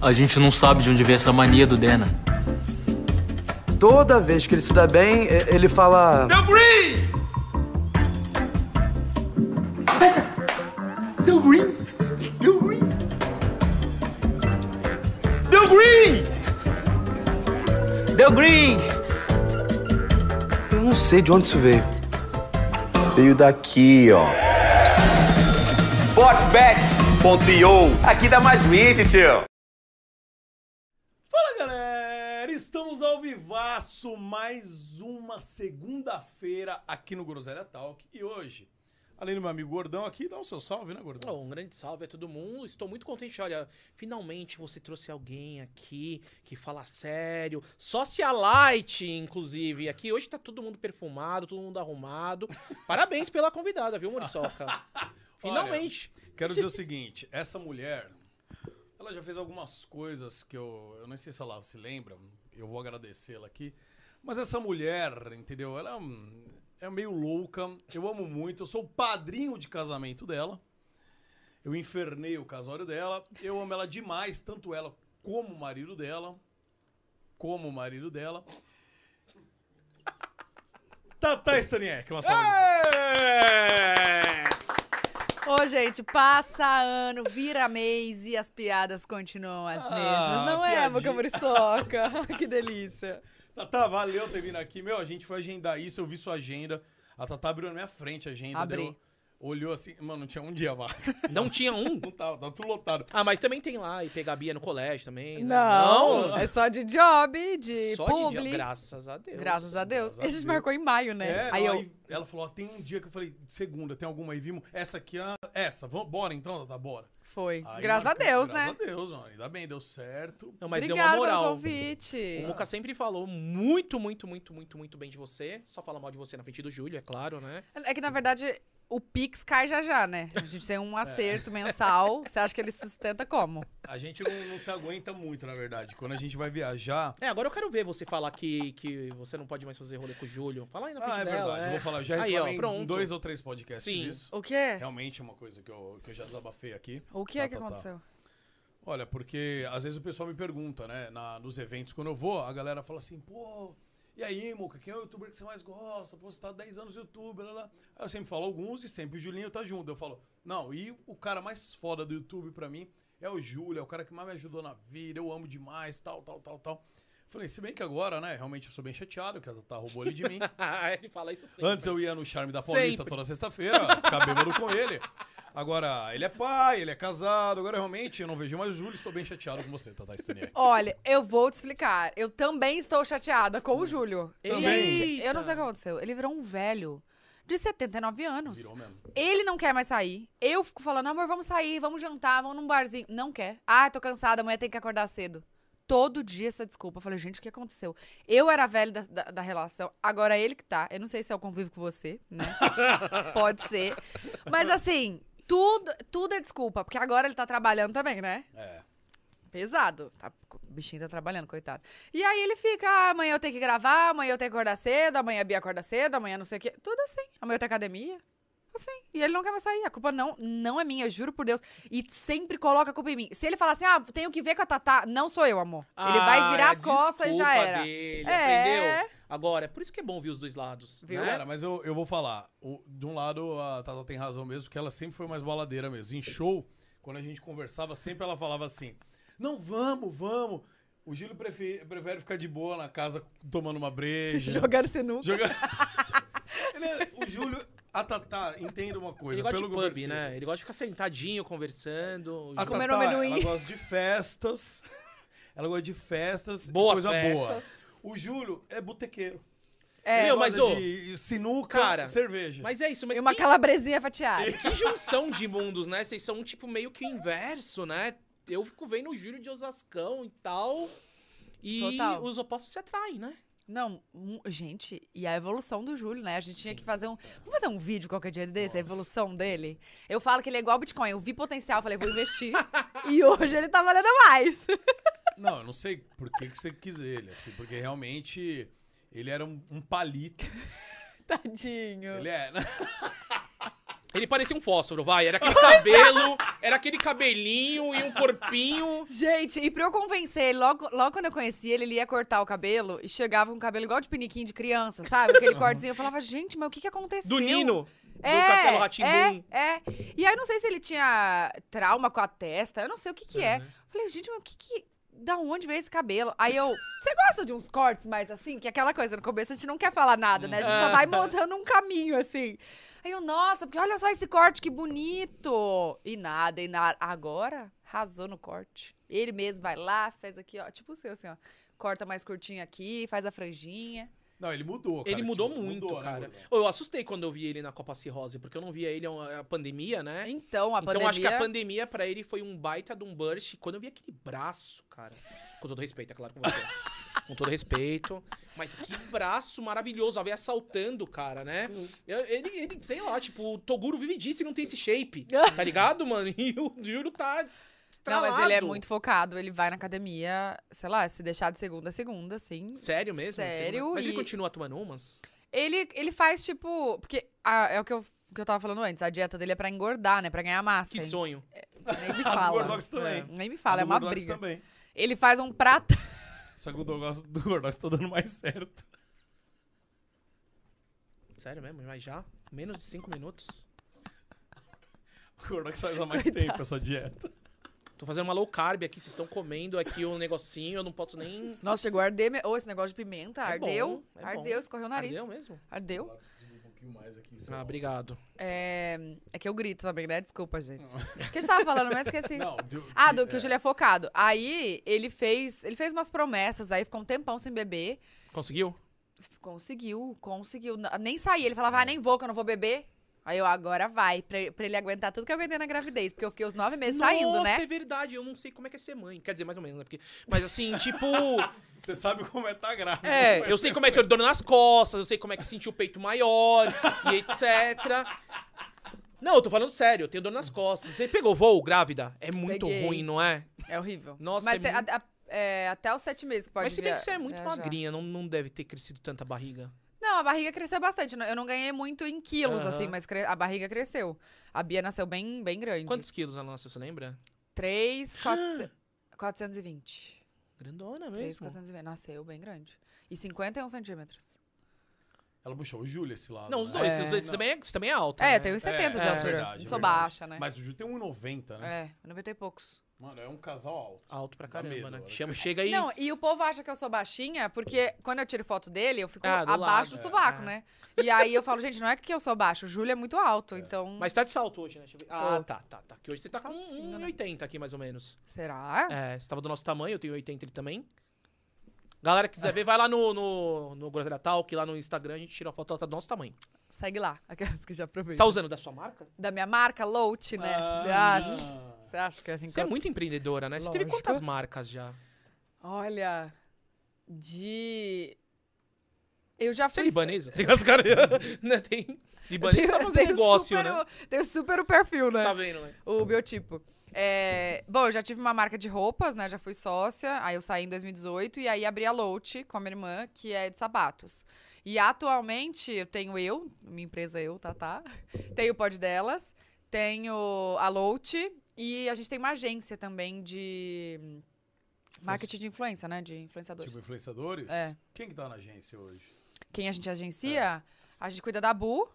A gente não sabe de onde veio essa mania do Dena. Toda vez que ele se dá bem, e- ele fala. Deu green! Deu green! Deu green! Deu green! Deu green! Eu não sei de onde isso veio. Veio daqui, ó. Sportsbet.io. Aqui dá mais lead, tio. Fala galera, estamos ao vivaço mais uma segunda-feira aqui no Groselha Talk e hoje, além do meu amigo Gordão aqui, dá o seu salve, né, Gordão? Ô, um grande salve a todo mundo. Estou muito contente. Olha, finalmente você trouxe alguém aqui que fala sério. Socialite, inclusive. Aqui hoje tá todo mundo perfumado, todo mundo arrumado. Parabéns pela convidada, viu, Muriçoca? Finalmente. Quero dizer o seguinte, essa mulher, ela já fez algumas coisas que eu, eu não sei se ela se lembra, eu vou agradecê-la aqui, mas essa mulher, entendeu, ela é um- é meio louca, eu amo muito, eu sou o padrinho de casamento dela, eu infernei o casório dela, eu amo ela demais, tanto ela como o marido dela, como o marido dela. Tá, Tata Staniek, uma salva de palmas. Ô, gente, passa ano, vira mês e as piadas continuam as mesmas. Ah, Não é, piadinha. Boca Muriçoca? que delícia. Tatá, valeu ter vindo aqui. Meu, a gente foi agendar isso, eu vi sua agenda. A Tatá abriu na minha frente a agenda. Abri. deu- olhou assim, mano, não tinha um dia vaga. Não tinha um? Não tava, tava tudo lotado. Ah, mas também tem lá e pegar Bia no colégio também. né? Não, é só de job, de Só publi. de dia, graças a Deus. Graças a Deus. Graças a a gente Deus. marcou em maio, né? É, aí não, eu. aí ela falou, ó, tem um dia que eu falei, segunda, tem alguma aí, vimos? Essa aqui, é a- essa, vamos, bora então, Tatá, bora. Foi. Aí graças a marcamos, Deus, graças né? a Deus, mano, ainda bem, deu certo. Não, mas Obrigada deu uma moral. pelo convite. O Muca sempre falou muito, muito, muito, muito, muito bem de você. Só fala mal de você na frente do Júlio, é claro, né? É que, na verdade, o Pix cai já já, né? A gente tem É. um acerto mensal. Você acha que ele sustenta como? A gente não, não se aguenta muito, na verdade. Quando a gente vai viajar... É, agora eu quero ver você falar que, que você não pode mais fazer rolê com o Júlio. Fala aí na frente né? Ah, é dela. verdade, eu vou falar, eu já Aí, ó, reclamei em pronto. dois ou três podcasts Sim. disso. O quê? Realmente é uma coisa que eu, que eu já desabafei aqui. O que é Tá, que tá, tá. aconteceu? Olha, porque às vezes o pessoal me pergunta, né? na- nos eventos, quando eu vou, a galera fala assim, pô, e aí, Moca, quem é o youtuber que você mais gosta? Pô, você tá há 10 anos no YouTube, blá, blá. Aí eu sempre falo alguns e sempre o Julinho tá junto. Eu falo, não, e o cara mais foda do YouTube pra mim é o Júlio, é o cara que mais me ajudou na vida, eu amo demais, tal, tal, tal, tal. Falei, se bem que agora, né, realmente eu sou bem chateado, que a Tatá roubou ele de mim. ele fala isso sempre. Antes eu ia no Charme da Paulista Sempre. toda sexta-feira, ficar bêbado com ele. Agora, ele é pai, ele é casado. Agora, realmente, eu não vejo mais o Júlio. Estou bem chateado com você, Tata Stanier. Olha, eu vou te explicar. Eu também estou chateada com o Júlio. Eita. Gente, eu não sei o que aconteceu. Ele virou um velho de 79 anos. Virou um mesmo. Ele não quer mais sair. Eu fico falando, amor, vamos sair, vamos jantar, vamos num barzinho. Não quer. Ah, tô cansada, amanhã tem que acordar cedo. Todo dia essa desculpa. Eu falei, gente, o que aconteceu? Eu era velho da, da- da relação, agora é ele que tá. Eu não sei se é o convívio com você, né? Pode ser. Mas assim, tudo, tudo é desculpa, porque agora ele tá trabalhando também, né? É. Pesado. Tá- o bichinho tá trabalhando, coitado. E aí ele fica, ah, amanhã eu tenho que gravar, amanhã eu tenho que acordar cedo, amanhã a Bia acorda cedo, amanhã não sei o quê. Tudo assim. Amanhã eu tenho academia. Assim. E ele não quer mais sair. A culpa não, não é minha, juro por Deus. E sempre coloca a culpa em mim. Se ele falar assim, ah, tenho que ver com a Tatá, não sou eu, amor. ele vai Ah, virar as é costas e já desculpa era. Dele, É. Aprendeu? Agora, é por isso que é bom ver os dois lados. Viu? né? Cara, mas eu, eu vou falar. O- de um lado, a Tata tem razão mesmo, que ela sempre foi mais baladeira mesmo. Em show, quando a gente conversava, sempre ela falava assim: Não, vamos, vamos. O Júlio prefe- prefere ficar de boa na casa tomando uma breja. Jogar sinuca. Joga... Ele é- o Júlio, a Tatá, entenda uma coisa. ele gosta de pelo Ah, tá. que eu pub, percebo. né? Ele gosta de ficar sentadinho, conversando. A Comendo Tatá, amendoim. Ela gosta de festas. Ela gosta de festas. e Boas coisa festas. boa. O Júlio é botequeiro. É, Meu, Gosta mas, ô, de sinuca, cara, cerveja. Mas é isso, mas e uma que, calabresinha fatiada. que junção de mundos, né? Vocês são, tipo, meio que o inverso, né? Eu fico vendo o Júlio de Osascão e tal. E Total. os opostos se atraem, né? Não, mu- gente, e a evolução do Júlio, né? A gente tinha que fazer um. Vamos fazer um vídeo qualquer dia desse, a evolução dele? Eu falo que ele é igual ao Bitcoin. Eu vi potencial, falei, vou investir. e hoje ele tá valendo mais. Não, eu não sei por que, que você quis ele, assim, porque realmente ele era um, um palito. Tadinho. Ele é. né? Ele parecia um fósforo, vai. Era aquele cabelo, era aquele cabelinho e um corpinho. Gente, e pra eu convencer, ele, logo, logo quando eu conheci ele, ele ia cortar o cabelo e chegava com o cabelo igual de piniquinho de criança, sabe? Aquele cortezinho. Eu falava, gente, mas o que, que aconteceu? Do Nino. É, do Castelo Ratimbum. É, é. E aí eu não sei se ele tinha trauma com a testa, eu não sei o que que é. Falei, gente, mas o que que... Da onde veio esse cabelo? Aí eu... Você gosta de uns cortes mais assim? Que é aquela coisa, no começo a gente não quer falar nada, né? A Uhum. gente só vai montando um caminho, assim. Aí eu, nossa, porque olha só esse corte, que bonito! E nada, e nada. Agora, arrasou no corte. Ele mesmo vai lá, faz aqui, ó. Tipo o seu, assim, ó. Corta mais curtinho aqui, faz a franjinha. Não, ele mudou, cara. Ele mudou tipo, muito, mudou, né, cara. gordão? Ô, eu assustei quando eu vi ele na Copa Cirrose, porque eu não via ele a a pandemia, né? Então, a então pandemia... acho que a pandemia pra ele foi um baita de um burst. Quando eu vi aquele braço, cara. Com todo respeito, é claro, com você. com todo respeito. Mas que braço maravilhoso. Alguém assaltando, cara, né? Eu- ele, ele, sei lá, tipo, o Toguro vive disso e não tem esse shape. Tá ligado, mano? E o Juro tá. Não, estralado. mas ele é muito focado. Ele vai na academia, sei lá, se deixar de segunda a segunda, assim. Sério mesmo? Sério, Mas ele e- continua tomando umas? Ele, ele faz, tipo... Porque ah, é o que eu, que eu tava falando antes. A dieta dele é pra engordar, né? Pra ganhar massa. Que hein? sonho. Nem A me do fala. Gordox também. Nem me A do fala, é uma Gordox briga. também. Ele faz um prato... Só que o Gordox, do Gordox tá dando mais certo. Sério mesmo? Mas já? Menos de cinco minutos? O Gordox faz há mais tempo essa dieta. Tô fazendo uma low carb aqui, vocês estão comendo aqui um negocinho, eu não posso nem. Nossa, chegou a arder... me- Ô, esse negócio de pimenta, É bom, ardeu. é bom. ardeu, escorreu o nariz. Ardeu mesmo? Ardeu. Ah, obrigado. É, é que eu grito também, né? Desculpa, gente. O que a gente tava falando, mas esqueci. Não, do- Ah, do que é. o Júlio é focado. Aí ele fez, ele fez umas promessas, aí ficou um tempão sem beber. Conseguiu? Conseguiu, conseguiu. N- Nem saí. Ele É. falava, ah, nem vou, que eu não vou beber. Aí eu, agora vai, pra, pra ele aguentar tudo que eu aguentei na gravidez. Porque eu fiquei os nove meses saindo, Nossa, né? é verdade. Eu não sei como é que é ser mãe. Quer dizer, mais ou menos, né? Porque... Mas assim, tipo. Você sabe como é tá grávida. é, eu sei como é ter dor nas costas, eu sei como é que sentir o peito maior e etc. Não, eu tô falando sério, eu tenho dor nas costas. Você pegou voo grávida? É muito Peguei. ruim, não é? É horrível. Nossa, Mas é te- muito- a- a- é, até os sete meses que pode Mas se bem via- que você é muito viajar. magrinha, não, não deve ter crescido tanta barriga. Não, a barriga cresceu bastante. Eu não ganhei muito em quilos, Aham. assim, mas cre- a barriga cresceu. A Bia nasceu bem, bem grande. Quantos quilos ela nasceu, você lembra? 3, 420. Grandona 3, mesmo. 420. Nasceu bem grande. E 51 centímetros. Ela puxou o Júlio esse lado. Não, os né? dois. É. Os dois Não. Você, também é, você também é alto. É, né? eu tenho 70 de é altura. verdade, não é sou verdade. baixa, né? Mas o Júlio tem 1,90, né? É, 90 e poucos. Mano, é um casal alto. Alto pra Dá caramba, medo, né? olha. Chama, chega aí. Não, e o povo acha que eu sou baixinha, porque quando eu tiro foto dele, eu fico Ah, do lado, abaixo do é, sovaco, é. né? E aí eu falo, gente, não é que eu sou baixo, o Júlio é muito alto, então. Mas tá de salto hoje, né? Deixa eu ver. Ah, Tô. tá, tá, tá. Que hoje você tá com Saltinho, né? 1,80 aqui, mais ou menos. Será? É, você tava do nosso tamanho, eu tenho 80 ele também. Galera que quiser ver, vai lá no, no, no Gorda Talk, lá no Instagram, a gente tira a foto, ela tá do nosso tamanho. Segue lá, aquelas que eu já Você aproveito. tá usando da sua marca? Da minha marca, Lout, né? Você acha? Você acha que eu vim Ah. Você é muito empreendedora, né? Você teve Lógico. quantas marcas já? Olha, de. Eu já Você é fui. libanesa? Tá ligado? Os caras, né? Tem... Libanês tá fazendo negócio, um super, né? o- Tenho super o perfil, né? Tá vendo, né? O biotipo. É, bom, eu já tive uma marca de roupas, né? Já fui sócia. Aí eu saí em 2018 e aí abri a Lout com a minha irmã, que é de sapatos. E atualmente eu tenho eu, minha empresa é eu, Tatá. Tenho o Pod Delas, tenho a Lout e a gente tem uma agência também de hum, marketing de influência, né? De influenciadores. Tipo, influenciadores? É. Quem que tá na agência hoje? Quem a gente É. agencia, a gente cuida da Bu.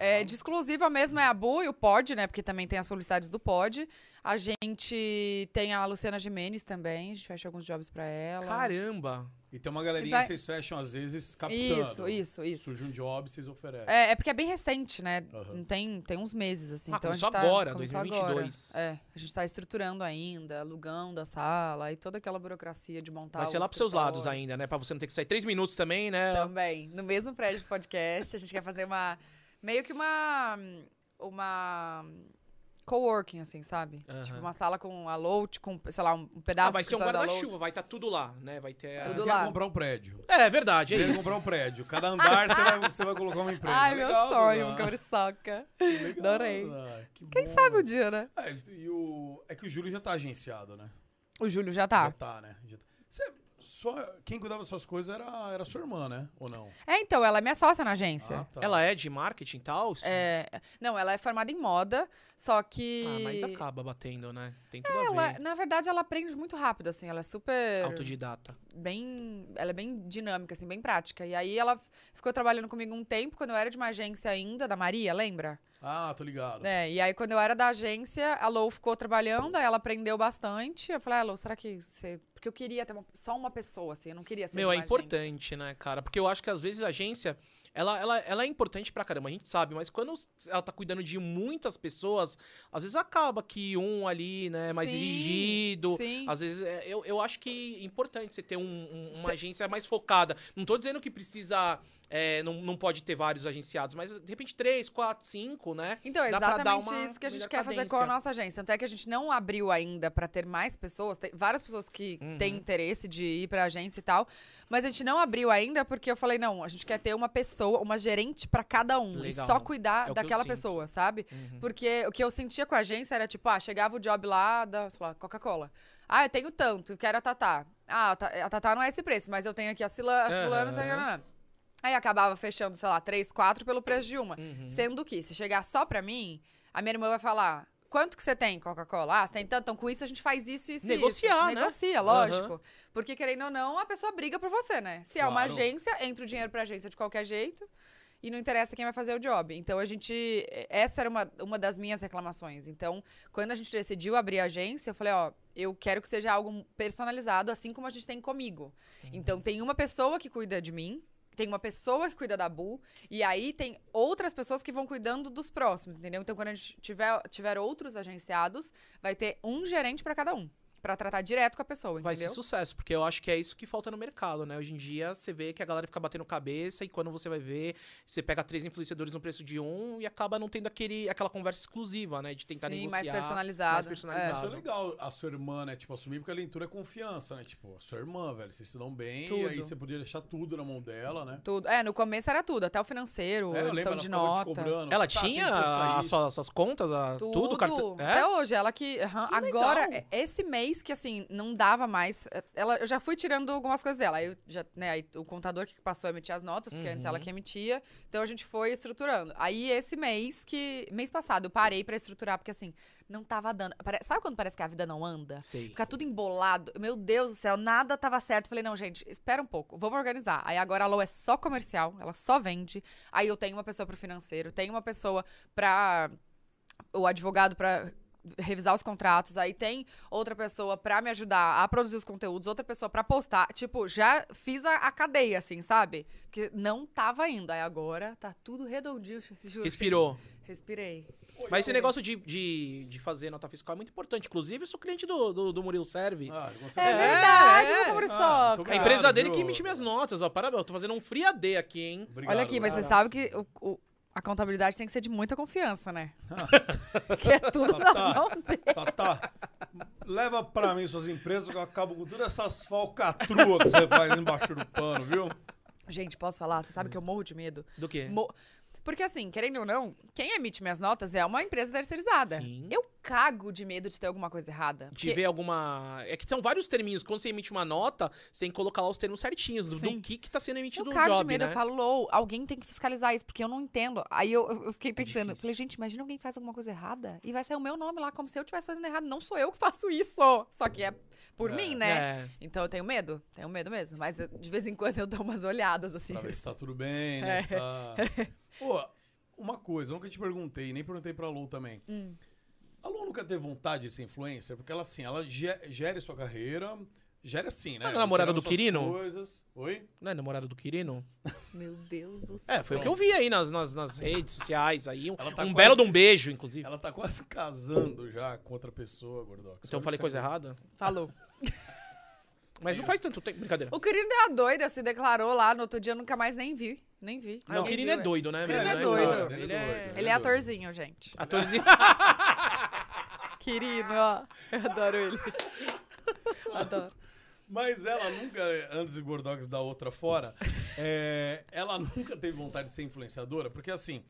É, de exclusiva mesmo é a Bu e o Pod, né? Porque também tem as publicidades do Pod. A gente tem a Luciana Jimenez também, a gente fecha alguns jobs pra ela. Caramba! E tem uma galerinha Vai- que vocês fecham às vezes tá captando. isso, isso, isso. Surge um job, vocês oferecem. É, é porque é bem recente, né? Aham. Não tem, tem uns meses, assim. Ah, então a começou gente tá, agora, começou 2022. Agora. É, a gente tá estruturando ainda, alugando a sala e toda aquela burocracia de montar Vai o ser lá pros seus lados escritório. ainda, né? Pra você não ter que sair três minutos também, né? Também. No mesmo prédio de podcast, a gente quer fazer uma. Meio que uma. Uma. Coworking, assim, sabe? Aham. Tipo, uma sala com a load, com, sei lá, um pedaço Ah, vai do ser um escritório da load. guarda-chuva, vai estar tudo lá, né? Vai ter. Você É, Tudo quer lá. comprar um prédio. É, é verdade, é Você quer isso. comprar um prédio. Cada andar você vai, você vai colocar uma empresa. Ai, meu Legal, sonho, Duda. um cabriçoca. Legal, Adorei. Duda. Que Quem bom. sabe um dia, né? É, e o... é que o Júlio já tá agenciado, né? O Júlio já Já tá. tá, né? Já tá. Você, sua- quem cuidava das suas coisas era, era sua irmã, né? Ou não? É, então, ela é minha sócia na agência. Ah, tá. Ela é de marketing e tal? É, não, ela é formada em moda, só que. Ah, mas acaba batendo, né? Tem tudo a Ela, ver. na verdade, ela aprende muito rápido, assim. Ela é super. Autodidata. bem, ela é bem dinâmica, assim, bem prática. E aí ela ficou trabalhando comigo um tempo, quando eu era de uma agência ainda, da Maria, lembra? Ah, tô Uhum. ligado. É, e aí quando eu era da agência, a Lou ficou trabalhando, aí ela aprendeu bastante. Eu falei, ah, Lou, será que você... Porque eu queria ter uma- só uma pessoa, assim, eu não queria ser Meu, é de uma importante, né, cara? Porque eu acho que às vezes a agência, ela, ela, ela é importante pra caramba, a gente sabe, mas quando ela tá cuidando de muitas pessoas, às vezes acaba que um ali, né, é mais Sim, exigido. agência. Sim. Às vezes, é, eu, eu acho que é importante você ter um- um- uma agência mais focada. Não tô dizendo que precisa. é, não, não pode ter vários agenciados, mas de repente três, quatro, cinco, né? Então, é Dá pra dar exatamente uma isso que a gente melhor quer fazer com a cadência. nossa agência. Tanto é que a gente não abriu ainda pra ter mais pessoas. Tem várias pessoas que Uhum. têm interesse de ir pra agência e tal. Mas a gente não abriu ainda porque eu falei, não, a gente quer ter uma pessoa, uma gerente pra cada um. Legal. E só É o cuidar que eu daquela sinto. pessoa, sabe? Uhum. Porque o que eu sentia com a agência era tipo, ah, chegava o job lá da, sei lá, Coca-Cola. Ah, eu tenho tanto, eu quero a Tatá. Ah, a Ta- a Tatá não é esse preço, mas eu tenho aqui a Sila- a fulana, sei lá, Aham. lá, lá. Aí acabava fechando, sei lá, três, quatro pelo preço de uma. Uhum. Sendo que, se chegar só pra mim, a minha irmã vai falar: quanto que você tem Coca-Cola? Ah, você tem tanto? Então, com isso a gente faz isso, isso e Negociar, né? isso. Negocia, lógico. Porque, querendo ou não, a pessoa briga por você, né? Se é uma Claro. agência, entra o dinheiro pra agência de qualquer jeito. E não interessa quem vai fazer o job. Então, a gente. Essa era uma, uma das minhas reclamações. Então, quando a gente decidiu abrir a agência, eu falei: ó, eu quero que seja algo personalizado, assim como a gente tem comigo. Então, tem uma pessoa que cuida de mim, tem uma pessoa que cuida da Bu, e aí tem outras pessoas que vão cuidando dos próximos, entendeu? Então, quando a gente tiver, tiver outros agenciados, vai ter um gerente pra cada um. Pra tratar direto com a pessoa, Vai ser entendeu? sucesso, porque eu acho que é isso que falta no mercado, né? Hoje em dia você vê que a galera fica batendo cabeça e quando você vai ver, você pega três influenciadores no preço de um e acaba não tendo aquele, aquela conversa exclusiva, né? De tentar Sim, negociar. mais personalizado. mais personalizado. Isso é legal, a sua irmã, né? Tipo, assumir, porque a leitura é confiança, né? Tipo, a sua irmã, velho, vocês se dão bem, e aí Tudo. você podia deixar tudo na mão dela, né? Tudo. É, no começo era tudo, até o financeiro, É, eu lembro, edição ela de ficava te nota. cobrando, Ela tá, tinha tem que postar as isso. suas, as suas contas, a- Tudo, tudo, cartão. É? Até hoje, ela que. aham, Que agora, legal. é- esse mês que assim, não dava mais. é, Ela, eu já fui tirando algumas coisas dela. Aí, eu já, né, aí o contador que passou a emitir as notas, porque antes Uhum. ela que emitia. Então a gente foi estruturando. Aí esse mês que. Mês passado, eu parei pra estruturar, porque assim, não tava dando. pare- Sabe quando parece que a vida não anda? Sei. Fica tudo embolado. Meu Deus do céu, nada tava certo. Falei, não, gente, espera um pouco, vamos organizar. Aí agora a Lou é só comercial, ela só vende. Aí eu tenho uma pessoa pro financeiro, tenho uma pessoa pra. o advogado pra revisar os contratos, aí tem outra pessoa pra me ajudar a produzir os conteúdos, outra pessoa pra postar. Tipo, já fiz a, a cadeia, assim, sabe? Porque não tava indo. Aí agora tá tudo redondinho, ju- juro. Respirou. Respirei. Mas esse negócio de, de, de fazer nota fiscal é muito importante. Inclusive, eu sou cliente do, do, do Murilo Serve. Ah, eu É, gostei. verdade, é. meu Ah, Muriçoca. muito a obrigado, empresa dele viu? que emite minhas notas, ó. Parabéns, eu tô fazendo um free AD aqui, hein? Obrigado, né? Olha aqui, mas você cara. sabe que o- o- a contabilidade tem que ser de muita confiança, né? que é tudo nas Tá. mãos dele. Tatá, leva pra mim suas empresas que eu acabo com todas essas falcatruas que você faz embaixo do pano, viu? Gente, posso falar? Você sabe que eu morro de medo? Do quê? Mo- Porque assim, querendo ou não, quem emite minhas notas é uma empresa terceirizada. Sim. Eu cago de medo de ter alguma coisa errada. De ver alguma. É que são vários terminhos. Quando você emite uma nota, você tem que colocar lá os termos certinhos. Do, do Sim. que que tá sendo eu emitido o cago job, de medo, né? eu falo, Lou, alguém tem que fiscalizar isso, porque eu não entendo. Aí eu, eu fiquei pensando, É difícil. falei, gente, imagina alguém faz alguma coisa errada e vai sair o meu nome lá, como se eu estivesse fazendo errado. Não sou eu que faço isso. Só que é por É. mim, né? É. Então eu tenho medo, tenho medo mesmo. Mas eu- de vez em quando eu dou umas olhadas, assim. Pra ver se tá tudo bem, né? se tá- Pô, uma coisa, nunca te perguntei, nem perguntei pra Lu também. A Lu nunca teve vontade de ser influencer? Porque ela, assim, ela ge- gere sua carreira, gera assim, né? Ela é namorada Gerando do suas Quirino? Coisas. Oi? Não é namorada do Quirino? Meu Deus do céu. É, foi o que eu vi aí nas, nas, nas redes sociais aí. Um, Ela tá um quase- belo de um beijo, inclusive. Ela tá quase casando já com outra pessoa, Gordox. Então eu Olha falei que coisa você- errada. Falou. Mas não faz tanto tempo. Brincadeira. O Quirino é a doida, se declarou lá no outro dia, eu nunca mais nem vi. Nem vi. Ah, o Ninguém Quirino viu, é doido, né? Quirino velho? é doido. Ele é- Ele é doido. Ele é atorzinho, gente. Atorzinho. Quirino, ó. Eu adoro ele. Adoro. Mas ela nunca, antes de Gordox dar outra fora, é, ela nunca teve vontade de ser influenciadora, porque assim,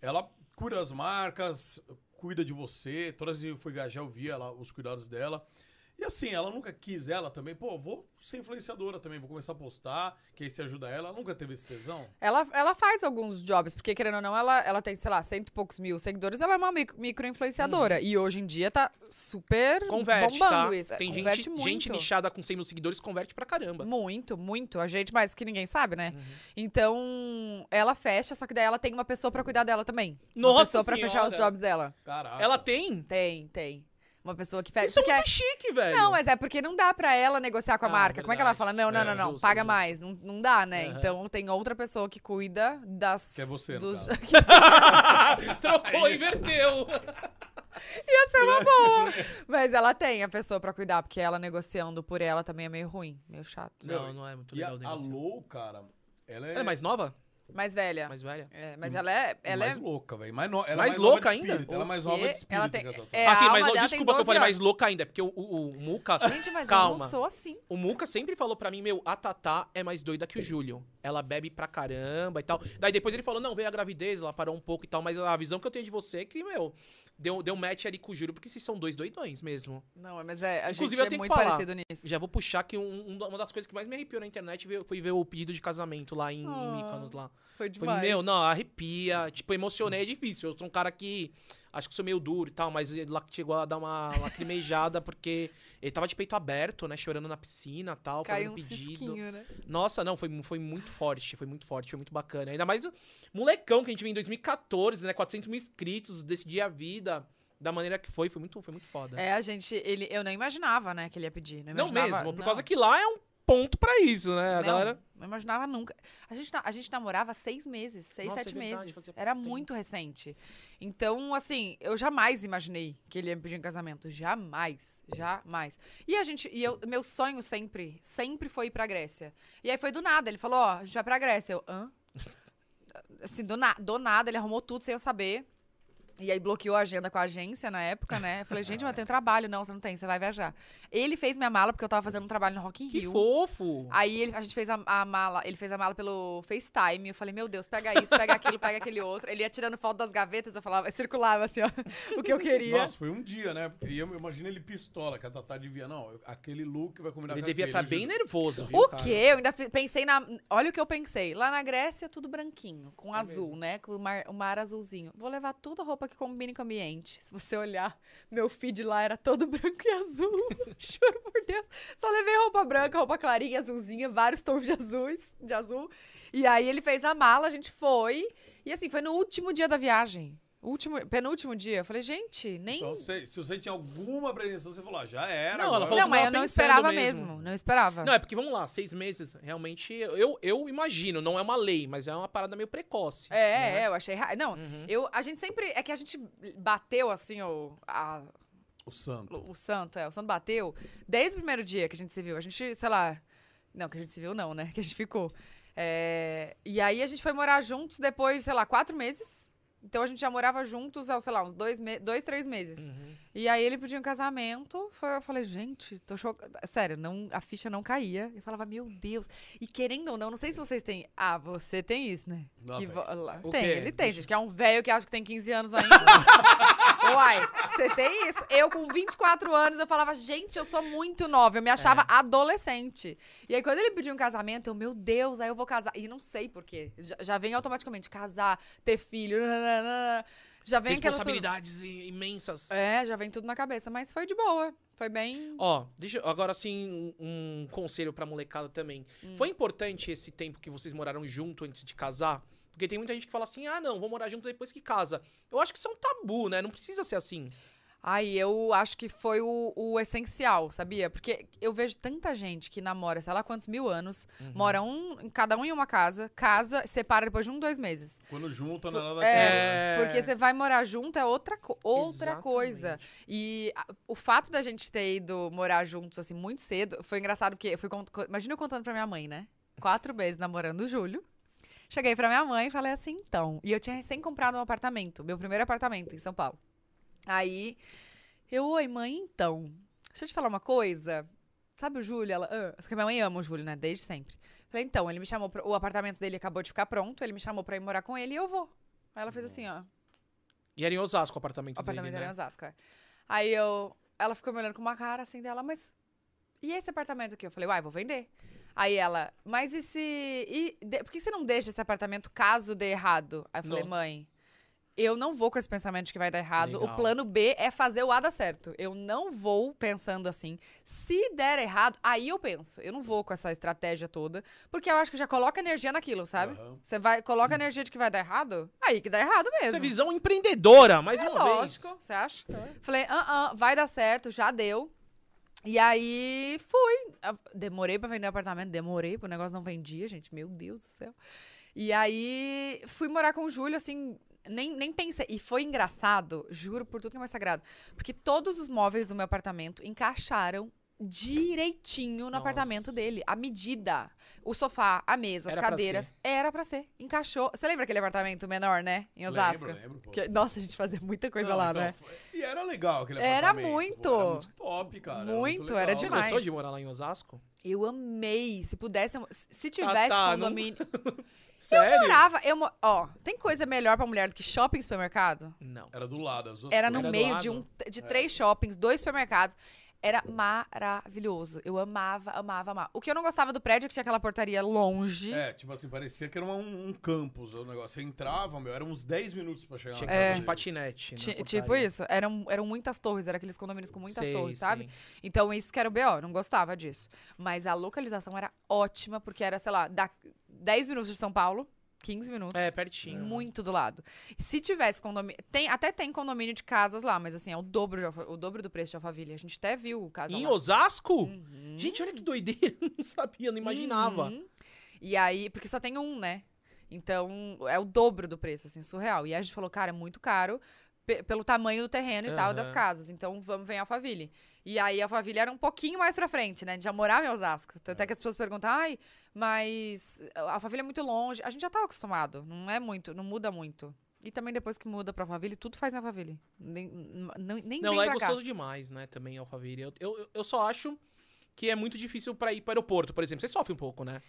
ela cuida das marcas, cuida de você. Todas as vezes que eu fui viajar, eu via ela, os cuidados dela. E assim, ela nunca quis ela também. Pô, vou ser influenciadora também, vou começar a postar, que aí você ajuda ela. Ela nunca teve esse tesão? Ela, ela faz alguns jobs, porque querendo ou não, ela, ela tem, sei lá, cento e poucos mil seguidores, ela é uma micro- micro-influenciadora. E hoje em dia tá super Uhum. Converte, bombando tá? isso. É, Tem converte gente, muito. gente nichada com 100 mil seguidores, converte pra caramba. Uhum. Muito, muito. A gente, mas que ninguém sabe, né? Então, ela fecha, só que daí ela tem uma pessoa pra cuidar dela também. uma Nossa pessoa pra fechar os Senhora! jobs dela. Caraca. Ela tem? Tem, tem. Uma pessoa que fecha. Isso é porque muito chique, velho. Não, mas é porque não dá pra ela negociar com a Ah, marca. Como é que ela verdade. fala? Não, não, É, não, não. justo, paga justo. mais. Não, não dá, né? Aham. Então tem outra pessoa que cuida das. Que é você, no dos... caso. Trocou, inverteu. Ia ser uma boa. Mas ela tem a pessoa pra cuidar, porque ela negociando por ela também é meio ruim, meio chato. Não, não é muito E a, legal o a negócio. Lou, cara, ela é, Ela é mais nova? Mais velha. Mais velha? É, mas ela é. Ela mais é... louca, velho. Mais, no... ela é Mais nova de louca ainda? espírito, Ela é mais nova de Porque espírito. ela tem- que a Tatu. é, ah, sim, mas a alma lo- dela tem desculpa que eu 12 falei mais anos. louca ainda, é porque o, o, o Muca. Gente, mas eu Calma. não sou assim. O Muca sempre falou pra mim, meu, a Tatá é mais doida que o Júlio. Ela bebe pra caramba e tal. Daí depois ele falou, não, veio a gravidez, ela parou um pouco e tal, mas a visão que eu tenho de você é que, meu, deu, deu match ali com o Júlio, porque vocês são dois doidões mesmo. Não, mas é, a Inclusive, eu gente é tenho que muito falar. parecido nisso. Já vou puxar que um- um- uma das coisas que mais me arrepiou na internet veio- foi ver o pedido de casamento lá em, em Ah, Mykonos lá. Foi Foi, demais. meu, não, arrepia. Tipo, emocionei, é difícil. Eu sou um cara que. Acho que sou meio duro e tal, mas ele lá chegou a dar uma lacrimejada, porque ele tava de peito aberto, né? Chorando na piscina e tal, Caiu um fazendo pedido. cisquinho, né? Nossa, não, foi, mu- foi muito forte, foi muito forte, foi muito bacana. Ainda mais o molecão que a gente viu em 2014, né? 400 mil inscritos, decidir a vida da maneira que foi, foi muito, foi muito foda. É, a gente, ele, eu não imaginava, né, que ele ia pedir. Não, não imaginava, mesmo, por não. causa que lá é um ponto pra isso, né? A não, galera. Não imaginava nunca. A gente, na- a gente namorava há seis meses, seis, Nossa, é sete verdade, meses. fazia pouco Era tempo. muito recente. Então, assim, eu jamais imaginei que ele ia me pedir em casamento. Jamais. Jamais. E a gente, e eu, meu sonho sempre, sempre foi ir pra Grécia. E aí foi do nada. Ele falou: Ó, a gente vai pra Grécia. Eu, hã? Assim, do, na- do nada, ele arrumou tudo sem eu saber. E aí bloqueou a agenda com a agência na época, né? Eu falei, gente, mas eu tenho trabalho. Não, você não tem, você vai viajar. Ele fez minha mala porque eu tava fazendo um trabalho no Rock in Que Rio. fofo! Aí ele- a gente fez a, a mala, ele fez a mala pelo FaceTime. Eu falei, meu Deus, pega isso, pega aquilo, pega aquele outro. Ele ia tirando foto das gavetas, eu falava, eu circulava assim, ó, o que eu queria. Nossa, foi um dia, né? E eu eu imagino ele pistola, que a Tatá devia. Não, eu- aquele look vai Ah, combinar Ele com devia aquele, estar eu bem juro. nervoso, viu? o cara? quê? Eu ainda fi- pensei na. Olha o que eu pensei. Lá na Grécia, tudo branquinho, É com azul, né? Com o mar, o mar azulzinho. Vou levar toda roupa que combine com o ambiente. Se você olhar, meu feed lá era todo branco e azul. Juro por Deus. Só levei roupa branca, roupa clarinha, azulzinha, vários tons de azuis, de azul. E aí ele fez a mala, a gente foi. E assim, foi no último dia da viagem. Último, penúltimo dia. Eu falei, gente, nem. Então, se, se você tinha alguma apreensão, você falou, ah, já era. Não, ela agora. falou não, que mas tava eu não pensando esperava mesmo. mesmo. Não esperava. Não, é porque vamos lá, seis meses, realmente, eu, eu imagino, não é uma lei, mas é uma parada meio precoce. É, né? é, eu achei. ra- Não, eu, a gente sempre. É que a gente bateu assim, o, a- O santo. o santo, é, o santo bateu desde o primeiro dia que a gente se viu. A gente, sei lá. Não, que a gente se viu, não, né? Que a gente ficou. É, e aí a gente foi morar juntos depois, sei lá, quatro meses. Então a gente já morava juntos há, sei lá, uns dois, me- dois três meses. E aí ele pediu um casamento. Foi, eu falei, gente, tô chocada. Sério, não, a ficha não caía. Eu falava, meu Deus. E querendo ou não, não sei se vocês têm. Ah, você tem isso, né? Lá Que vem. vo- lá- O Tem, quê? ele tem, gente, que é um velho que acha que tem 15 anos ainda. Uai, você tem isso? Eu, com 24 anos, eu falava, gente, eu sou muito nova. Eu me achava É. adolescente. E aí, quando ele pediu um casamento, eu, meu Deus, aí eu vou casar. E não sei por quê. Já, já vem automaticamente casar, ter filho. nananana. Já vem aquela. tudo- Responsabilidades i- imensas. É, já vem tudo na cabeça. Mas foi de boa. Foi bem. Ó, deixa eu- agora sim um, um conselho pra molecada também. Hum. Foi importante esse tempo que vocês moraram junto antes de casar? Porque tem muita gente que fala assim: "Ah, não, vou morar junto depois que casa". Eu acho que isso é um tabu, né? Não precisa ser assim. Ai, eu acho que foi o, o essencial, sabia? Porque eu vejo tanta gente que namora, sei lá quantos mil anos, mora um, cada um em uma casa, casa, separa depois de um, dois meses. Quando junta, não é nada daquilo, né? É. Porque você vai morar junto é outra, co- outra Exatamente. coisa. E a- o fato da gente ter ido morar juntos, assim, muito cedo, foi engraçado, porque eu fui cont- co- imagina eu contando pra minha mãe, né? Quatro meses namorando o Júlio. Cheguei pra minha mãe e falei assim, então. E eu tinha recém comprado um apartamento, meu primeiro apartamento em São Paulo. Aí, eu, oi, mãe, então. Deixa eu te falar uma coisa. Sabe o Júlio? Ela, ah. Porque minha mãe ama o Júlio, né? Desde sempre. Falei, então, ele me chamou, pra- o apartamento dele acabou de ficar pronto, ele me chamou pra ir morar com ele e eu vou. Aí ela fez assim, ó. E era em Osasco o apartamento, O apartamento dele, era em né? Osasco, é. Aí eu. ela ficou me olhando com uma cara assim dela, mas. E esse apartamento aqui? Eu falei, uai, vou vender. Aí ela, mas e se. E de- por que você não deixa esse apartamento caso dê errado? Aí eu falei, Nossa. mãe, eu não vou com esse pensamento de que vai dar errado. Legal. O plano B é fazer o A dar certo. Eu não vou pensando assim. Se der errado, aí eu penso. Eu não vou com essa estratégia toda, porque eu acho que já coloca energia naquilo, sabe? Aham. Você vai, coloca energia de que vai dar errado, aí que dá errado Essa mesmo. é visão empreendedora, mais É uma lógico, vez. você acha? Falei, ah, ah, vai dar certo, já deu. E aí fui. Ah, Demorei pra vender o apartamento, demorei, porque o negócio não vendia, gente. Meu Deus do céu. E aí fui morar com o Júlio, assim, nem, nem pensei. E foi engraçado, juro por tudo que é mais sagrado. Porque todos os móveis do meu apartamento encaixaram direitinho no Nossa. apartamento dele. A medida. O sofá, a mesa, as Era pra cadeiras. era pra ser. Encaixou. Você lembra aquele apartamento menor, né? Em Osasco? Lembro, lembro. pô. Que- nossa, a gente fazia muita coisa Não, lá, então, né? foi- E era legal aquele Era apartamento, pô, muito. Era muito top, cara. Era Muito, legal. era Você é demais. gostou de morar lá em Osasco? Eu amei. Se pudesse, eu- se- se tivesse tá, não- condomínio. Eu Sério? morava. Eu, mo- ó, tem coisa melhor pra mulher do que shopping e supermercado? Não. Era do lado. as duas Era no Era é do meio de, lado. um, de três shoppings, dois supermercados. Era maravilhoso. Eu amava, amava, amava. O que eu não gostava do prédio é que tinha aquela portaria longe. É, tipo assim, parecia que era uma- um, um campus o negócio. Você entrava, meu, eram uns 10 minutos pra chegar Tinha na que casa andar de deles. patinete. né, na É. Ti- portaria. tipo isso, eram, eram muitas torres, eram aqueles condomínios com muitas Sei, torres, sabe? sim. Então isso que era o BO, não gostava disso. Mas a localização era ótima, porque era, sei lá, da 10 minutos de São Paulo, 15 minutos. É, pertinho. Muito do lado. Se tivesse condomínio. Tem, até tem condomínio de casas lá, mas assim, é o dobro, de Alfa- o dobro do preço de Alphaville. A gente até viu o caso. Em lá. Osasco? Gente, olha que doideira. Eu não sabia, não imaginava. Uhum. E aí, porque só tem um, né? Então, é o dobro do preço, assim, surreal. E aí a gente falou, cara, é muito caro pe- pelo tamanho do terreno e tal, das Aham. casas. Então, vamos ver em Alphaville. E aí, Alphaville era um pouquinho mais pra frente, né? A gente já morava em Osasco. Tanto é que as pessoas perguntam, ai, mas Alphaville é muito longe. A gente já tava acostumado, não é muito, não muda muito. E também depois que muda pra Alphaville, tudo faz em Alphaville. Nem, nem, nem Não, vem lá é pra cá. gostoso demais, né? Também, Alphaville. Eu, eu, eu só acho que é muito difícil pra ir pro aeroporto, por exemplo. Você sofre um pouco, né?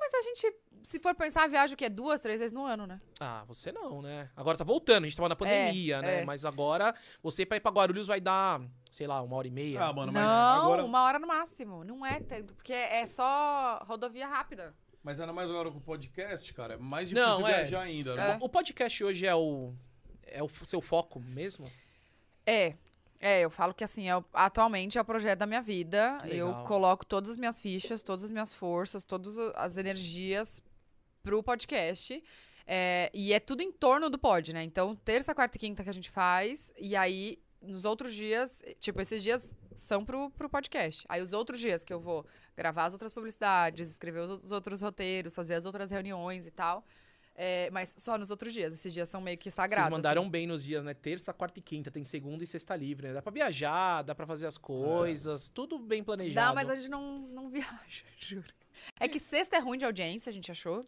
Mas a gente, se for pensar, viaja o quê? Duas, três vezes no ano, né? Ah, você não, né? Agora tá voltando, a gente tava na pandemia, né? é. Mas agora, você pra ir pra Guarulhos vai dar, sei lá, uma hora e meia. Ah, mano, mas não, agora. uma hora no máximo. Não é tanto, porque é só rodovia rápida. Mas era mais agora com o podcast, cara. É mais difícil Não, é. viajar ainda. É. Né? O podcast hoje é o. É o f- seu foco mesmo? É. É, eu falo que assim, é o- atualmente é o projeto da minha vida. Que Eu legal. coloco todas as minhas fichas, todas as minhas forças, todas o- as energias pro podcast. É, e é tudo em torno do pod, né? Então, terça, quarta e quinta que a gente faz. E aí, nos outros dias, tipo, esses dias são pro, pro podcast. Aí, os outros dias que eu vou gravar as outras publicidades, escrever os os outros roteiros, fazer as outras reuniões e tal. É, mas só nos outros dias. Esses dias são meio que sagrados. Vocês assim. mandaram bem nos dias, né? Terça, quarta e quinta. Tem segunda e sexta livre, né? Dá pra viajar, dá pra fazer as coisas. Tudo bem planejado. Dá, mas a gente não, não viaja, juro. É que sexta é ruim de audiência, a gente achou.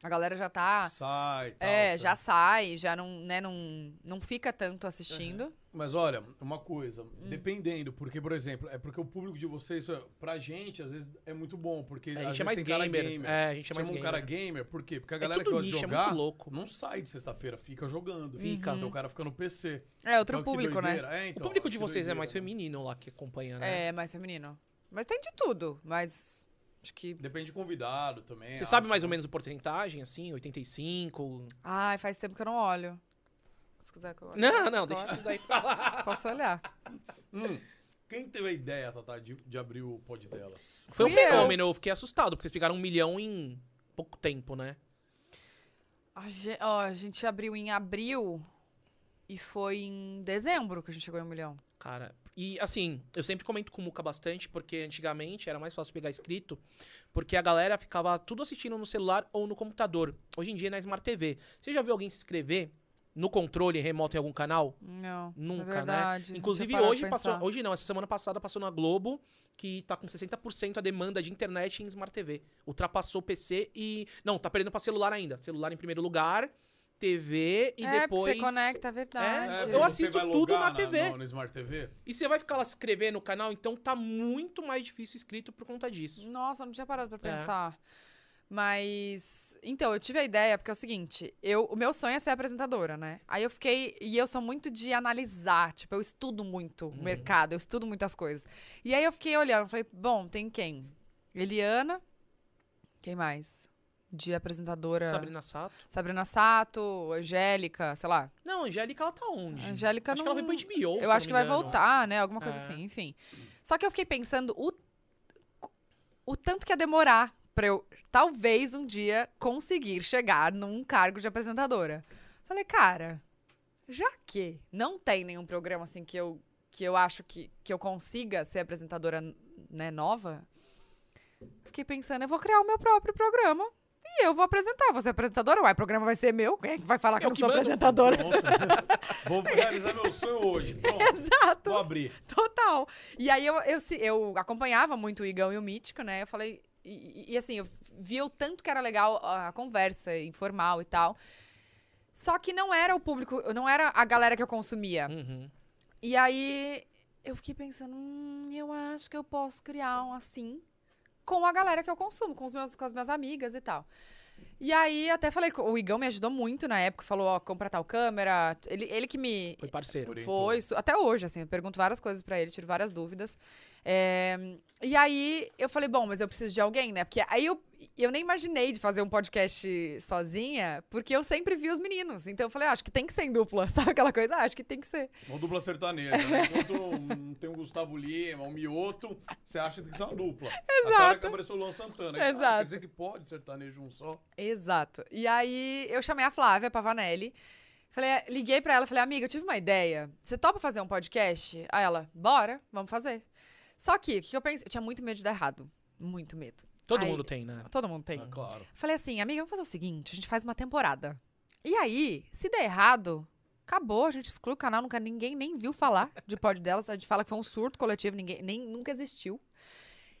A galera já tá. Sai, tal, é, sai. já sai, já não, né, não, não fica tanto assistindo. Mas olha, uma coisa, Hum. dependendo, porque, por exemplo, é porque o público de vocês, pra gente, às vezes é muito bom, porque É, às vezes tem cara gamer. É, a gente é Chama mais um gamer. cara gamer, por quê? Porque a galera que tudo gosta de nicho, é muito jogar louco. não sai de sexta-feira, fica jogando. Fica. Então o cara fica no PC. É Uhum. outro Olha que público, né? doideira. É, então, o público olha de que vocês é doideira, mais né? feminino lá que acompanha, né? É, mais feminino. Mas tem de tudo, mas acho que. Depende de convidado também. Você acho, sabe mais né? ou menos a porcentagem, assim? 85? Ai, faz tempo que eu não olho. Se quiser que eu olhe. Não, não, Agora deixa isso daí pra lá. Posso olhar. Hum, quem teve a ideia, Tata, de, de abrir o pod delas? Foi um Fui eu. fenômeno, eu fiquei assustado, porque vocês pegaram um milhão em pouco tempo, né? A gente, ó, a gente abriu em abril e foi em dezembro que a gente chegou em um milhão. Cara, e assim, eu sempre comento com o Muca bastante, porque antigamente era mais fácil pegar escrito, porque a galera ficava tudo assistindo no celular ou no computador. Hoje em dia é na Smart TV. Você já viu alguém se inscrever no controle remoto em algum canal? Não. Nunca, é verdade, né? não Inclusive, tinha parado hoje pra passou. pensar. Hoje não, essa semana passada passou na Globo que tá com 60% a demanda de internet em Smart TV. Ultrapassou o PC e. Não, tá perdendo pra celular ainda. Celular em primeiro lugar, TV e é, porque depois. você conecta, é verdade. eu porque você assisto vai tudo logar na TV. No, no Smart TV? E você vai ficar lá se inscrever no canal, então tá muito mais difícil inscrito por conta disso. Nossa, eu não tinha parado pra É. pensar. Mas Então, eu tive a ideia, porque é o seguinte, eu, o meu sonho é ser apresentadora, né? Aí eu fiquei, e eu sou muito de analisar, tipo, eu estudo muito Uhum. o mercado, eu estudo muitas coisas. E aí eu fiquei olhando, falei, bom, tem quem? Eliana, quem mais? De apresentadora... Sabrina Sato. Sabrina Sato, Angélica, sei lá. Não, Angélica, ela tá onde? Angélica acho não- que ela foi pra HBO, se eu não acho me que vai engano. voltar, né? Alguma coisa É. assim, enfim. Só que eu fiquei pensando o, o tanto que ia demorar pra eu, talvez um dia, conseguir chegar num cargo de apresentadora. Falei, cara, já que não tem nenhum programa assim que eu, que eu acho que, que eu consiga ser apresentadora né, nova, fiquei pensando, eu vou criar o meu próprio programa. E eu vou apresentar. Vou ser apresentadora? Uai, o programa vai ser meu? Quem é que vai falar que eu Eu não que sou mando. apresentadora? Pronto. Vou realizar meu sonho hoje. Pronto. Exato. Vou abrir. Total. E aí eu, eu, se- eu acompanhava muito o Igão e o Mítico, né? Eu falei. E, e- e assim, eu via o tanto que era legal a conversa informal e tal. Só que não era o público, não era a galera que eu consumia. Uhum. E aí eu fiquei pensando, hum, eu acho que eu posso criar um assim com a galera que eu consumo, com, os meus, com as minhas amigas e tal. E aí até falei, com- o Igão me ajudou muito na época, falou, ó, compra tal câmera. Ele, ele que me, Foi parceiro. foi, su- até hoje, assim, eu pergunto várias coisas pra ele, tiro várias dúvidas. É, e aí eu falei, bom, mas eu preciso de alguém, né? Porque aí eu, eu nem imaginei de fazer um podcast sozinha, porque eu sempre vi os meninos. Então eu falei, ah, acho que tem que ser em dupla, sabe aquela coisa? Ah, acho que tem que ser. Uma dupla sertaneja. Né? Enquanto um- tem o Gustavo Lima, um Mioto, você acha que tem que ser uma dupla. Exato. Até a hora que apareceu o Luan Santana. Aí você, ah, Exato. quer dizer que pode sertanejo um só? Exato. E aí eu chamei a Flávia Pavanelli. Falei, liguei pra ela, falei, amiga, eu tive uma ideia. Você topa fazer um podcast? Aí ela, bora, vamos fazer. Só que, o que que eu pensei? Eu tinha muito medo de dar errado. Muito medo. Todo Aí- mundo tem, né? Todo mundo tem. Ah, claro. Falei assim, amiga, vamos fazer o seguinte: a gente faz uma temporada. E aí, se der errado, acabou, a gente exclui o canal, nunca ninguém nem viu falar de pod delas. A gente fala que foi um surto coletivo, ninguém nem nunca existiu.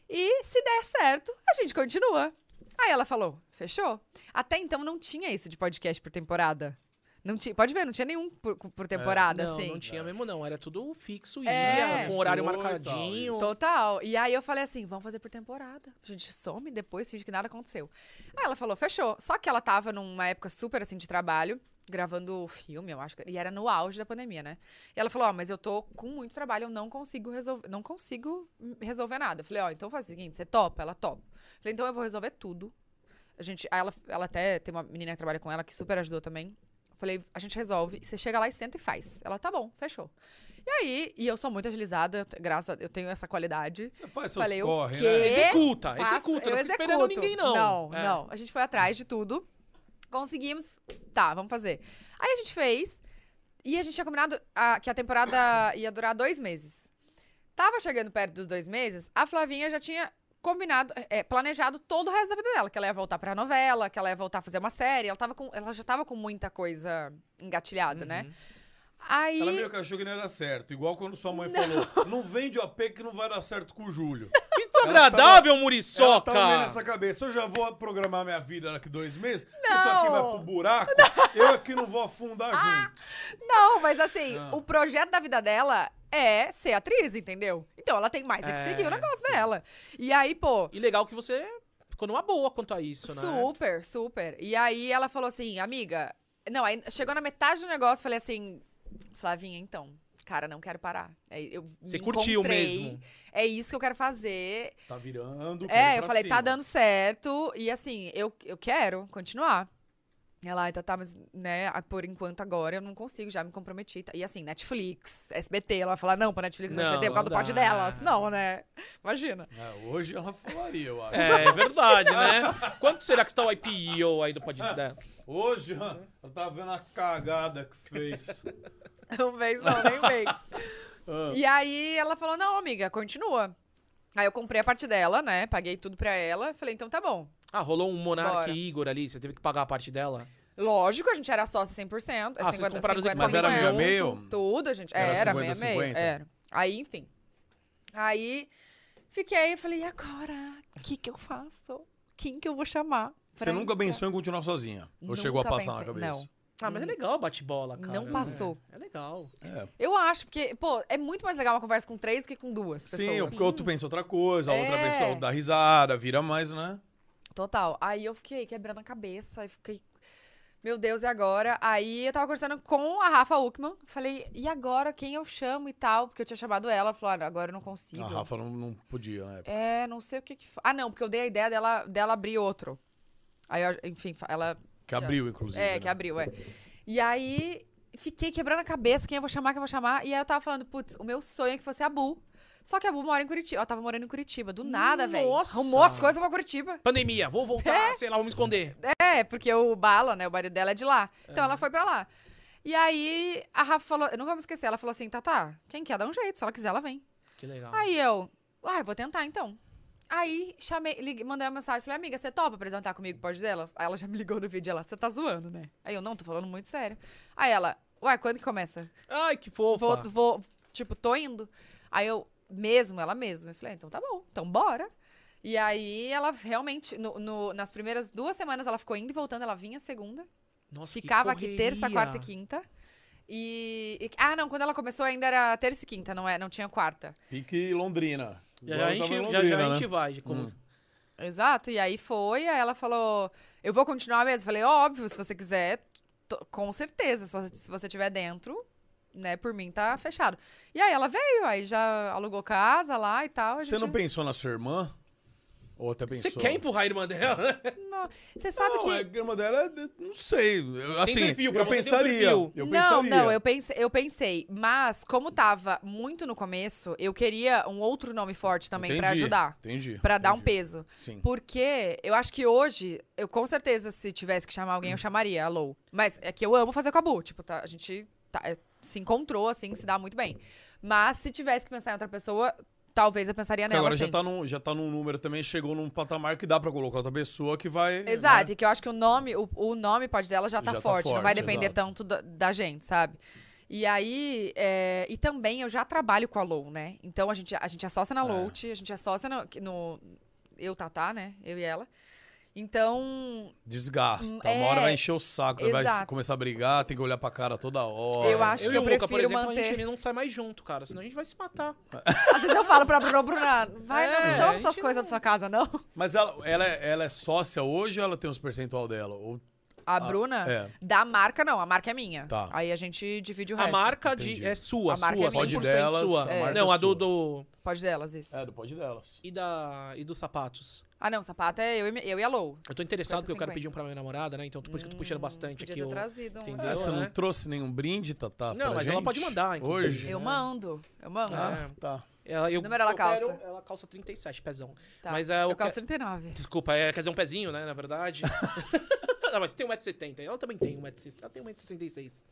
E se der certo, a gente continua. Aí ela falou: fechou. Até então não tinha isso de podcast por temporada. Não tinha, pode ver, não tinha nenhum por, por temporada, É, não, assim. não tinha mesmo, não. Era tudo fixo, ia, É. com horário Isso, e marcadinho. Total. E aí eu falei assim, vamos fazer por temporada. A gente some depois, finge que nada aconteceu. Aí ela falou, fechou. Só que ela tava numa época super assim de trabalho, gravando filme, eu acho, que- e era no auge da pandemia, né? E ela falou, ó, mas eu tô com muito trabalho, eu não consigo resolver, não consigo hum, resolver nada. Eu falei, ó, então faz o seguinte, você topa? Ela topa. Eu falei, então eu vou resolver tudo. A gente, aí ela, ela até tem uma menina que trabalha com ela que super ajudou também. Eu Falei, a gente resolve, você chega lá e senta e faz. Ela, tá bom, fechou. E aí, e eu sou muito agilizada, graças a, eu tenho essa qualidade. Você faz seus Falei, o corre, quê? né? Executa, Faço- executa. eu é Não fica esperando executo. ninguém, não. Não, É. não. A gente foi atrás de tudo. Conseguimos. Tá, vamos fazer. Aí a gente fez. E a gente tinha combinado ah, que a temporada ia durar dois meses. Tava chegando perto dos dois meses, a Flavinha já tinha combinado, é, planejado todo o resto da vida dela. Que ela ia voltar pra novela, que ela ia voltar a fazer uma série. Ela, tava com, ela já tava com muita coisa engatilhada, Uhum. né? Aí... Ela meio que achou que não ia dar certo. Igual quando sua mãe falou: não vende o AP que não vai dar certo com o Júlio. Que desagradável, Ela Muriçoca! tá meio nessa cabeça. Eu já vou programar minha vida daqui dois meses. Isso aqui vai pro buraco. Eu aqui não vou afundar Ah. junto. Não, mas assim, Ah. o projeto da vida dela é ser atriz, entendeu? Então ela tem mais é que É, seguir o negócio dela. E aí, pô, E legal que você ficou numa boa quanto a isso, né? super, super. E aí ela falou assim, amiga. Não, aí chegou na metade do negócio, falei assim, Flavinha, então, cara, não quero parar. É, Eu me Você curtiu encontrei, mesmo. É isso que eu quero fazer. Tá virando. pra É, eu cima. falei, tá dando certo. E assim, eu, eu quero continuar. Ela, ah, tá, tá, mas, né, a- por enquanto agora eu não consigo, já me comprometi. tá." E assim, Netflix, SBT, ela vai falar, não, pra Netflix, Não, SBT, por causa do não pod dá. delas. Não, né? Imagina. É, hoje ela falaria, eu acho. É, é verdade, né? Quanto será que está o IPO aí do pode dar? Hoje ela tá vendo a cagada que fez. Um mês não, nem um mês. Ah. E aí ela falou, não, amiga, continua. Aí eu comprei a parte dela, né, paguei tudo pra ela. Falei, então tá bom. Ah, rolou um Monark Bora. Igor ali, você teve que pagar a parte dela? Lógico, a gente era sócio 100%. é Ah, vocês 50, compraram os 50, Mas era meio a 50. meio? Tudo, gente. Era Era, era 50, meio a meio. 50? Era. Aí, enfim. Aí, fiquei e falei, e agora? O que que eu faço? Quem que eu vou chamar? Você pra nunca entrar?" pensou em continuar sozinha? Ou chegou a Nunca passar pensei. na cabeça? Ah, mas é legal bate-bola, cara. Hum. Não né? passou. É legal. Eu acho, porque, pô, é muito mais legal uma conversa com três que com duas pessoas. Sim, porque ou tu pensa outra coisa, a outra assim. É. pessoa dá risada, vira mais, né? total. Aí eu fiquei quebrando a cabeça, e fiquei. Meu Deus, e agora? Aí eu tava conversando com a Rafa Uckman. Falei, e agora quem eu chamo e tal? Porque eu tinha chamado ela. Ela falou, "Ah, agora eu não consigo. A Rafa não, não podia, né? É, não sei o que que. fa- Ah, não, porque eu dei a ideia dela, dela abrir outro. Aí, eu- enfim, fa- ela Que abriu, inclusive. é, né? que abriu, é. E aí, fiquei quebrando a cabeça, quem eu vou chamar, quem eu vou chamar. E aí eu tava falando, putz, o meu sonho é que fosse a Bu. Só que a Bu mora em Curitiba. Ela tava morando em Curitiba, do nada, velho. Nossa! Arrumou as coisas pra Curitiba. Pandemia, vou voltar, sei lá, vou me esconder. É, porque o Bala, né, o marido dela é de lá. Então ela foi pra lá. E aí, a Rafa falou, eu nunca vou me esquecer, ela falou assim, Tatá, quem quer dá um jeito, se ela quiser ela vem. Que legal. Aí eu, ah, eu vou tentar então. Aí chamei, liguei, mandei uma mensagem, falei, amiga, você topa apresentar comigo pode delas? Aí ela já me ligou no vídeo, ela, você tá zoando, né? Aí eu, não, tô falando muito sério. Aí ela, uai, quando que começa? Ai, que fofa. Vou, vou, tipo, tô indo. Aí eu, mesmo, ela mesma. Eu falei, "Ah, então tá bom, então bora. E aí ela realmente, no- no- nas primeiras duas semanas ela ficou indo e voltando, ela vinha segunda. Nossa, que Ficava aqui terça, correria. quarta e quinta. E, e- Ah, não, quando ela começou ainda era terça e quinta, não, é, não tinha quarta. Fique Londrina. Já, já Agora a eu tava em gente, já, Londrina, já a né? gente vai. Hum. de Como... Exato, e aí foi, aí ela falou, eu vou continuar mesmo? Eu Falei, óbvio, se você quiser, to- com certeza, se você, se você tiver dentro, né, por mim tá fechado. E aí ela veio, aí já alugou casa lá e tal. a Você não gente- pensou na sua irmã? Ou até pensou? Você quer empurrar a irmã dela? né? Não, Você sabe não, que... é que a irmã dela, é- não sei. Eu, assim, perfil, pra eu você tem um pensaria. perfil. eu não, pensaria. não, eu pensei, eu pensei, mas como tava muito no começo, eu queria um outro nome forte também pra Entendi, ajudar, Entendi. Pra dar um entendi. peso. Sim. Porque eu acho que hoje, eu com certeza, se tivesse que chamar alguém, eu chamaria a Lou. Mas é que eu amo fazer com a Bu. Tipo, tá- a gente tá- é, se encontrou, assim, se dá muito bem. Mas se tivesse que pensar em outra pessoa, talvez eu pensaria Porque nela, agora assim. já, tá num, já tá num número também, chegou num patamar que dá pra colocar outra pessoa que vai. Exato, né? e que eu acho que o nome, o, o nome pode dela já tá, Já tá forte, não vai forte, depender exato. tanto da, da gente, sabe? E aí, é, e também eu já trabalho com a Low, né? Então a gente, a gente é sócia na É. Lout, a gente é sócia no, no eu, Tatá, né? Eu e ela. Então, Desgasta. É, Uma hora vai encher o saco, vai exato. começar a brigar, tem que olhar pra cara toda hora. Eu acho- que e o eu Luca, por prefiro exemplo, a manter. gente não sai mais junto, cara. Senão a gente vai se matar. Às vezes eu falo pra Bruno, Bruna, vai, não É, me a chama pra essas gente coisas da sua casa, não. Mas ela, ela, é- ela é sócia hoje ou ela tem os percentual dela? Ou A Bruna, é. da marca, não, a marca é minha. Tá. Aí a gente divide o A resto. marca de, Entendi. é sua, A marca sua, é minha. 100% Pode delas, sua. a marca Não, é a do, sua. do- Pode delas, isso. É, do pode delas. E, da, e dos sapatos. Ah, não, sapato é eu e, eu e a Lou. Eu tô interessado porque eu quero 50. pedir um pra minha namorada, né? Então, por isso que eu tô puxando bastante Podia aqui. ter o- trazido um. Entendeu? É, você né? não trouxe nenhum brinde, Tatá? Não, pra mas ela gente? pode mandar, inclusive. Hoje? ah, Eu né? mando, eu mando. Ah, tá. Ela, eu, Número ela eu quero- calça? ela calça 37, pezão. Tá. Mas é, eu eu calço que- 39. Desculpa, é, quer dizer, um pezinho, né? Na verdade. não, mas tem 1,70m. Ela também tem 1,60m. Ela tem 1,66m.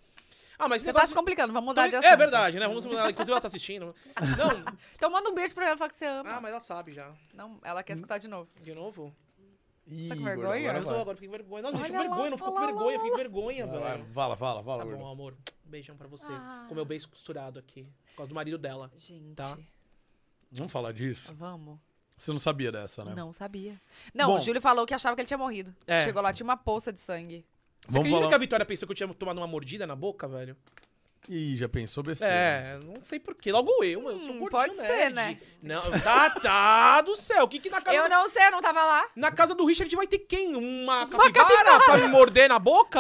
Ah, mas esse Você tá se negócio- complicando, vamos mudar de assunto. É verdade, né? Vamos mudar. Inclusive, ela tá assistindo. Não. Então tá. manda um beijo pra ela falar que você ama. Ah, mas ela sabe já. Não, ela quer escutar de novo. De novo? Ih, Tá com Igor, vergonha? Eu agora tô vai. agora, fiquei com vergonha. Não, deixa Olha lá, vergonha, não ficou com olha lá, vergonha, eu olha fiquei com vergonha, Vai, vai. velho. Fala, fala, fala. Tá bom, Gordo. amor. Beijão pra você. Ah. Com meu beijo costurado aqui. Por causa do marido dela. Gente, Tá. Vamos falar disso? vamos. Você não sabia dessa, né? Não sabia. Não, Bom. o Júlio falou que achava que ele tinha morrido. É. Chegou lá, tinha uma poça de sangue. Você Vamos acredita falar. que a Vitória pensou que eu tinha tomado uma mordida na boca, velho? Ih, já pensou besteira. É, não sei porquê. Logo eu, eu sou né? Hum, gordinho pode nerd. ser, né? Não, tá, tá do céu. O que que na casa, Eu não sei, eu não tava lá. na casa do Richard vai ter quem? Uma capivara, pra me morder na boca?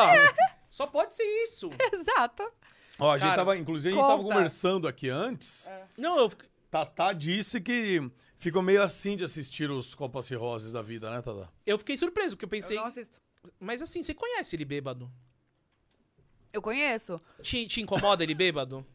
Só pode ser isso. Exato. Ó, a gente Cara, tava, inclusive, a gente tava conta. conversando aqui antes. Não, eu... fico- Tatá disse que ficou meio assim de assistir os Copas Cirroses da vida, né, Tatá? Eu fiquei surpreso, porque eu Eu pensei... não assisto. Mas assim, você conhece ele bêbado? Eu conheço. Te, te incomoda ele bêbado?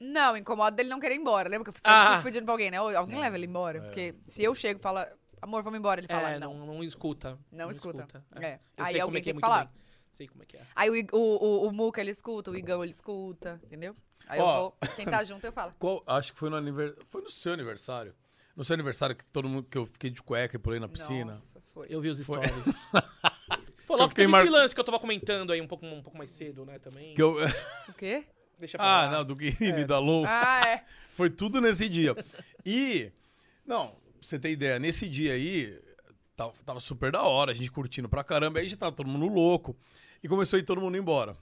Não, incomoda dele não querer ir embora. Lembra que eu sempre Ah. fico pedindo pra alguém, né? Ou Alguém leva ele embora. Porque se eu chego e falo, amor, vamos embora, ele fala, é, não. não, não escuta. Não escuta. É. Eu sei Aí como é alguém que é tem que muito falar. bem. Sei como é que é. Aí o, Ig- o, o, o Muca ele escuta, o Igão ele escuta, entendeu? Aí Ó. eu vou, quem tá junto eu falo. Qual- acho que foi no aniversário. Foi no seu aniversário. No seu aniversário que todo mundo que eu fiquei de cueca e pulei na piscina. Nossa, foi. Eu vi os stories. Pô, logo fiquei teve mar- esse lance que eu tava comentando aí um pouco, um pouco mais cedo, né, também. Que eu... O quê? Deixa pra ah, lá. não, do Guilherme da Lou. Ah, é. Foi tudo nesse dia. E, não, pra você ter ideia, nesse dia aí, tava, tava super da hora, a gente curtindo pra caramba, aí já tava todo mundo louco. E começou a ir todo mundo embora.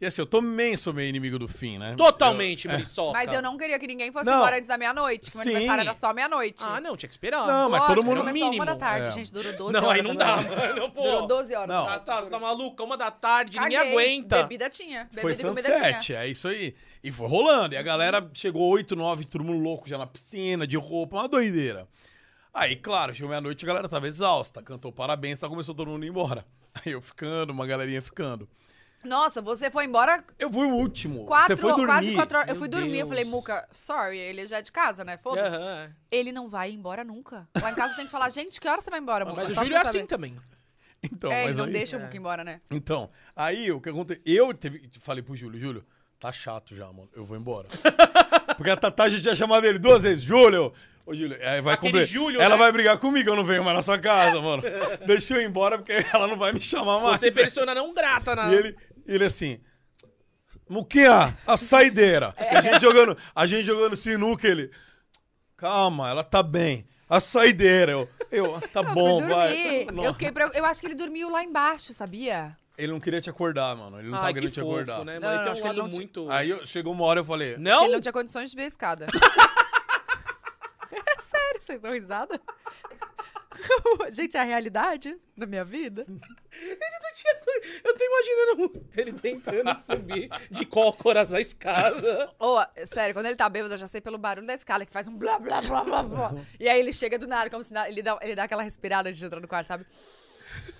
E assim, eu também sou meio inimigo do fim, né? Totalmente, Muriçoca. Mas eu não queria que ninguém fosse Não. embora antes da meia-noite. Que meu Sim. aniversário era só meia-noite. Ah, não, tinha que esperar. Não, mas todo Lógico, mundo começou mínimo. uma da tarde, É. gente. Durou 12 Não, horas. aí não da dá, manhã. mano. Pô. Durou 12 horas. Não. Tá, tá, você tá maluca? Uma da tarde, ninguém Caguei. aguenta. Bebida tinha. Bebida Foi e comida sunset, tinha. é isso aí. E foi rolando. E a galera chegou 8, 9, todo mundo louco já na piscina, de roupa, uma doideira. Aí, claro, chegou meia-noite, a galera tava exausta, cantou parabéns, só começou todo mundo a ir embora. Aí eu ficando, uma galerinha ficando. Nossa, você foi embora Eu fui o último. quatro, Você foi dormir. quase quatro horas. Eu Meu fui dormir, eu falei, Deus. Muca, sorry, ele já é de casa, né? Foda-se. Aham, Ele não vai embora nunca. Lá em casa tem que falar, gente, que hora você vai embora, é. Muca? Mas o Só pra Júlio é eu saber. assim também. Então, É, ele mas não aí- deixa o Muca embora, né? Então, aí o que aconteceu? Eu teve, falei pro Júlio, Júlio, tá chato já, mano. Eu vou embora. Porque a Tatá já tinha chamado ele duas vezes. Júlio! Ô, Júlio, aí vai Aquele completar. Júlio, Ela né? vai brigar comigo, eu não venho mais na sua casa, mano. Deixa eu ir embora porque ela não vai me chamar mais. Você é persona não grata na. E ele, ele assim. Muquinha, a saideira. É. A, gente jogando, a gente jogando sinuca, ele. Calma, ela tá bem. A saideira. Eu, eu tá Eu bom, fui vai. dormir. Eu, fiquei pre- eu acho que ele dormiu lá embaixo, sabia? Ele não queria te acordar, mano. Ele não Ai, tava que querendo te acordar. fofo, né? Não, Mas ele não, tem acho um que ele lado não te- muito... Aí eu- chegou uma hora eu falei, Não? Ele não tinha condições de ver a escada. É Sério, vocês dão risada? Gente, é a realidade da minha vida. Eu tô imaginando ele tentando subir de cócoras a escada. Ô, sério, quando ele tá bêbado, eu já sei pelo barulho da escada, que faz um blá, blá, blá, blá, blá. E aí ele chega do nada, como se nada- ele dá, ele dá aquela respirada antes de entrar no quarto, sabe?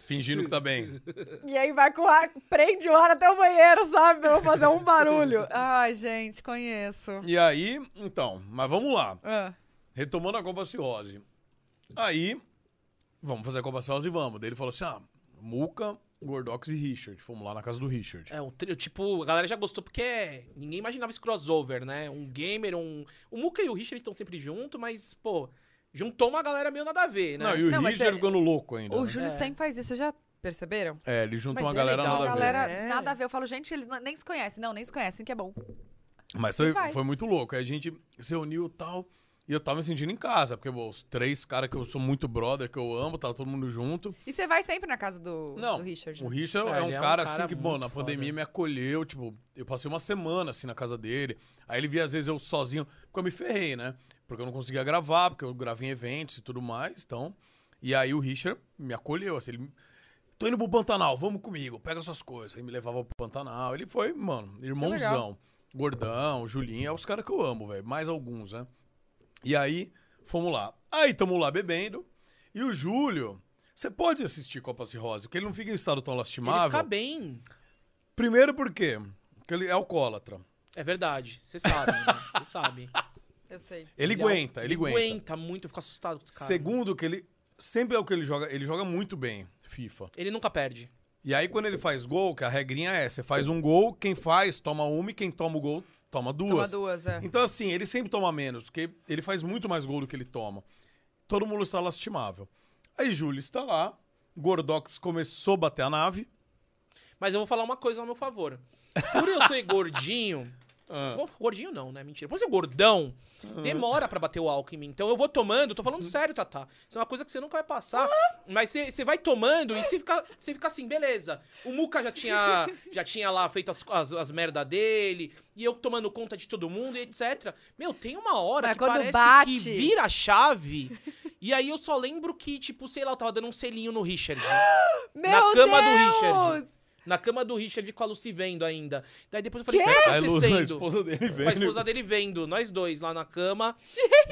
fingindo que tá bem. E aí vai com o ar, prende o ar até o banheiro, sabe? Pra não fazer um barulho. Ai, gente, conheço. E aí, então, mas vamos lá. Ah, Retomando a Copa Cirrose. Aí, vamos fazer a Copa Cirrose e vamos. Daí ele falou assim: ah, Muca, Gordox e Richard. Fomos lá na casa do Richard. É, o trio, tipo, a galera já gostou porque ninguém imaginava esse crossover, né? Um gamer, um. O Muka e o Richard estão sempre junto, mas, pô, juntou uma galera meio nada a ver, né? Não, e o Não, mas Richard é- ficando louco ainda. o né? Júlio sempre faz isso, vocês já perceberam? É, ele juntou Mas uma é galera nada legal. a a ver. galera É. nada a ver. Eu falo, gente, eles n- nem se conhecem. Não, nem se conhecem, que é bom. Mas foi, vai. foi muito louco. Aí a gente se uniu e tal. E eu tava me sentindo em casa, porque bom, os três caras que eu sou muito brother, que eu amo, tava todo mundo junto. E você vai sempre na casa do, Não, do Richard. o Richard Cara, é um ele é um cara cara assim que, bom, muito na foda. pandemia me acolheu, tipo, eu passei uma semana assim na casa dele. Aí ele via às vezes eu sozinho, porque eu me ferrei, né? Porque eu não conseguia gravar, porque eu gravei em eventos e tudo mais, então. E aí o Richard me acolheu, assim, ele Tô indo pro Pantanal, vamos comigo, pega suas coisas. Aí me levava pro Pantanal. Ele foi, mano, irmãozão. Gordão, Julinho, é os caras que eu amo, velho. Mais alguns, né? E aí, fomos lá. Aí tamo lá bebendo. E o Júlio, você pode assistir Copa Cirrose, porque ele não fica em estado tão Ele lastimável. fica bem. Primeiro por quê? Porque ele é alcoólatra. É verdade. Você sabe, né? Você sabe. Eu sei. Ele, aguenta, ele, aguenta. é aguenta muito, eu fico assustado com os caras. Segundo que ele sempre é o que ele joga, ele joga muito bem FIFA. Ele nunca perde. E aí quando ele faz gol, que a regrinha é, você faz um gol, quem faz toma uma e quem toma o gol toma Toma duas. duas, é. Então, assim, ele sempre toma menos, porque ele faz muito mais gol do que ele toma. Todo mundo está lastimável. Aí Júlio está lá, Gordox começou a bater a nave. Mas eu vou falar uma coisa ao meu favor. Por eu ser gordinho. Bom, Gordinho não, né? Mentira. Por ser gordão, demora pra bater o álcool em mim. Então eu vou tomando, tô falando sério, Tatá. Isso é uma coisa que você nunca vai passar. Mas você você vai tomando e você fica, você fica assim, beleza. O Muca já tinha, já tinha lá feito as, as, as merda dele, e eu tomando conta de todo mundo e etc. Meu, tem uma hora Mas que quando parece bate- que vira a chave. E aí eu só lembro que, tipo, sei lá, eu tava dando um selinho no Richard. na cama do Richard. Na cama do Richard com a Lucy vendo ainda. Daí depois eu falei, o que tá Aí Lu- a acontecendo? esposa dele Com a veio. esposa dele vendo, nós dois lá na cama,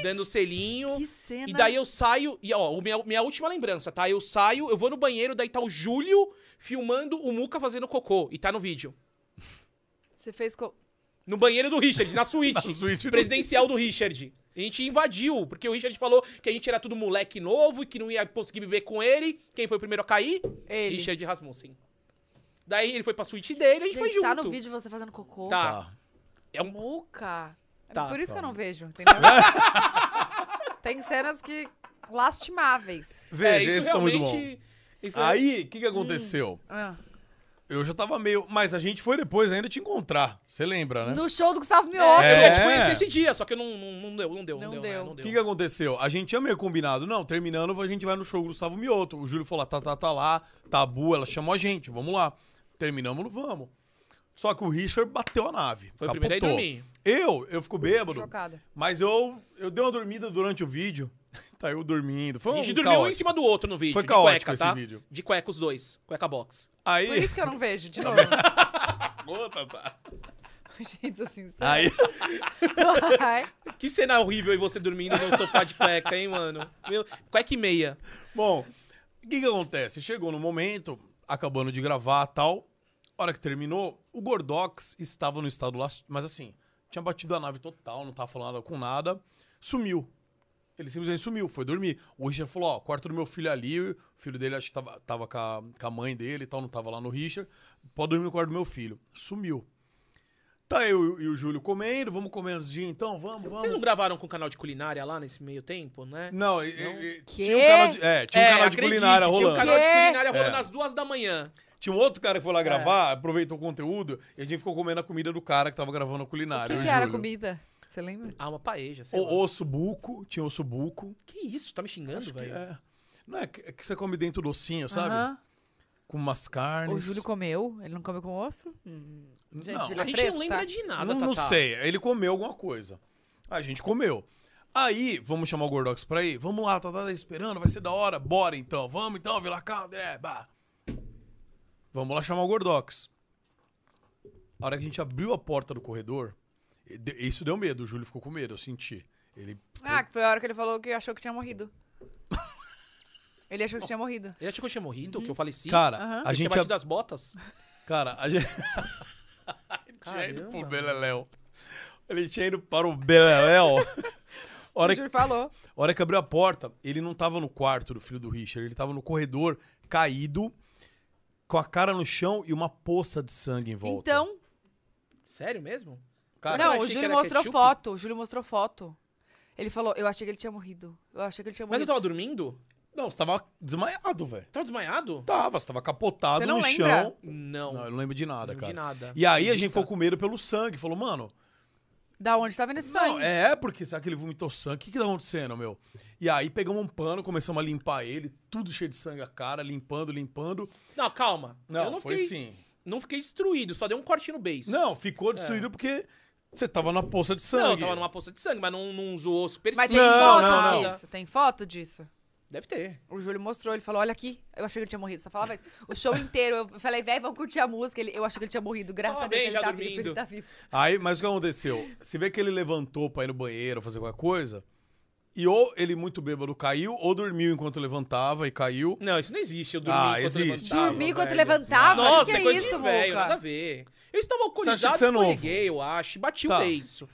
dando selinho. Que cena. E daí eu saio, e ó, o minha, minha última lembrança, tá? Eu saio, eu vou no banheiro, daí tá o Júlio filmando o Muca fazendo cocô. E tá no vídeo. Você fez co... No banheiro do Richard, na suíte. Na suíte do- presidencial do Richard. A gente invadiu, porque o Richard falou que a gente era tudo moleque novo e que não ia conseguir beber com ele. Quem foi o primeiro a cair? Ele. Richard Rasmussen. Daí ele foi pra suíte dele e a gente, foi Gente, junto. tá no vídeo você fazendo cocô. Tá. Tá. É um... Muca. É Tá, Por isso que eu tá. não vejo, entendeu? Tem cenas que... Lastimáveis. É, Veja, isso esse tá muito bom. realmente... isso é- Aí, o que, que aconteceu? Ah. Eu já tava meio. Mas a gente foi depois ainda te encontrar. Você lembra, né? No show do Gustavo Mioto. É, eu ia te É. conhecer esse dia, só que eu não, não, não deu, não deu, não, Não deu. deu. é, não O deu. que, que aconteceu? A gente tinha meio combinado. Não, terminando, a gente vai no show do Gustavo Mioto. O Júlio falou: tá, tá, tá lá, tabu, ela chamou a gente, vamos lá. Terminamos, não vamos. Só que o Richard bateu a nave. Foi o primeiro a ir capotou. dormir. Eu, eu fico bêbado, Chocada. mas eu, eu dei uma dormida durante o vídeo. tá eu dormindo. Foi A um gente dormiu um caótico. em cima do outro no vídeo. Foi de caótico cueca, esse tá? vídeo. De cueca os dois. Cueca box. Por Aí. isso que eu não vejo, de novo. Puta, tá. Gente, assim, Aí. Ai. Que cena horrível e você dormindo no sofá de cueca, hein, mano? Meu, cueca e meia. Bom, o que, que acontece? Chegou no momento, acabando de gravar tal. A hora que terminou, o Gordox estava no estado lá, mas assim, tinha batido a nave total, não tava falando com nada, sumiu. Ele simplesmente sumiu, foi dormir. O Richard falou: Ó, o quarto do meu filho ali, o filho dele acho que tava, tava com, a, com a mãe dele e tal, não tava lá no Richard. Pode dormir no quarto do meu filho. Sumiu. Tá eu e o Júlio comendo, vamos comer antes de ir, então, vamos, vamos. Vocês não gravaram com o canal de culinária lá nesse meio tempo, né? Não, e- e- e- Quê? tinha um canal de, é, tinha um É, canal de acredite, culinária rolando. Tinha um canal de Quê? culinária rolando É. às duas da manhã. Tinha um outro cara que É. foi lá gravar, aproveitou o conteúdo, e a gente ficou comendo a comida do cara que tava gravando a O culinária. que, eu que era a juro. comida? Você lembra? Ah, uma paeja, sei lá. O osso buco, tinha osso buco. Que isso? Tá me xingando, velho? É. Não é que, é que você come dentro do ossinho, sabe? Aham. Com umas carnes. O Júlio comeu? Ele não comeu com osso? Hum. Gente, Não, Júlio A é gente fresco, não lembra tá? de nada, não, Tatá. não sei, ele comeu alguma coisa. A gente comeu. Aí, vamos chamar o Gordox pra ir? Vamos lá, tá, tá, tá esperando, vai ser da hora. Bora então, vamos então, Vila Cá, André, bah. Vamos lá chamar o Gordox. A hora que a gente abriu a porta do corredor, e de- isso deu medo, o Júlio ficou com medo, eu senti. Ele. Ah, que foi a hora que ele falou que achou que tinha morrido. ele achou que tinha morrido. Ele achou que eu tinha morrido, Uhum. que eu faleci. Cara, Aham. a eu tinha gente. é batido as botas. Cara, a gente. ele tinha ido Caramba. pro Beleléu. Ele tinha ido para o Beleléu. A O hora que Júlio falou. A hora que abriu a porta, ele não tava no quarto do filho do Richard, ele tava no corredor, caído, com a cara no chão e uma poça de sangue em volta. Então, Sério mesmo? Cara, eu não, achei o que Júlio era mostrou ketchup. foto. O Júlio mostrou foto. Ele falou, eu achei que ele tinha morrido. Eu achei que ele tinha Mas eu morrido. tava dormindo? Não, você tava desmaiado, velho. Tava desmaiado? Tava, você tava capotado Você não no lembra? chão. Não. Não, eu não lembro de nada, Não cara. de nada. E aí a gente Acredita? ficou com medo pelo sangue, falou, mano, Da onde tá vendo esse não, sangue? é, porque será que ele vomitou sangue? O que que tá acontecendo, meu? E aí pegamos um pano, começamos a limpar ele, tudo cheio de sangue a cara, limpando, limpando. Não, calma. Não, eu não foi fiquei, sim. Não fiquei destruído, só dei um corte no beijo. Não, ficou destruído porque você tava na poça de sangue. É. Não, eu tava numa poça de sangue, mas não, não zoou super Mas tem sim, foto não, não. disso. Tem foto disso. Deve ter. O Júlio mostrou, ele falou, olha aqui. Eu achei que ele tinha morrido. Só falava isso. O show inteiro, eu falei, velho, vamos curtir a música. Ele, eu achei que ele tinha morrido. Graças Tava a Deus, bem, ele já tá vivo, ele dormindo. tá vivo. Aí, mas o que aconteceu? Você vê que ele levantou pra ir no banheiro, fazer qualquer coisa, e ou ele muito bêbado caiu, ou dormiu enquanto levantava e caiu. Não, isso não existe. Eu dormi Ah, enquanto existe. levantava. Dormir enquanto velho. levantava? O que Nossa, que é é coisa de isso, velho, nada a Moca? ver. Eu estava Você acha alcoolizado, que você é novo? escorreguei, eu acho, e bati Tá. o beijo.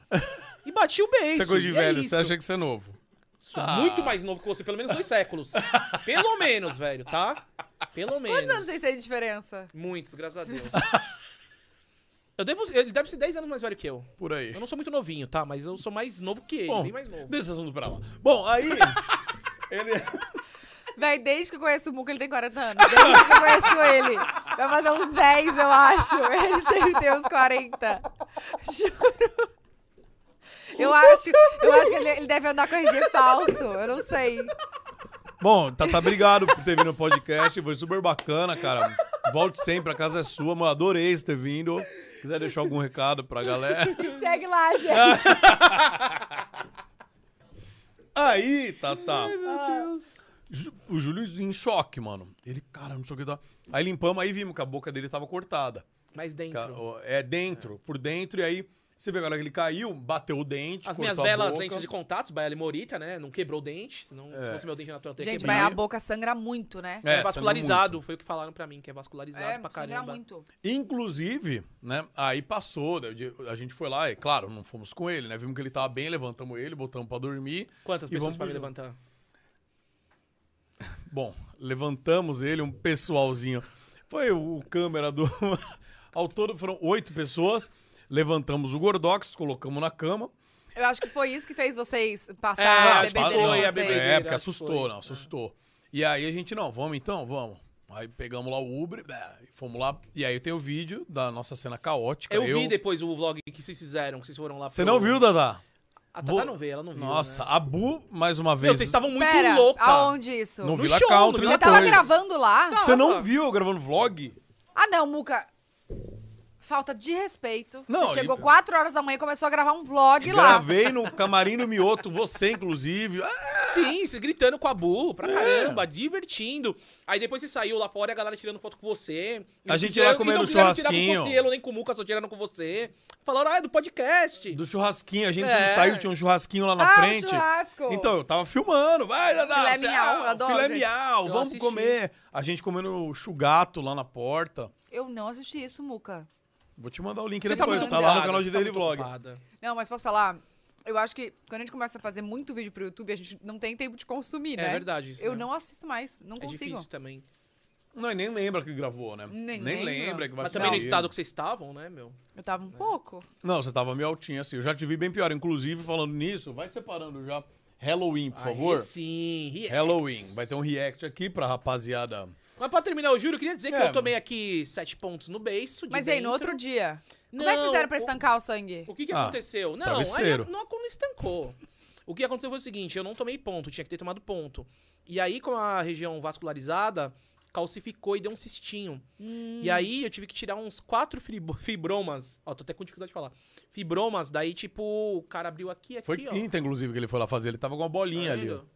E bati o beijo. Isso é coisa de e velho, isso. você acha que você é novo. Sou Ah. muito mais novo que você, pelo menos dois séculos. pelo menos, velho, tá? Pelo Quantos anos menos. vocês têm de diferença? Muitos, graças a Deus. Eu devo, ele deve ser 10 anos mais velho que eu. Por aí. Eu não sou muito novinho, tá? Mas eu sou mais novo que ele, Bom, bem mais novo. deixa esse assunto pra lá. Bom, aí. ele. Véi, desde que eu conheço o Muca, ele tem 40 anos. Desde que eu conheço ele. Vai fazer uns 10, eu acho. Ele sempre tem uns 40. Juro. Eu acho, eu acho que ele, ele deve andar com RG falso. Eu não sei. Bom, Tata, obrigado por ter vindo no podcast. Foi super bacana, cara. Volte sempre, a casa é sua, mano. Adorei você ter vindo. Se quiser deixar algum recado pra galera. Segue lá, gente. Aí, Tata. Ah. Ju- O Júlio em choque, mano. Ele, cara, não sei o que dá. Aí limpamos, aí vimos que a boca dele tava cortada. Mais dentro. Ca- ó, É dentro, por dentro, e aí você vê agora que ele caiu, bateu o dente. As cortou minhas a belas boca. É. lentes de contatos, Baiala e Morita, né? Não quebrou o dente. Senão, Se fosse meu dente natural, eu teria Gente, mas quebrado. a boca sangra muito, né? É, sangrou vascularizado. Foi o que falaram pra mim, que é vascularizado É, pra sangra caramba. muito. Inclusive, né? Aí passou, daí o dia- a gente foi lá, e claro, não fomos com ele, né? Vimos que ele tava bem, levantamos ele, botamos pra dormir. Quantas E vamos pessoas Tá, pra me pro jogo. levantar? Bom, levantamos ele, um pessoalzinho. Foi o, o câmera do. Ao todo foram oito pessoas. Levantamos o Gordox, colocamos na cama. Ah, Eu acho que foi isso que fez vocês É, passar a acho que bebedeira foi de a vocês. bebedeira. É, porque acho que assustou, foi. É. não, assustou. E aí a gente, não, vamos então, vamos. Aí pegamos lá o Uber, bé, e fomos lá. E aí eu tenho o vídeo da nossa cena caótica. Eu, vi depois o vlog que vocês fizeram, que vocês foram lá Você pro- não viu, Dadá? A Tata Vou- não vê, ela não viu. Nossa, né? a Bu, mais uma Meu, vez. vocês estavam muito Pera, louca. aonde isso? No, No Villa show, no Country Villa Você depois. tava gravando lá? Você Tava. não viu eu gravando vlog? Ah, não, Muca. Falta de respeito. Não, Você chegou e- 4 horas da manhã e começou a gravar um vlog lá. Gravei no camarim do Mioto, você inclusive. Ah, Sim, se gritando com a Bu, É. pra caramba, divertindo. Aí depois você saiu lá fora e a galera tirando foto com você. A Não gente quiseram- lá comendo e não quiseram tirar churrasquinho. com o Cossielo, nem com o Muca, só tiraram com você. Falaram, ah, é do podcast. do churrasquinho, a gente É. saiu, tinha um churrasquinho lá na ah, frente. Um churrasco. Então, eu tava filmando. Vai, Dadá. Filé você- é um mignon, eu adoro, Filé gente. miau, Eu vamos assisti. comer. A gente comendo chugato lá na porta. Eu não assisti isso, Muca. Vou te mandar o link Você tá depois, muito tá, lá no ocupada, canal você de tá Daily muito Vlog. ocupada. Não, mas posso falar? Eu acho que quando a gente começa a fazer muito vídeo pro YouTube, a gente não tem tempo de consumir, É né? verdade isso, Eu né? não assisto mais. Não É consigo. difícil também. Não, e nem lembra que gravou, né? Nem lembra. lembra que vai Mas também no sair. estado que vocês estavam, né, meu? Eu tava um pouco. Não, você tava meio altinho assim. Eu já te vi bem pior. Inclusive, falando nisso, vai separando já Halloween, por Aí favor. sim, reacts. Halloween. Vai ter um react aqui pra rapaziada. Mas pra terminar o juro, eu queria dizer que É, eu tomei aqui sete pontos no beiço. de Mas e aí, no dentro. outro dia. Como é que então- Não, fizeram pra o- estancar o sangue? O que, que Ah, aconteceu? Não, aí travesseiro. não, não estancou. O que aconteceu foi o seguinte: eu não tomei ponto, tinha que ter tomado ponto. E aí, com a região vascularizada, calcificou e deu um cistinho. Hum. E aí, eu tive que tirar uns quatro fibro- fibromas. Ó, tô até com dificuldade de falar. Fibromas, daí, tipo, o cara abriu aqui, aqui, Foi ó. quinta, inclusive, que ele foi lá fazer. Ele tava com uma bolinha Tá ali. ó. vendo?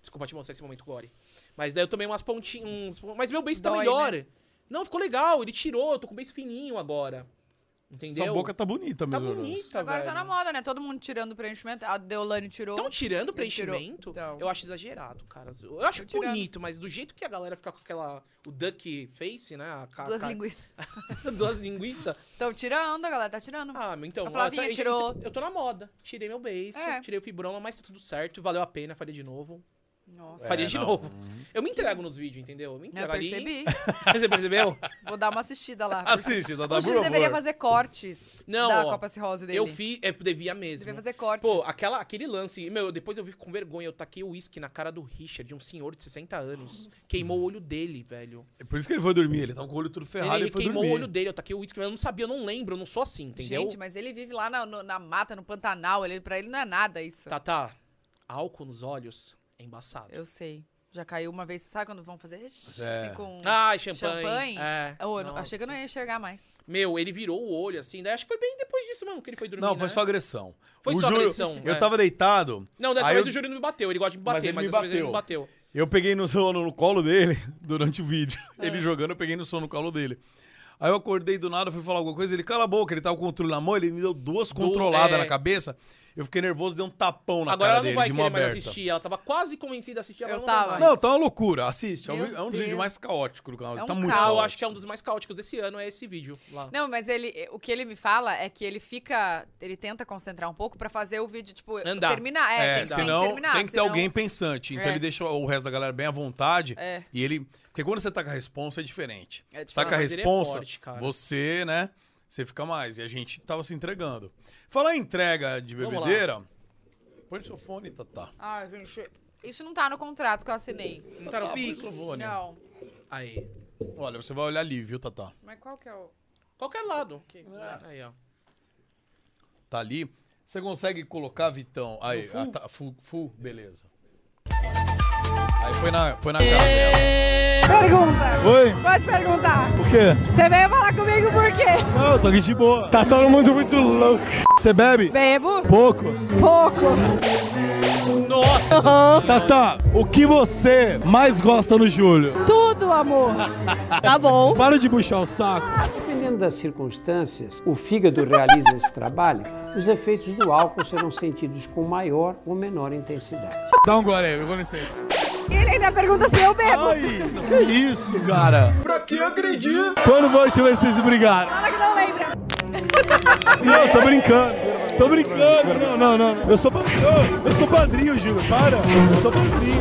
Desculpa te mostrar esse momento, Gore. Mas daí eu tomei umas pontinhas. Uns... Mas meu beijo tá Dói, né? melhor. Não, ficou legal. Ele tirou, eu tô com o beijo fininho agora. Entendeu? Sua boca tá bonita tá mesmo. né? bonita, Agora velho. tá na moda, né? Todo mundo tirando o preenchimento. A Deolane tirou. Estão tirando o Ele tirou. preenchimento? Então. Eu acho exagerado, cara. Eu acho Tão tirando. bonito, mas do jeito que a galera fica com aquela. O duck face, né? A ca- Duas ca- linguiças. Duas linguiças. Estão tirando, a galera tá tirando. Ah, mas então. A Flavinha eu tô- eu- tirou. Eu, tô na moda. Tirei meu beijo, É. tirei o fibroma, mas tá tudo certo. Valeu a pena, faria de novo. Nossa. Faria É, de não. novo. Eu me entrego nos vídeos, entendeu? Eu me Eu entrego ali. percebi. Você percebeu? Vou dar uma assistida lá. Assiste, Dadá, O por Júlio favor. deveria fazer cortes Não, da ó, Copa Cirrose dele. Eu fiz, é, devia mesmo. Devia fazer cortes. Pô, aquela, aquele lance, meu, depois eu vi com vergonha, eu taquei o uísque na cara do Richard, de um senhor de 60 anos. Queimou o olho dele, velho. É Por isso que ele foi dormir. Ele tava com o olho tudo ferrado ele e foi queimou dormir. o olho dele, eu taquei o uísque, mas eu não sabia, eu não lembro, eu não sou assim, entendeu? Gente, mas ele vive lá na, no- na mata, no Pantanal. Ele, pra ele não é nada isso. Tá, tá. Álcool nos olhos é embaçado. Eu sei. Já caiu uma vez. Sabe quando vão fazer assim É. com... Ai, Ah, champanhe. Champanhe? É. Oh, eu não- Nossa. Tá. achei que eu não ia enxergar mais. Meu, ele virou o olho assim, daí acho que foi bem depois disso mesmo que ele foi dormir. Não, foi né? só agressão. Foi O só Júlio- agressão, Eu é. tava deitado. Não, dessa aí vez eu- o Júlio não me bateu, ele gosta de me Mas bater, ele mas, me dessa vez ele não me bateu. Eu peguei no sono no colo dele durante o vídeo. É. Ele jogando, eu peguei no sono no colo dele. Aí eu acordei do nada, fui falar alguma coisa, ele cala a boca, ele tava com o controle na mão, ele me deu duas controladas é. na cabeça. Eu fiquei nervoso, dei um tapão na Agora cara ela não dele, vai de querer mão mais aberta. assistir, ela tava quase convencida a assistir, agora Eu não vai tava. mais. Não, tá uma loucura. Assiste. É um, Meu vi- é um dos Deus. vídeos mais caóticos do canal. É um tá muito caos. Ah, caótico. eu acho que é um dos mais caóticos desse ano, é esse vídeo lá. Não, mas ele, eh, o que ele me fala é que ele fica, ele tenta concentrar um pouco pra fazer o vídeo tipo Andar. terminar, é, É, tem, que- senão tem que tem que, terminar, ter senão- alguém pensante. Então É. ele deixa o resto da galera bem à vontade. É. E ele. Porque quando você tá com a responsa é diferente. É diferente. você tá com a Mas ele é responsa, forte, cara. você, né? Você fica mais. E a gente tava se entregando. Falar em entrega de Vamos lá. bebedeira. Põe no seu fone, Tatá. Ai, gente, isso não tá no contrato que eu assinei. Não tá no Ah, Pix? por favor. Ô, né? Não. Aí. Olha, você vai olhar ali, viu, Tatá? Mas qual que é o Qualquer lado. É. Aí, ó. Tá ali. Você consegue colocar, Vitão? Aí, full? a ta- full, full, beleza. Aí foi na, foi na cara dela. Pergunta, Oi, pode perguntar. o quê? Você veio falar comigo por quê? Não, eu tô aqui de boa. Tá todo mundo muito louco. Você bebe? Bebo Pouco. pouco. Nossa! Tata, o que você mais gosta no Júlio? Tudo, amor. Para de puxar o saco. Ah, Dependendo das circunstâncias, o fígado realiza esse trabalho, os efeitos do álcool serão sentidos com maior ou menor intensidade. Dá um gole aí, com licença. Ele ainda pergunta se eu bebo. Ai, que isso, cara? Pra que agredir? Quando foi a última vez que vocês brigaram? Fala que não lembra. Não, tô brincando. Tô brincando. Não, não, não. Eu sou padrinho. Eu sou padrinho, Júlio. Para. Eu sou padrinho.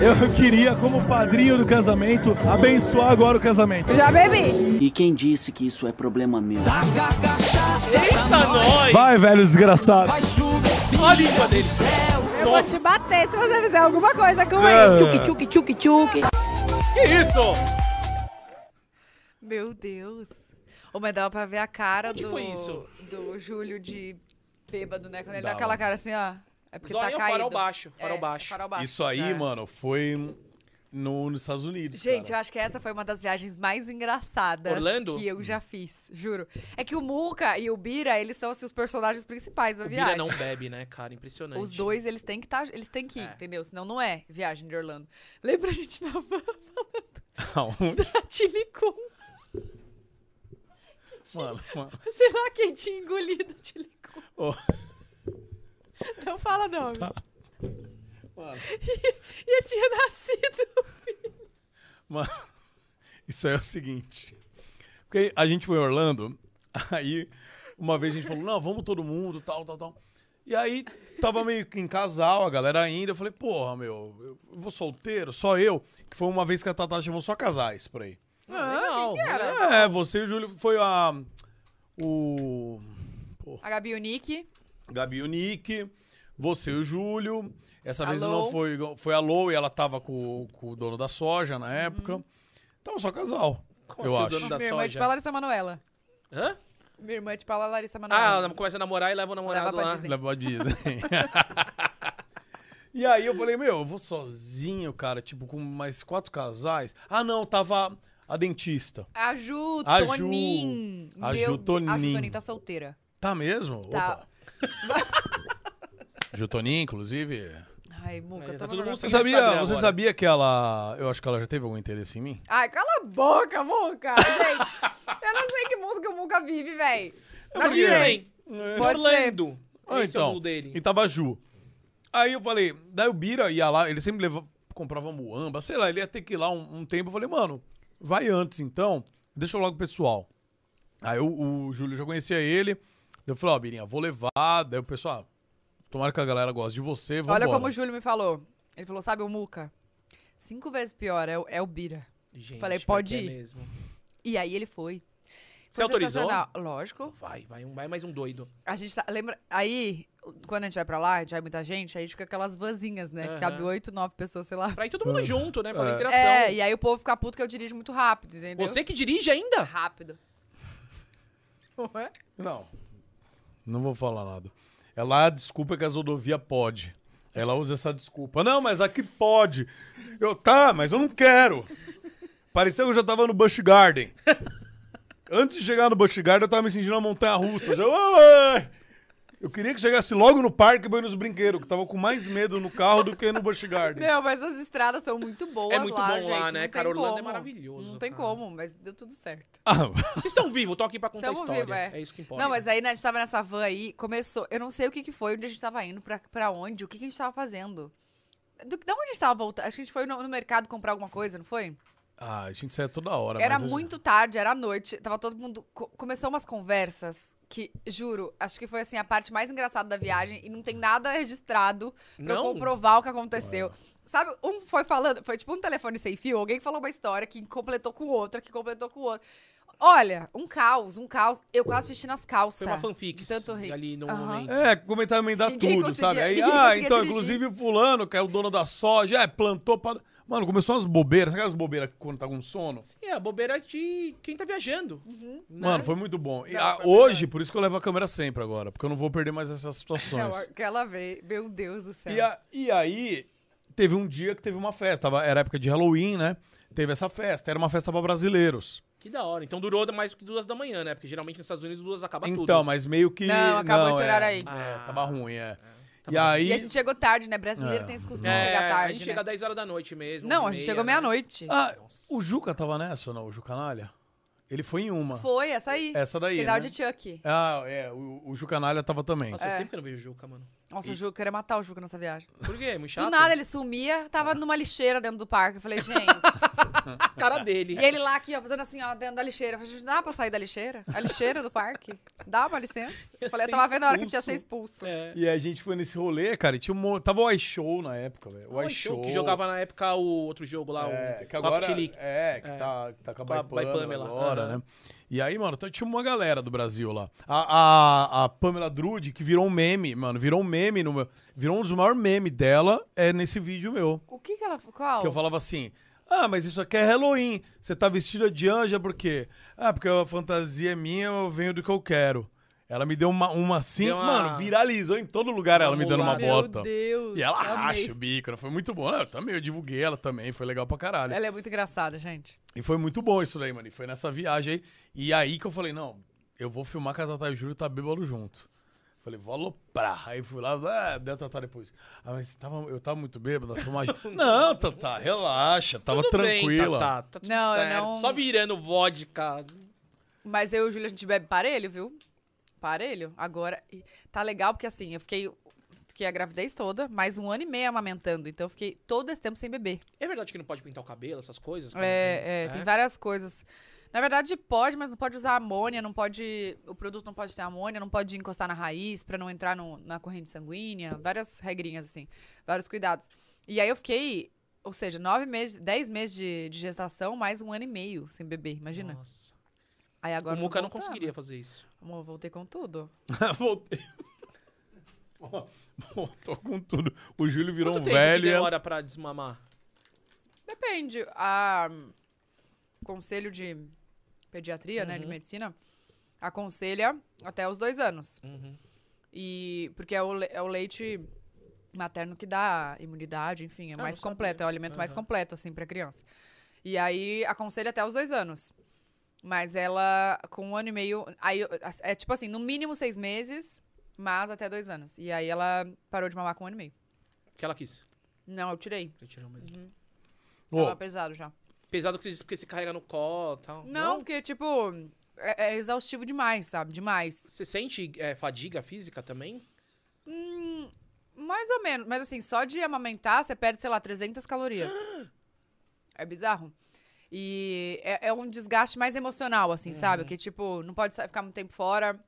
Eu queria, como padrinho do casamento, abençoar agora o casamento. Já bebi. E quem disse que isso é problema meu? Eita, nós! Vai, velho desgraçado. Olha a língua dele. Eu vou te bater se você fizer alguma coisa com É. ele. Tchuc, tchuc, tchuc, tchuc. Que isso? Meu Deus. Ô, mas dava pra ver a cara que do foi isso? do Júlio de bêbado, né? Quando ele dá Dava. aquela cara assim, ó, é porque Só tá aí é o caído. farol baixo, farol É, baixo. farol baixo. Isso aí, É. mano, foi no, nos Estados Unidos. Gente, eu cara. acho que essa foi uma das viagens mais engraçadas Orlando? que eu já fiz, juro. É que o Muca e o Bira, eles são assim, os personagens principais da O viagem. Bira não bebe, né, cara? Impressionante. Os dois, eles têm que tá, eles têm que ir, entendeu? Senão não é viagem de Orlando. Lembra a gente na van falando Aonde? da Tilicum? Mano, mano. Sei lá quem tinha engolido a Tilicum. Ô, Não fala nome. Tá. mano, E eu tinha nascido. mano. Isso aí é o seguinte. Porque a gente foi em Orlando, aí uma vez a gente falou, não, vamos todo mundo, tal, tal, tal. E aí tava meio que em casal, a galera ainda. Eu falei, porra, meu, eu vou solteiro, só eu. Que foi uma vez que a Tata chamou só casais por aí. Ah, legal, legal. É, você e o Júlio foi a. O. A Gabi e o Nick. Gabi e o Nick, você e o Júlio. Essa vez Alô. não foi. Foi a Lou e ela tava com, com o dono da soja Uhum. na época. Tava só casal. Como eu assim o acho. dono da Minha irmã é soja? tipo a Larissa Manoela. Hã? Minha irmã é tipo a Larissa Ah, Manoela. ela começa a namorar e leva o namorado pra lá. Disney. Leva a Disney. E aí eu falei, meu, eu vou sozinho, cara, tipo, com mais quatro casais. Ah, não, tava a dentista. a Ju A Ju. Tonin. A Meu- Ju A Ju Tonin. Tonin tá solteira. Tá mesmo? Tá. Opa. Jutonin, inclusive. Ai, Muca, Aí, tô tá no todo lugar mundo Você Tem pra- sabia, Instagram você agora. sabia que ela. Eu acho que ela já teve algum interesse em mim? Ai, cala a boca, Muca. Gente, eu não sei que mundo que o Muca vive, véi. Na Por quê? Disney! É. Pode Orlando! Ah, Esse é o então. mundo dele. E tava a Ju. Aí eu falei, daí o Bira ia lá, ele sempre levava, comprava muamba, sei lá, ele ia ter que ir lá um, um tempo. Eu falei, mano, vai antes então, deixa eu logo o pessoal. Aí o, o Júlio já conhecia ele, eu falei, ó, Birinha, vou levar. Daí o pessoal, ah, tomara que a galera goste de você, vamos Olha como o Júlio me falou. Ele falou, sabe o Muca? Cinco vezes pior é, o- é o Bira. Gente, Falei, vai pode que é ir. mesmo. E aí ele foi. Você Foi autorizou? sensacional. Lógico. Vai, vai, um, vai mais um doido. A gente tá, lembra, aí, quando a gente vai pra lá, a gente vai muita gente, aí fica aquelas vanzinhas, né? Que Aham. cabe oito, nove pessoas, sei lá. Pra ir todo Ah. mundo junto, né? Fazer interação. É, e aí o povo fica puto que eu dirijo muito rápido, entendeu? Você que tá? dirige ainda? Rápido. Não é? Não. Não vou falar nada. Ela, a desculpa é que as rodovias pode. Ela usa essa desculpa. Não, mas aqui pode. Eu, tá, mas eu não quero. Pareceu que eu já tava no Busch Garden. Antes de chegar no Busch Garden, eu tava me sentindo na montanha russa. Já, "Ué!" eu queria que chegasse logo no parque pra ir nos brinquedos, que eu tava com mais medo no carro do que no Busch Garden. Meu, mas as estradas são muito boas É muito lá, bom gente. lá, não né? tem Cara, Orlando é como. maravilhoso, Não tem cara. como, mas deu tudo certo. Ah, Vocês estão vivos, eu tô aqui pra contar a Tamo história. vivo, é. é. isso que importa. Não, mas aí né, a gente tava nessa van aí, começou. Eu não sei o que, que foi, onde a gente tava indo, pra, pra onde, o que, que a gente tava fazendo. Do, da onde a gente tava voltando? Acho que a gente foi no, no mercado comprar alguma coisa, não foi? ah, a gente sai toda hora. Era mas eu- muito tarde, era noite, tava todo mundo. co- começou umas conversas que, juro, acho que foi assim a parte mais engraçada da viagem e não tem nada registrado pra eu Não? comprovar o que aconteceu. Sabe, um foi falando, foi tipo um telefone sem fio, alguém falou uma história que completou com outra, que completou com outra. Olha, um caos, um caos. Eu quase vesti nas calças. Foi uma fanfic de tanto rir. ali no Aham. momento. É, comentar emendar Ninguém tudo, conseguia- sabe? Aí, ninguém ah, conseguia então, dirigir. inclusive fulano, que é o dono da soja, é, plantou pra... Mano, começou umas bobeiras, sabe aquelas bobeiras que quando tá com sono? É, a bobeira de quem tá viajando. né? Mano, foi muito bom. E, Não, ah, foi muito hoje, por isso que eu levo a câmera sempre agora, porque eu não vou perder mais essas situações. Que ela veio, meu Deus do céu. E, a- e aí, teve um dia que teve uma festa, tava- era época de Halloween, né? Teve essa festa, era uma festa pra brasileiros. Que da hora. Então durou mais que duas da manhã, né? Porque geralmente nos Estados Unidos duas acaba tudo. então, mas meio que... Não, acabou esse é, horário aí. É, Ah. tava ruim, é. Tá e bom. aí... E a gente chegou tarde, né? Brasileiro É. tem esse costume de É, chegar tarde. a gente né? chega às 10 horas da noite mesmo. Não, a gente né? chegou meia-noite. Ah, o Juca tava nessa ou não? O Juca Canalha? Ele foi em uma. Foi, essa aí. É, Essa daí, né? Final de Chuck. Ah, é, o, o Jucanalha tava também. Nossa, faz É. tempo que eu não vejo o Juca, mano. Nossa, o Juca, eu queria matar o Juca nessa viagem. Por quê? É Muito chato. Do nada ele sumia, Ah. tava numa lixeira dentro do parque. Eu falei, gente. A cara dele. e ele lá aqui, ó, fazendo assim, ó, dentro da lixeira. Eu falei, gente, dá pra sair da lixeira? A lixeira do parque? Dá uma licença? Eu falei, eu Ser tava vendo a hora que expulso. tinha ser expulso. É. E a gente foi nesse rolê, cara, e tinha um monte... Tava o iShow na época, velho. O Olha iShow. Ah, um Que jogava na época o outro jogo lá, É, o que agora... Rocket League. É, que É. Tá, tá com a Com a Bai Bai Pamela Pamela, agora, aham. né? E aí, mano, então tinha uma galera do Brasil lá. A, a, a Pamela Drude, que virou um meme, mano, virou um meme no meu... Virou um dos maiores memes dela, é nesse vídeo meu. O que que ela. Qual? Que eu falava assim... Ah, mas isso aqui é Halloween. Você tá vestida de anja por quê? Ah, porque a fantasia é minha, eu venho do que eu quero. Ela me deu uma, uma assim. Deu uma- Mano, viralizou em todo lugar ela me dando uma Vamos Meu bota. Deus. E ela amei. racha o bico, né? foi muito bom. Eu também, eu divulguei ela também, foi legal pra caralho. Ela é muito engraçada, gente. E foi muito bom isso daí, mano. E foi nessa viagem aí. E aí que eu falei, não, eu vou filmar com a Tatá e o Júlio tá bêbado junto. Falei, vou aloprar. Aí fui lá, ah, deu a Tatá depois. Ah, mas tava, eu tava muito bêbado na filmagem. não, Tatá, relaxa, tava Tudo bem, tranquila. Tá, tá, tá tudo Não, eu certo. não- Só virando vodka. Mas eu e o Júlio, a gente bebe parelho, viu? Parelho. Agora, e tá legal porque assim, eu fiquei, fiquei a gravidez toda, mais um ano e meio amamentando. Então eu fiquei todo esse tempo sem beber. É verdade que não pode pintar o cabelo, essas coisas? É, é, tem várias coisas. Na verdade, pode, mas não pode usar amônia, não pode. O produto não pode ter amônia, não pode encostar na raiz pra não entrar no- na corrente sanguínea. Várias regrinhas, assim, vários cuidados. E aí eu fiquei, ou seja, nove meses, dez meses de, de gestação, mais um ano e meio sem beber, imagina. Nossa. Aí agora. o eu tô Muca não voltando. conseguiria fazer isso. Amor, eu voltei com tudo. Voltei. Ó, Voltou com tudo. O Júlio virou Quanto um tempo velho. que e ela- demora pra desmamar? Depende. A hum, conselho de pediatria, Uhum. né, de medicina, aconselha até os dois anos. Uhum. E porque é o, le- é o leite materno que dá imunidade, enfim, é Ah, não mais sabia. Uhum. completo, é o alimento mais completo assim para criança. E aí aconselha até os dois anos. Mas ela com um ano e meio, aí eu- é tipo assim, no mínimo seis meses, mas até dois anos. E aí ela parou de mamar com um ano e meio. Que ela quis. Não, eu tirei. Você tirou mesmo. Uhum. Ô, Tava pesado já. Pesado que você disse porque você carrega no colo e tal. Não, porque, tipo, é, é exaustivo demais, sabe? Demais. Você sente é, fadiga física também? Mais ou menos. Mas, assim, só de amamentar, você perde, sei lá, 300 calorias. É bizarro. E é, é um desgaste mais emocional, assim, sabe? Que, tipo, não pode sa- ficar muito tempo fora,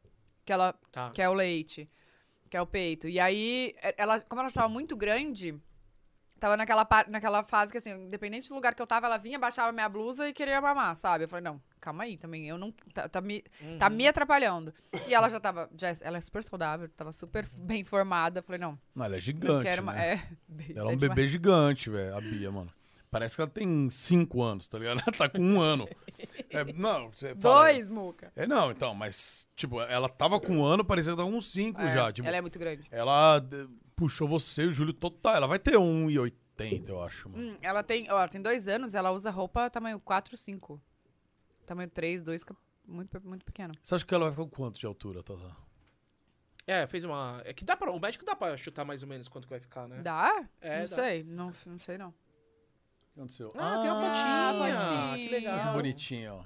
que ela Tá. quer o leite, quer o peito. E aí, é- ela, como ela estava muito grande, tava naquela, par- naquela fase que, assim, independente do lugar que eu tava, ela vinha, baixava minha blusa e queria mamar, sabe? Eu falei, não, calma aí também, eu não... Tá, tá me, tá Uhum. me atrapalhando. E ela já tava... Já, ela é super saudável, tava super bem formada. Eu falei, não, Não, ela é eu gigante. quero... ma- né? É, bem- Ela é um demais. bebê gigante, velho, a Bia, mano. Parece que ela tem 5 anos, tá ligado? Ela tá com um ano. É, não, você fala- Dois, Muca. É, não, então, mas, tipo, ela tava com um ano, parecia que tava com cinco É, já. Tipo, ela ela, é muito grande. eh, puxou você e o Júlio total. Ela vai ter 1,80, eu acho, mano. Hum, Ela tem, ó, ela tem dois anos, ela usa roupa tamanho 4, 5. Tamanho 3, 2, é muito, pe- muito pequeno. Você acha que ela vai ficar com quanto de altura, Tata? É, fez uma. É que dá pra. O médico dá pra chutar mais ou menos quanto que vai ficar, né? Dá? É, não dá. sei, não, não sei não. O que aconteceu? Ah, tem uma Ah, fotinha. fotinha. Que legal. Bonitinho, ó.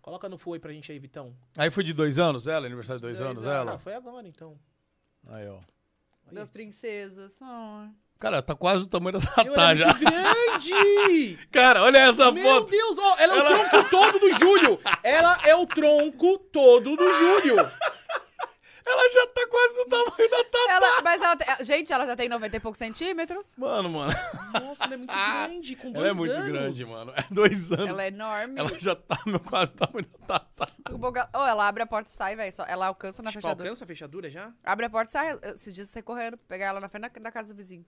Coloca no foi pra gente aí, Vitão. Aí foi de dois anos dela? Aniversário de dois, Dois anos, Ah, dela? foi agora então. Aí, ó. Das princesas. ah. Cara, tá quase o tamanho da Meu, ela Tatá é já. muito grande! Cara, olha essa Meu foto. Deus, ó, ela é o tronco todo do Júlio! Ela é o tronco todo do Júlio! Ela já tá quase o tamanho da Tá, Tatá. Ela, mas ela, tem- ela- gente, ela já tem 90 e poucos centímetros. Mano, mano. Nossa, ela é muito grande, com dois Ela é muito anos. grande, mano. É dois anos. Ela é enorme. Ela já tá meu, quase o tamanho da Tatá. Um pouco- Ou ela abre a porta e sai, velho. Ela alcança na Tipo, fechadura. alcança a fechadura já? Abre a porta e sai. Eu- Esses dias você correndo, pegar ela na frente da, da casa do vizinho.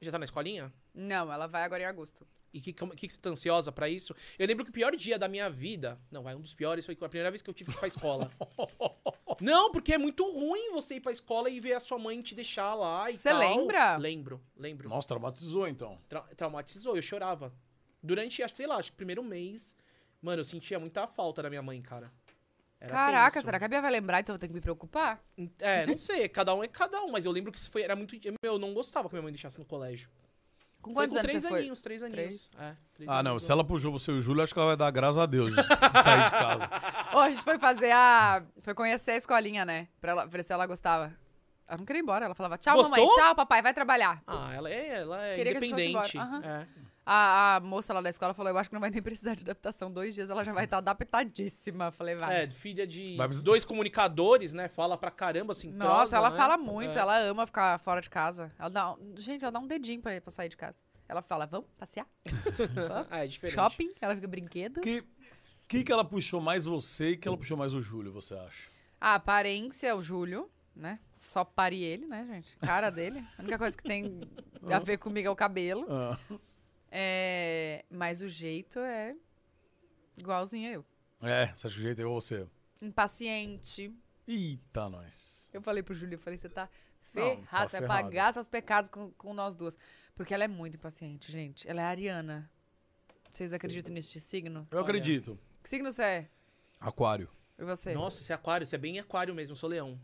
Já tá na escolinha? Não, ela vai agora em agosto. E que, como, que, que você tá ansiosa pra isso? Eu lembro que o pior dia da minha vida. Não, vai, um dos piores foi a primeira vez que eu tive que ir pra escola. não, porque é muito ruim você ir pra escola e ver a sua mãe te deixar lá e Você tal. lembra? Lembro, lembro. Nossa, traumatizou, então. Tra- traumatizou, eu chorava. Durante, acho- sei lá, acho que o primeiro mês, mano, eu sentia muita falta da minha mãe, cara. Era Caraca, tenso. será que a Bia vai lembrar? Então eu tenho que me preocupar? É, não sei, cada um é cada um, mas eu lembro que isso foi, era muito. Eu não gostava que minha mãe deixasse no colégio. Com quantos foi com anos três você foi? aninhos, três aninhos. É, três Ah, não. aninhos, Se ela puxou você e o Júlio, acho que ela vai dar graças a Deus de sair de casa. Ô, a gente foi fazer a. Foi conhecer a escolinha, né? Pra, ela, ver se ela gostava. Ela não queria ir embora. Ela falava, tchau, Gostou? mamãe, tchau, papai, vai trabalhar. Ah, ela é, ela é Queria que a gente fosse independente. embora, aham. é. A, a moça lá da escola falou: eu acho que não vai nem precisar de adaptação. Dois dias ela já vai estar adaptadíssima. Eu Falei, vai. É, filha de Vai precisar- dois comunicadores, né? Fala pra caramba, assim. Nossa, ela né? fala muito, É. ela ama ficar fora de casa. Ela dá, um- gente, ela dá um dedinho pra, pra sair de casa. Ela fala, vamos passear? Ah, é diferente. Shopping, ela fica brinquedo. O que, que, que ela puxou mais você e que ela puxou mais o Júlio, você acha? A aparência, o Júlio, né? Só pare ele, né, gente? Cara dele. A única coisa que tem a ver comigo é o cabelo. É, mas o jeito é igualzinho a eu. É, você acha que o jeito é igual você? Impaciente, Eita, nós. Eu falei pro Júlio, eu falei, você tá Não, ferrado, tá você vai ferrado. pagar seus pecados com, com nós duas. Porque ela é muito impaciente, gente. Ela é ariana. Vocês acreditam neste signo? Eu acredito. Que signo você é? Aquário. E você? Nossa, você é aquário, você é bem aquário mesmo, eu sou leão.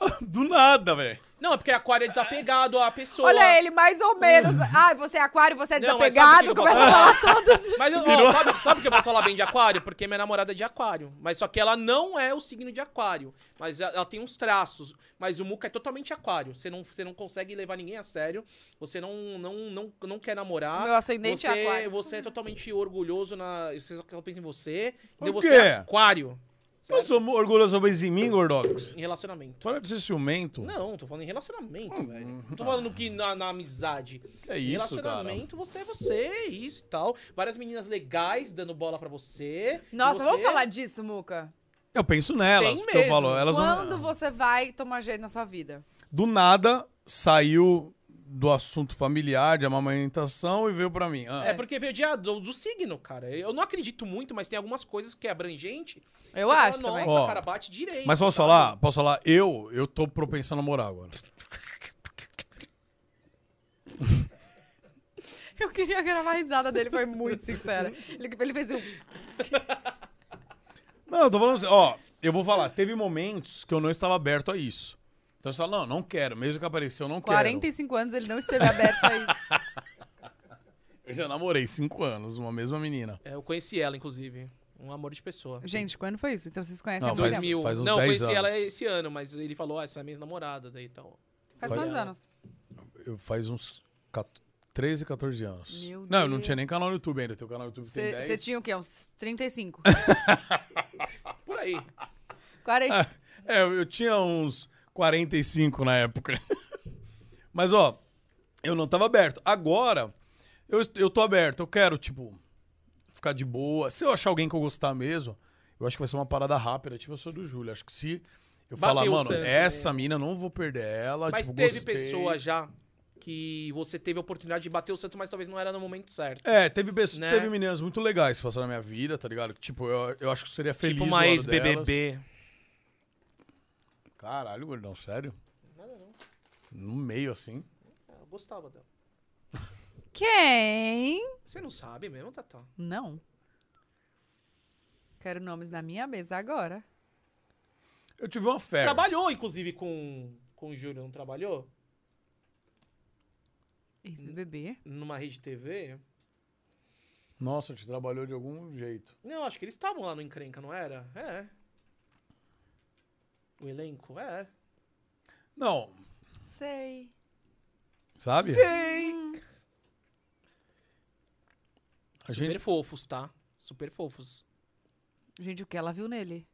Do nada, velho. Não, é porque aquário é desapegado à pessoa. Olha ele, mais ou menos. Ai, você é aquário, você é Não, mas sabe desapegado. o que eu Começa a posso falar todas. Mas eu, ó, sabe, sabe que eu posso falar bem de aquário? Porque minha namorada é de aquário. Mas só que ela não é o signo de aquário. Mas ela, ela tem uns traços. Mas o Muca é totalmente aquário. Você não, você não consegue levar ninguém a sério. Você não, não, não, não quer namorar. Meu ascendente você, é aquário. Você é totalmente orgulhoso na. Você só pensa em você. O Deu quê? você é aquário. Você Eu sou orgulhoso talvez em mim, Gordox. é Em relacionamento. Para de ser ciumento. Não, tô falando em relacionamento, velho. Não tô falando que na, na amizade. Que Hum. é isso, cara. relacionamento, você é você, isso e tal. Várias meninas legais dando bola pra você. e Nossa, você- vamos falar disso, Muca? Eu penso nelas, Tem porque eu mesmo. falo, elas Quando não... você vai tomar jeito na sua vida? Do nada, saiu do assunto familiar, de amamentação e veio pra mim. Ah, É porque veio de, do, do signo, cara. Eu não acredito muito, mas tem algumas coisas que é abrangente. Eu Você acho fala, também. Nossa, Ó, cara, bate direito. Mas posso sabe? falar? Posso falar? Eu, eu tô propenso a namorar agora. Eu queria gravar a risada dele, foi muito sincera. Ele, ele fez um. Não, eu tô falando assim, ó, eu vou falar, teve momentos que eu não estava aberto a isso. Então você fala, não, não quero, mesmo que apareceu, não quero. 45 anos, ele não esteve aberto a isso. Eu já namorei cinco anos, uma mesma menina. É, eu conheci ela, inclusive. Um amor de pessoa. Gente, quando foi isso? Então vocês conhecem Não, há muito faz- 2000. tempo. faz uns não, 10 conheci ela anos. esse ano, mas ele falou, ah, essa é minha namorada, daí e tal. Faz faz- quantos anos? Eu faz uns 14, 13, 14 anos. Meu não, eu não Deus. tinha nem canal no YouTube ainda, teu canal no YouTube tem 10. Você tinha o quê? Uns 35? Por aí. Ah, 40. É, eu tinha uns 45 na época. Mas, ó, eu não tava aberto. Agora, eu, est- eu tô aberto. Eu quero, tipo, ficar de boa. Se eu achar alguém que eu gostar mesmo, eu acho que vai ser uma parada rápida, tipo a sua do Júlio. Acho que se eu Bateu falar, o mano, santo, essa mina, não vou perder ela. Mas tipo, teve gostei. pessoa já que você teve a oportunidade de bater o santo, mas talvez não era no momento certo. É, teve, pesso- Né? teve meninas muito legais que passaram na minha vida, tá ligado? Que, tipo, eu, eu acho que eu seria feliz tipo do uma lado ex-BBB. delas. Caralho, gordão, sério? No meio, assim. Eu gostava dela. Quem? Você não sabe mesmo, Tatá? Não. Quero nomes na minha mesa agora. Eu tive uma oferta. Trabalhou, inclusive, com, com o Júlio, não trabalhou? Ex-BBB. Numa rede TV? Nossa, te trabalhou de algum jeito. Não, acho que eles estavam lá no encrenca, não era? É. O elenco? É. Não, Sei. sabe? Sim! A Super gente- fofos, tá? Super fofos. Gente, o que ela viu nele?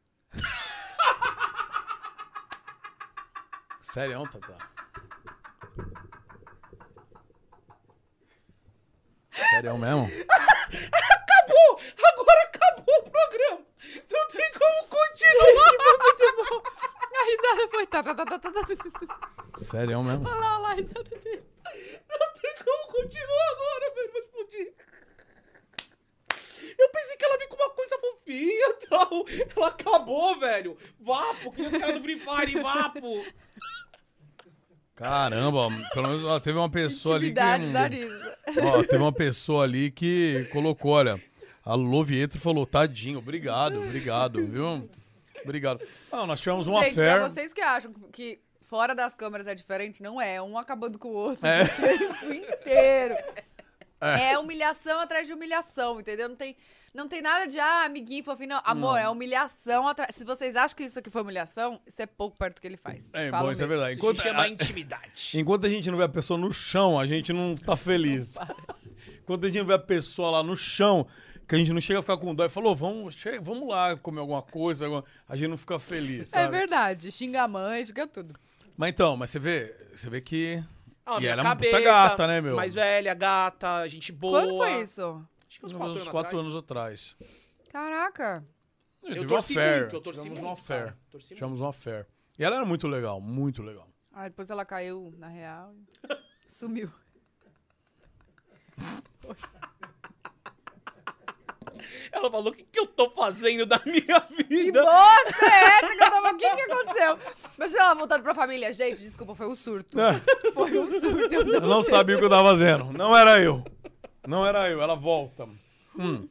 Sério, Tata? Sério mesmo? Acabou! Agora acabou o programa! Não tem como continuar! Muito bom. A risada foi. Tá, tá, tá, tá, tá, tá. Sério mesmo? Olha lá, olha lá, a risada dele. Não tem como continuar agora, velho. Vai explodir. Eu pensei que ela vinha com uma coisa fofinha e tal. Ela acabou, velho. Vapo, que nem os caras do Free Fire, vapo. Caramba, ó, pelo menos ó, teve uma pessoa ali é que. Intimidade da Arisa. Ó, teve uma pessoa ali que colocou, olha. A Lovietro falou, tadinho, obrigado, obrigado, viu? Obrigado. Ah, nós tivemos uma Gente, fé. pra vocês que acham que fora das câmeras é diferente, não é. Um acabando com o outro. É. tempo inteiro. É. humilhação atrás de humilhação, entendeu? Não tem, não tem nada de, ah, amiguinho, fofinho, não. Amor, é humilhação atrás. Se vocês acham que isso aqui foi humilhação, isso é pouco perto do que ele faz. É, Falo bom, isso é mesmo. verdade. Isso Enquanto, se chama a- intimidade. Enquanto a gente não vê a pessoa no chão, a gente não tá feliz. Enquanto a gente não vê a pessoa lá no chão, que a gente não chega a ficar com dó e falou, vamos, che- vamos lá comer alguma coisa, alguma-" a gente não fica feliz, É sabe? verdade. Xinga a mãe, xinga tudo. Mas então, mas você vê, você vê que Ah, E minha ela é uma puta cabeça, gata, né, meu? Mais velha, gata, gente boa. Quando foi isso? Acho que uns uns quatro, uns quatro, anos quatro atrás. anos atrás. Caraca. Eu tive torci uma affair, muito, eu torci tivemos muito, uma cara. fair. Torci Tivemos uma fair. E ela era muito legal, muito legal. Ah, depois ela caiu, na real, e sumiu. Ela falou: o que, que eu tô fazendo da minha Que Então- vida? bosta é essa que eu tava? O que que aconteceu? Mas deixa ela voltando pra família. Gente, desculpa, foi um surto. Ah. Foi um surto. Eu não, Eu não sei. sabia o que eu tava fazendo. Não era eu. Não era eu. Ela volta. Hum.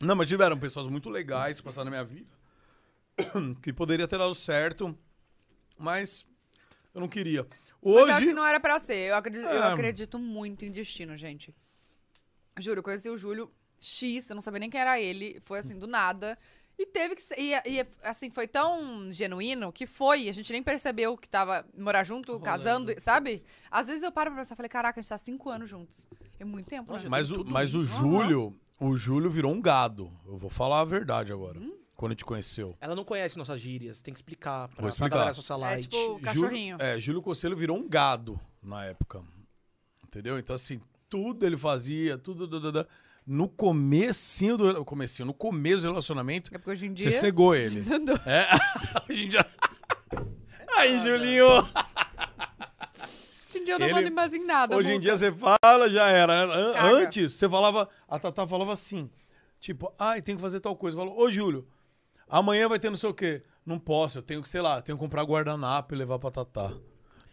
Não, mas tiveram pessoas muito legais que passaram na minha vida. Que poderia ter dado certo. Mas eu não queria. Mas eu acho Hoje. que não era pra ser. Eu acredito, eu É. acredito muito em destino, gente. Juro, eu conheci o Júlio X, eu não sabia nem quem era ele. Foi assim, do nada. E teve que ser. E, e, assim, foi tão genuíno que foi. A gente nem percebeu que tava morar junto, casando, sabe? Às vezes eu paro pra pensar, falei, caraca, a gente tá há cinco anos juntos. É muito tempo, né? Mas, o, mas o Júlio. O Júlio virou um gado. Eu vou falar a verdade agora. Hum? Quando te conheceu. Ela não conhece nossas gírias, tem que explicar pra, Vou pra explicar. galera socialite. É tipo cachorrinho. Júlio, é, Júlio Conselho virou um gado na época. Entendeu? Então, assim, tudo ele fazia, tudo. tudo, tudo. No comecinho do. Comecinho, no começo do relacionamento, É porque hoje em dia. você cegou ele. desandou. É. Hoje em dia. É Aí, Julinho! Hoje em dia eu não Ele- mando mais em nada. Hoje em Muca. dia você fala, já era. né? An- Caga. Antes, você falava. A Tatá falava assim. Tipo, ai, tem que fazer tal coisa. Falou, ô Júlio, amanhã vai ter não sei o quê. Não posso, eu tenho que, sei lá, tenho que comprar guardanapo e levar pra Tatá.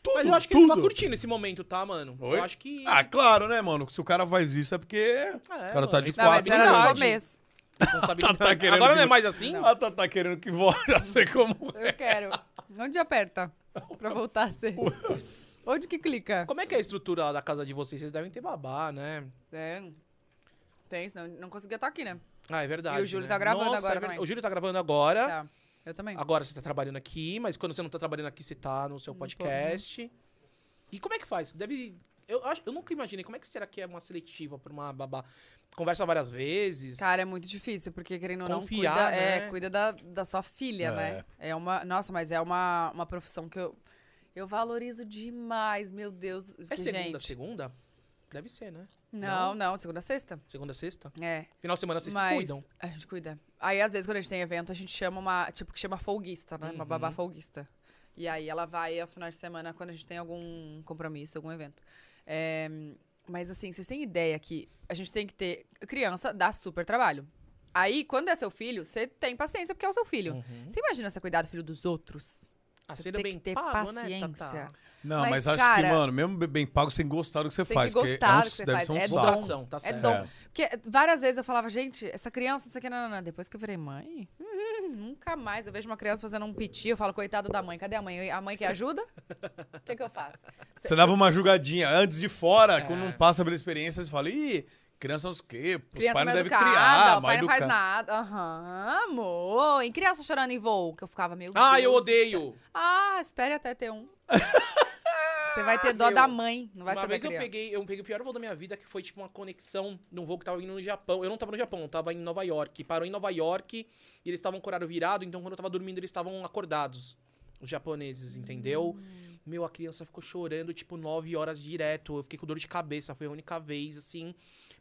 Tudo, Mas eu acho que ele tudo. tava curtindo esse momento, tá, mano? Oi? Eu acho que. Ah, claro, né, mano? Se o cara faz isso é porque o cara tá mano, de ele Não, mas Pô, era no habilidade. começo. responsabilidade. Tá- tá querendo Agora que- não é mais assim? Ah, tá, tá querendo que volte, já sei como. é. Eu quero. Onde aperta? Pra voltar a ser. Onde que clica? Como é que é a estrutura da casa de vocês? Vocês devem ter babá, né? Tem. Tem, senão não conseguia estar aqui, né? Ah, é verdade. E o Júlio né? tá gravando Nossa, agora é ver- também. O Júlio tá gravando agora. Tá. Eu também. Agora você tá trabalhando aqui, mas quando você não tá trabalhando aqui, você tá no seu podcast. E como é que faz? Deve. Eu, acho, eu nunca imaginei. Como é que será que é uma seletiva pra uma babá? Conversa várias vezes. Cara, é muito difícil, porque querendo ou não, Confiar, cuida, né? é, cuida da, da sua filha, né? É uma. Nossa, mas é uma, uma profissão que eu. Eu valorizo demais, meu Deus. é Porque, segunda, gente. segunda? Deve ser, né? Não, não, segunda a sexta. Segunda, sexta? É. Final de semana vocês mas cuidam. A gente cuida. Aí, às vezes, quando a gente tem evento, a gente chama uma. Tipo, que chama folguista, né? Uma Uhum. babá folguista. E aí ela vai aos finais de semana quando a gente tem algum compromisso, algum evento. É, mas assim, vocês têm ideia que a gente tem que ter. Criança dá super trabalho. Aí, quando é seu filho, você tem paciência porque é o seu filho. Você imagina você cuidar do filho dos outros? Uhum. Ah, Você sendo tem bem que ter pago, né, paciência. Tatá? Não, Mas, mas, acho cara, que, mano, mesmo bem pago, você tem que gostar do que você tem faz. que porque gostar é um, do que você deve faz, ser um é saco. dom. Vocação, tá É certo. dom. Porque várias vezes eu falava, gente, essa criança, não sei o que, não, não, não. Depois que eu virei mãe, hum, nunca mais. Eu vejo uma criança fazendo um piti, eu falo, coitado da mãe, cadê a mãe? A mãe que ajuda? O que, que eu faço? Você dava uma julgadinha antes de É. fora, quando não passa pela experiência, você fala, ih, criança não sei o quê, os pais não criança mal devem educada, criar, o pai não faz educa- nada. Aham, amor. Em criança chorando em voo, que eu ficava, meu Ah, Deus eu do céu. odeio! Ah, espere até ter um. Você vai ter dó Meu. da mãe, não vai uma ser da vez eu criança. peguei, eu peguei o pior voo da minha vida, que foi tipo uma conexão num voo que tava indo no Japão. Eu não tava no Japão, eu tava em Nova York. Parou em Nova York e eles estavam com o horário virado, então quando eu tava dormindo eles estavam acordados. Os japoneses, entendeu? Hum. Meu, a criança ficou chorando tipo 9 horas direto. Eu fiquei com dor de cabeça, foi a única vez, assim.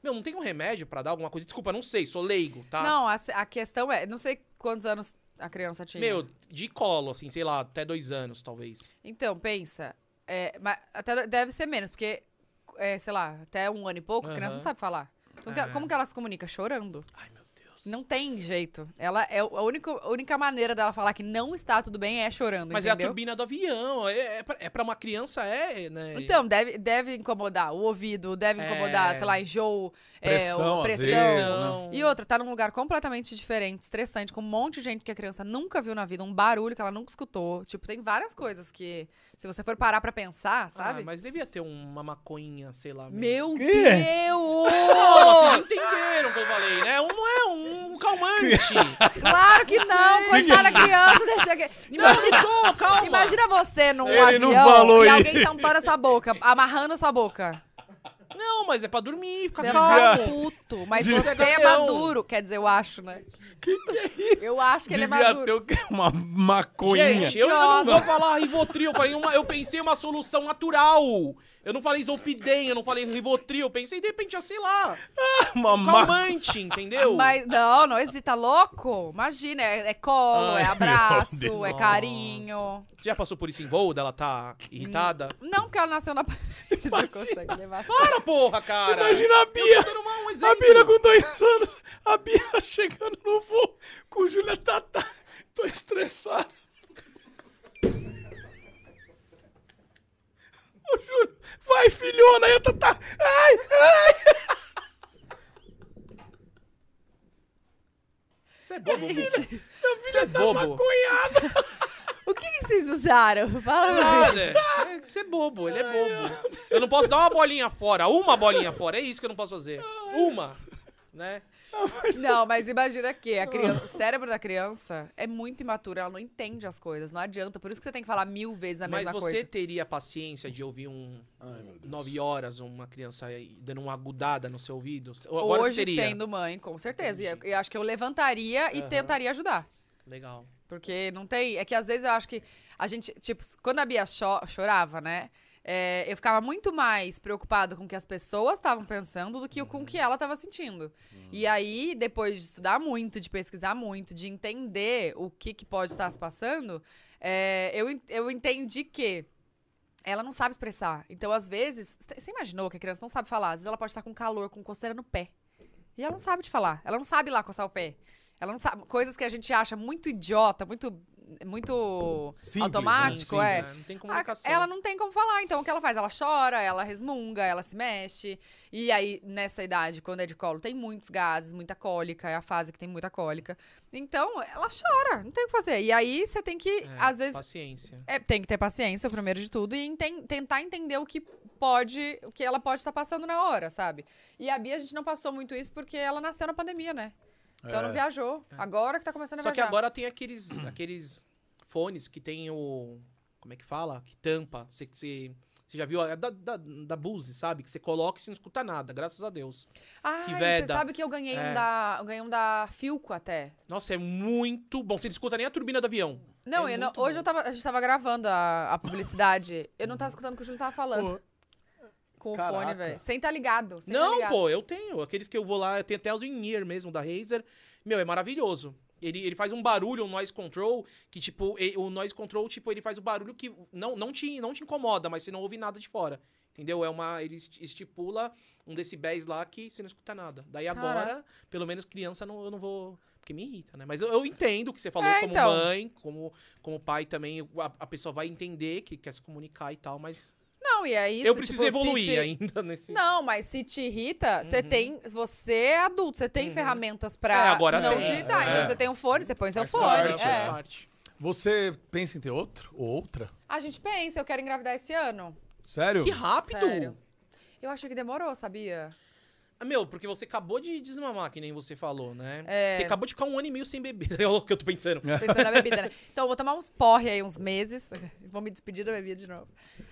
Meu, não tem um remédio pra dar alguma coisa? Desculpa, não sei, sou leigo, tá? Não, a, a questão é, não sei quantos anos a criança tinha. Meu, de colo, assim, sei lá, até dois anos, talvez. Então, pensa. É, mas até do- deve ser menos, porque, é, sei lá, até um ano e pouco, a criança Aham. não sabe falar. Então, que- É. como que ela se comunica? Chorando. Ai, meu Deus. Não tem jeito. Ela é o- a única, a única maneira dela falar que não está tudo bem é chorando, Mas é a entendeu? turbina do avião, é, é, pra, é pra uma criança, é, né? então, deve, deve incomodar o ouvido, deve É. incomodar, sei lá, enjoo, é, Pressão, o- às pressão. vezes, né? E outra, tá num lugar completamente diferente, estressante, com um monte de gente que a criança nunca viu na vida, um barulho que ela nunca escutou. Tipo, tem várias coisas que, se você for parar pra pensar, Ah, sabe? mas devia ter uma maconhinha, sei lá. Meu Quê? Não, Deus! vocês entenderam o que eu falei, né? Um não é um calmante. claro que não! Coitada da criança, deixa que... Imagina, Não, calma. imagina você num Ele avião não falou e isso. alguém tampando a sua boca, amarrando a sua boca. Não, mas é pra dormir, fica Tá Você um fica calmo. puto, mas Devia- você um é Não. maduro. Quer dizer, eu acho, né? Eu acho que ele é Devia maduro. ter um o quê? uma maconha. Gente, eu ainda não vou Idiota. falar Rivotril, eu, falei uma, eu pensei uma solução natural. Eu não falei Zolpidem, eu não falei Rivotril, eu pensei de repente, ah, sei lá, uma um é ma... calmante, entendeu? Mas não, não existe, tá louco? Imagina, é, é colo, Ai, é meu abraço, Deus. é carinho. Já passou por isso em voo, dela tá irritada? Não, porque ela nasceu na parede, não consegue levar. Para, porra, cara! Imagina a Eu tô Bia, dando uma- um a exemplo. Bia com dois anos, a A Bia chegando no voo com o Júlia Tatá. Tô estressado. Ô, Júlio, vai, filhona. Aí a Tatá. Ai, ai. Você é bobo, Bubu. Minha filha é tá bobo. maconhada. O que, que vocês usaram? Fala pra mim. Nada. É, que você é bobo, ele é bobo. Eu não posso dar uma bolinha fora, uma bolinha fora. É isso que eu não posso fazer. Uma. Né? Não, mas imagina que a criança, o cérebro da criança é muito imaturo, ela não entende as coisas, não adianta. Por isso que você tem que falar mil vezes a Mas mesma você coisa. teria paciência de ouvir um nove horas uma criança aí dando uma agudada no seu ouvido? Ou Agora Hoje, você teria. sendo mãe, com certeza. E eu, eu acho que eu levantaria e Aham. tentaria ajudar. Legal. Porque não tem. É que às vezes eu acho que a gente. Tipo, quando a Bia cho- chorava, né? é, eu ficava muito mais preocupado com o que as pessoas estavam pensando do que o- com o que ela estava sentindo. Hum. E aí, depois de estudar muito, de pesquisar muito, de entender o que, que pode estar se passando, é, eu, en- eu entendi que ela não sabe expressar. Então, às vezes, cê- você imaginou que a criança não sabe falar? Às vezes ela pode estar com calor, com coceira no pé. E ela não sabe te falar. Ela não sabe ir lá coçar o pé. Ela não sabe. Coisas que a gente acha muito idiota, muito. Muito Simples, automático, né? é. Simples, né? Não tem A- comunicação. Ela não tem como falar, então o que ela faz? Ela chora, ela resmunga, ela se mexe. E aí, nessa idade, quando é de colo, tem muitos gases, muita cólica, é a fase que tem muita cólica. Então, ela chora, não tem o que fazer. E aí, você tem que, É, às vezes, Paciência. é, tem que ter paciência, primeiro de tudo, e enten- tentar entender o que pode, o que ela pode estar passando na hora, sabe? E a Bia, a gente não passou muito isso porque ela nasceu na pandemia, né? Então não viajou. Agora que tá começando a É. Só que viajar. agora tem aqueles, aqueles fones que tem o. Como é que fala? Que tampa. Você, você, você já viu? É da, da, da Buzz, sabe? Que você coloca e você não escuta nada, graças a Deus. Ai, que você veda. sabe que eu ganhei um É. da. Eu ganhei um da Filco até. Nossa, é muito bom. Você não escuta nem a turbina do avião. Não, É eu não- muito hoje bom. Uhum. eu tava, a gente tava gravando a, a publicidade. Eu não tava escutando o que o Júlio tava falando. Com o fone, Caraca. velho. Sem tá ligado. sem tá Não, ligado. pô, eu tenho. Aqueles que eu vou lá, eu tenho até os in-ear mesmo da Razer. Meu, é maravilhoso. Ele, ele faz um barulho, um noise control, que tipo, e- o noise control, tipo, ele faz o barulho que não, não, te, não te incomoda, mas você não ouve nada de fora. Entendeu? É uma. Ele est- estipula um decibéis lá que você não escuta nada. Daí agora, pelo menos criança, não, eu não vou. Porque me irrita, né? Mas eu, eu entendo o que você falou É, como então. mãe, como, como pai também. A, a pessoa vai entender que quer se comunicar e tal, mas. Não, e é isso. eu preciso tipo, se evoluir te- ainda nesse. Não, mas se te irrita, você tem. Você é adulto, você tem ferramentas pra Uhum. É, agora não tem. te irritar. É. Então você tem um fone, você põe seu Faz fone. parte, é. parte. Você pensa em ter outro? Ou outra? A gente pensa, eu quero engravidar esse ano. Sério? Que rápido! Sério. Eu achei que demorou, sabia? Ah, meu, porque você acabou de desmamar, que nem você falou, né? É. Você acabou de ficar um ano e meio sem beber. É o que eu tô pensando. Pensando na bebida, né? Então, eu vou tomar uns porre aí uns meses. Vou me despedir da bebida de novo.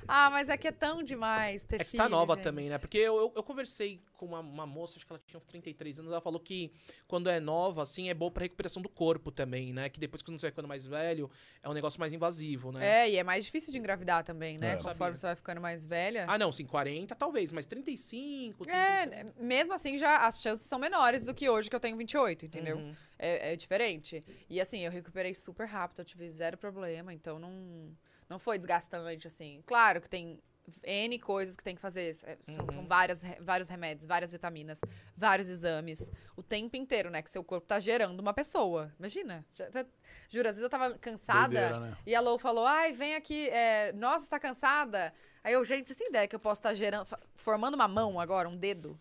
Ah, mas é que é tão demais ter É que você tá filho, nova gente. também, né? Porque eu, eu, eu conversei com uma, uma moça, acho que ela tinha uns 33 anos, ela falou que quando é nova, assim, é bom pra recuperação do corpo também, né? Que depois quando você vai ficando mais velho, é um negócio mais invasivo, né? É, e é mais difícil de engravidar também, né? É. Conforme Sabia. você vai ficando mais velha. Ah, não, sim, 40 talvez, mas 35, 30. É, mesmo assim, já as chances são menores do que hoje, que eu tenho 28, entendeu? Uhum. É, é diferente. E assim, eu recuperei super rápido, eu tive zero problema, então não, não foi desgastante, assim. Claro que tem N coisas que tem que fazer. é, São, Uhum. são várias, re- vários remédios, várias vitaminas, vários exames. O tempo inteiro, né? Que seu corpo tá gerando uma pessoa. Imagina. já tá- Juro, às vezes eu tava cansada. Doideira, né? E a Lou falou: ai, vem aqui, é, nossa, tá cansada. Aí eu, gente, vocês têm ideia que eu posso estar gerando, fa- formando uma mão agora, um dedo?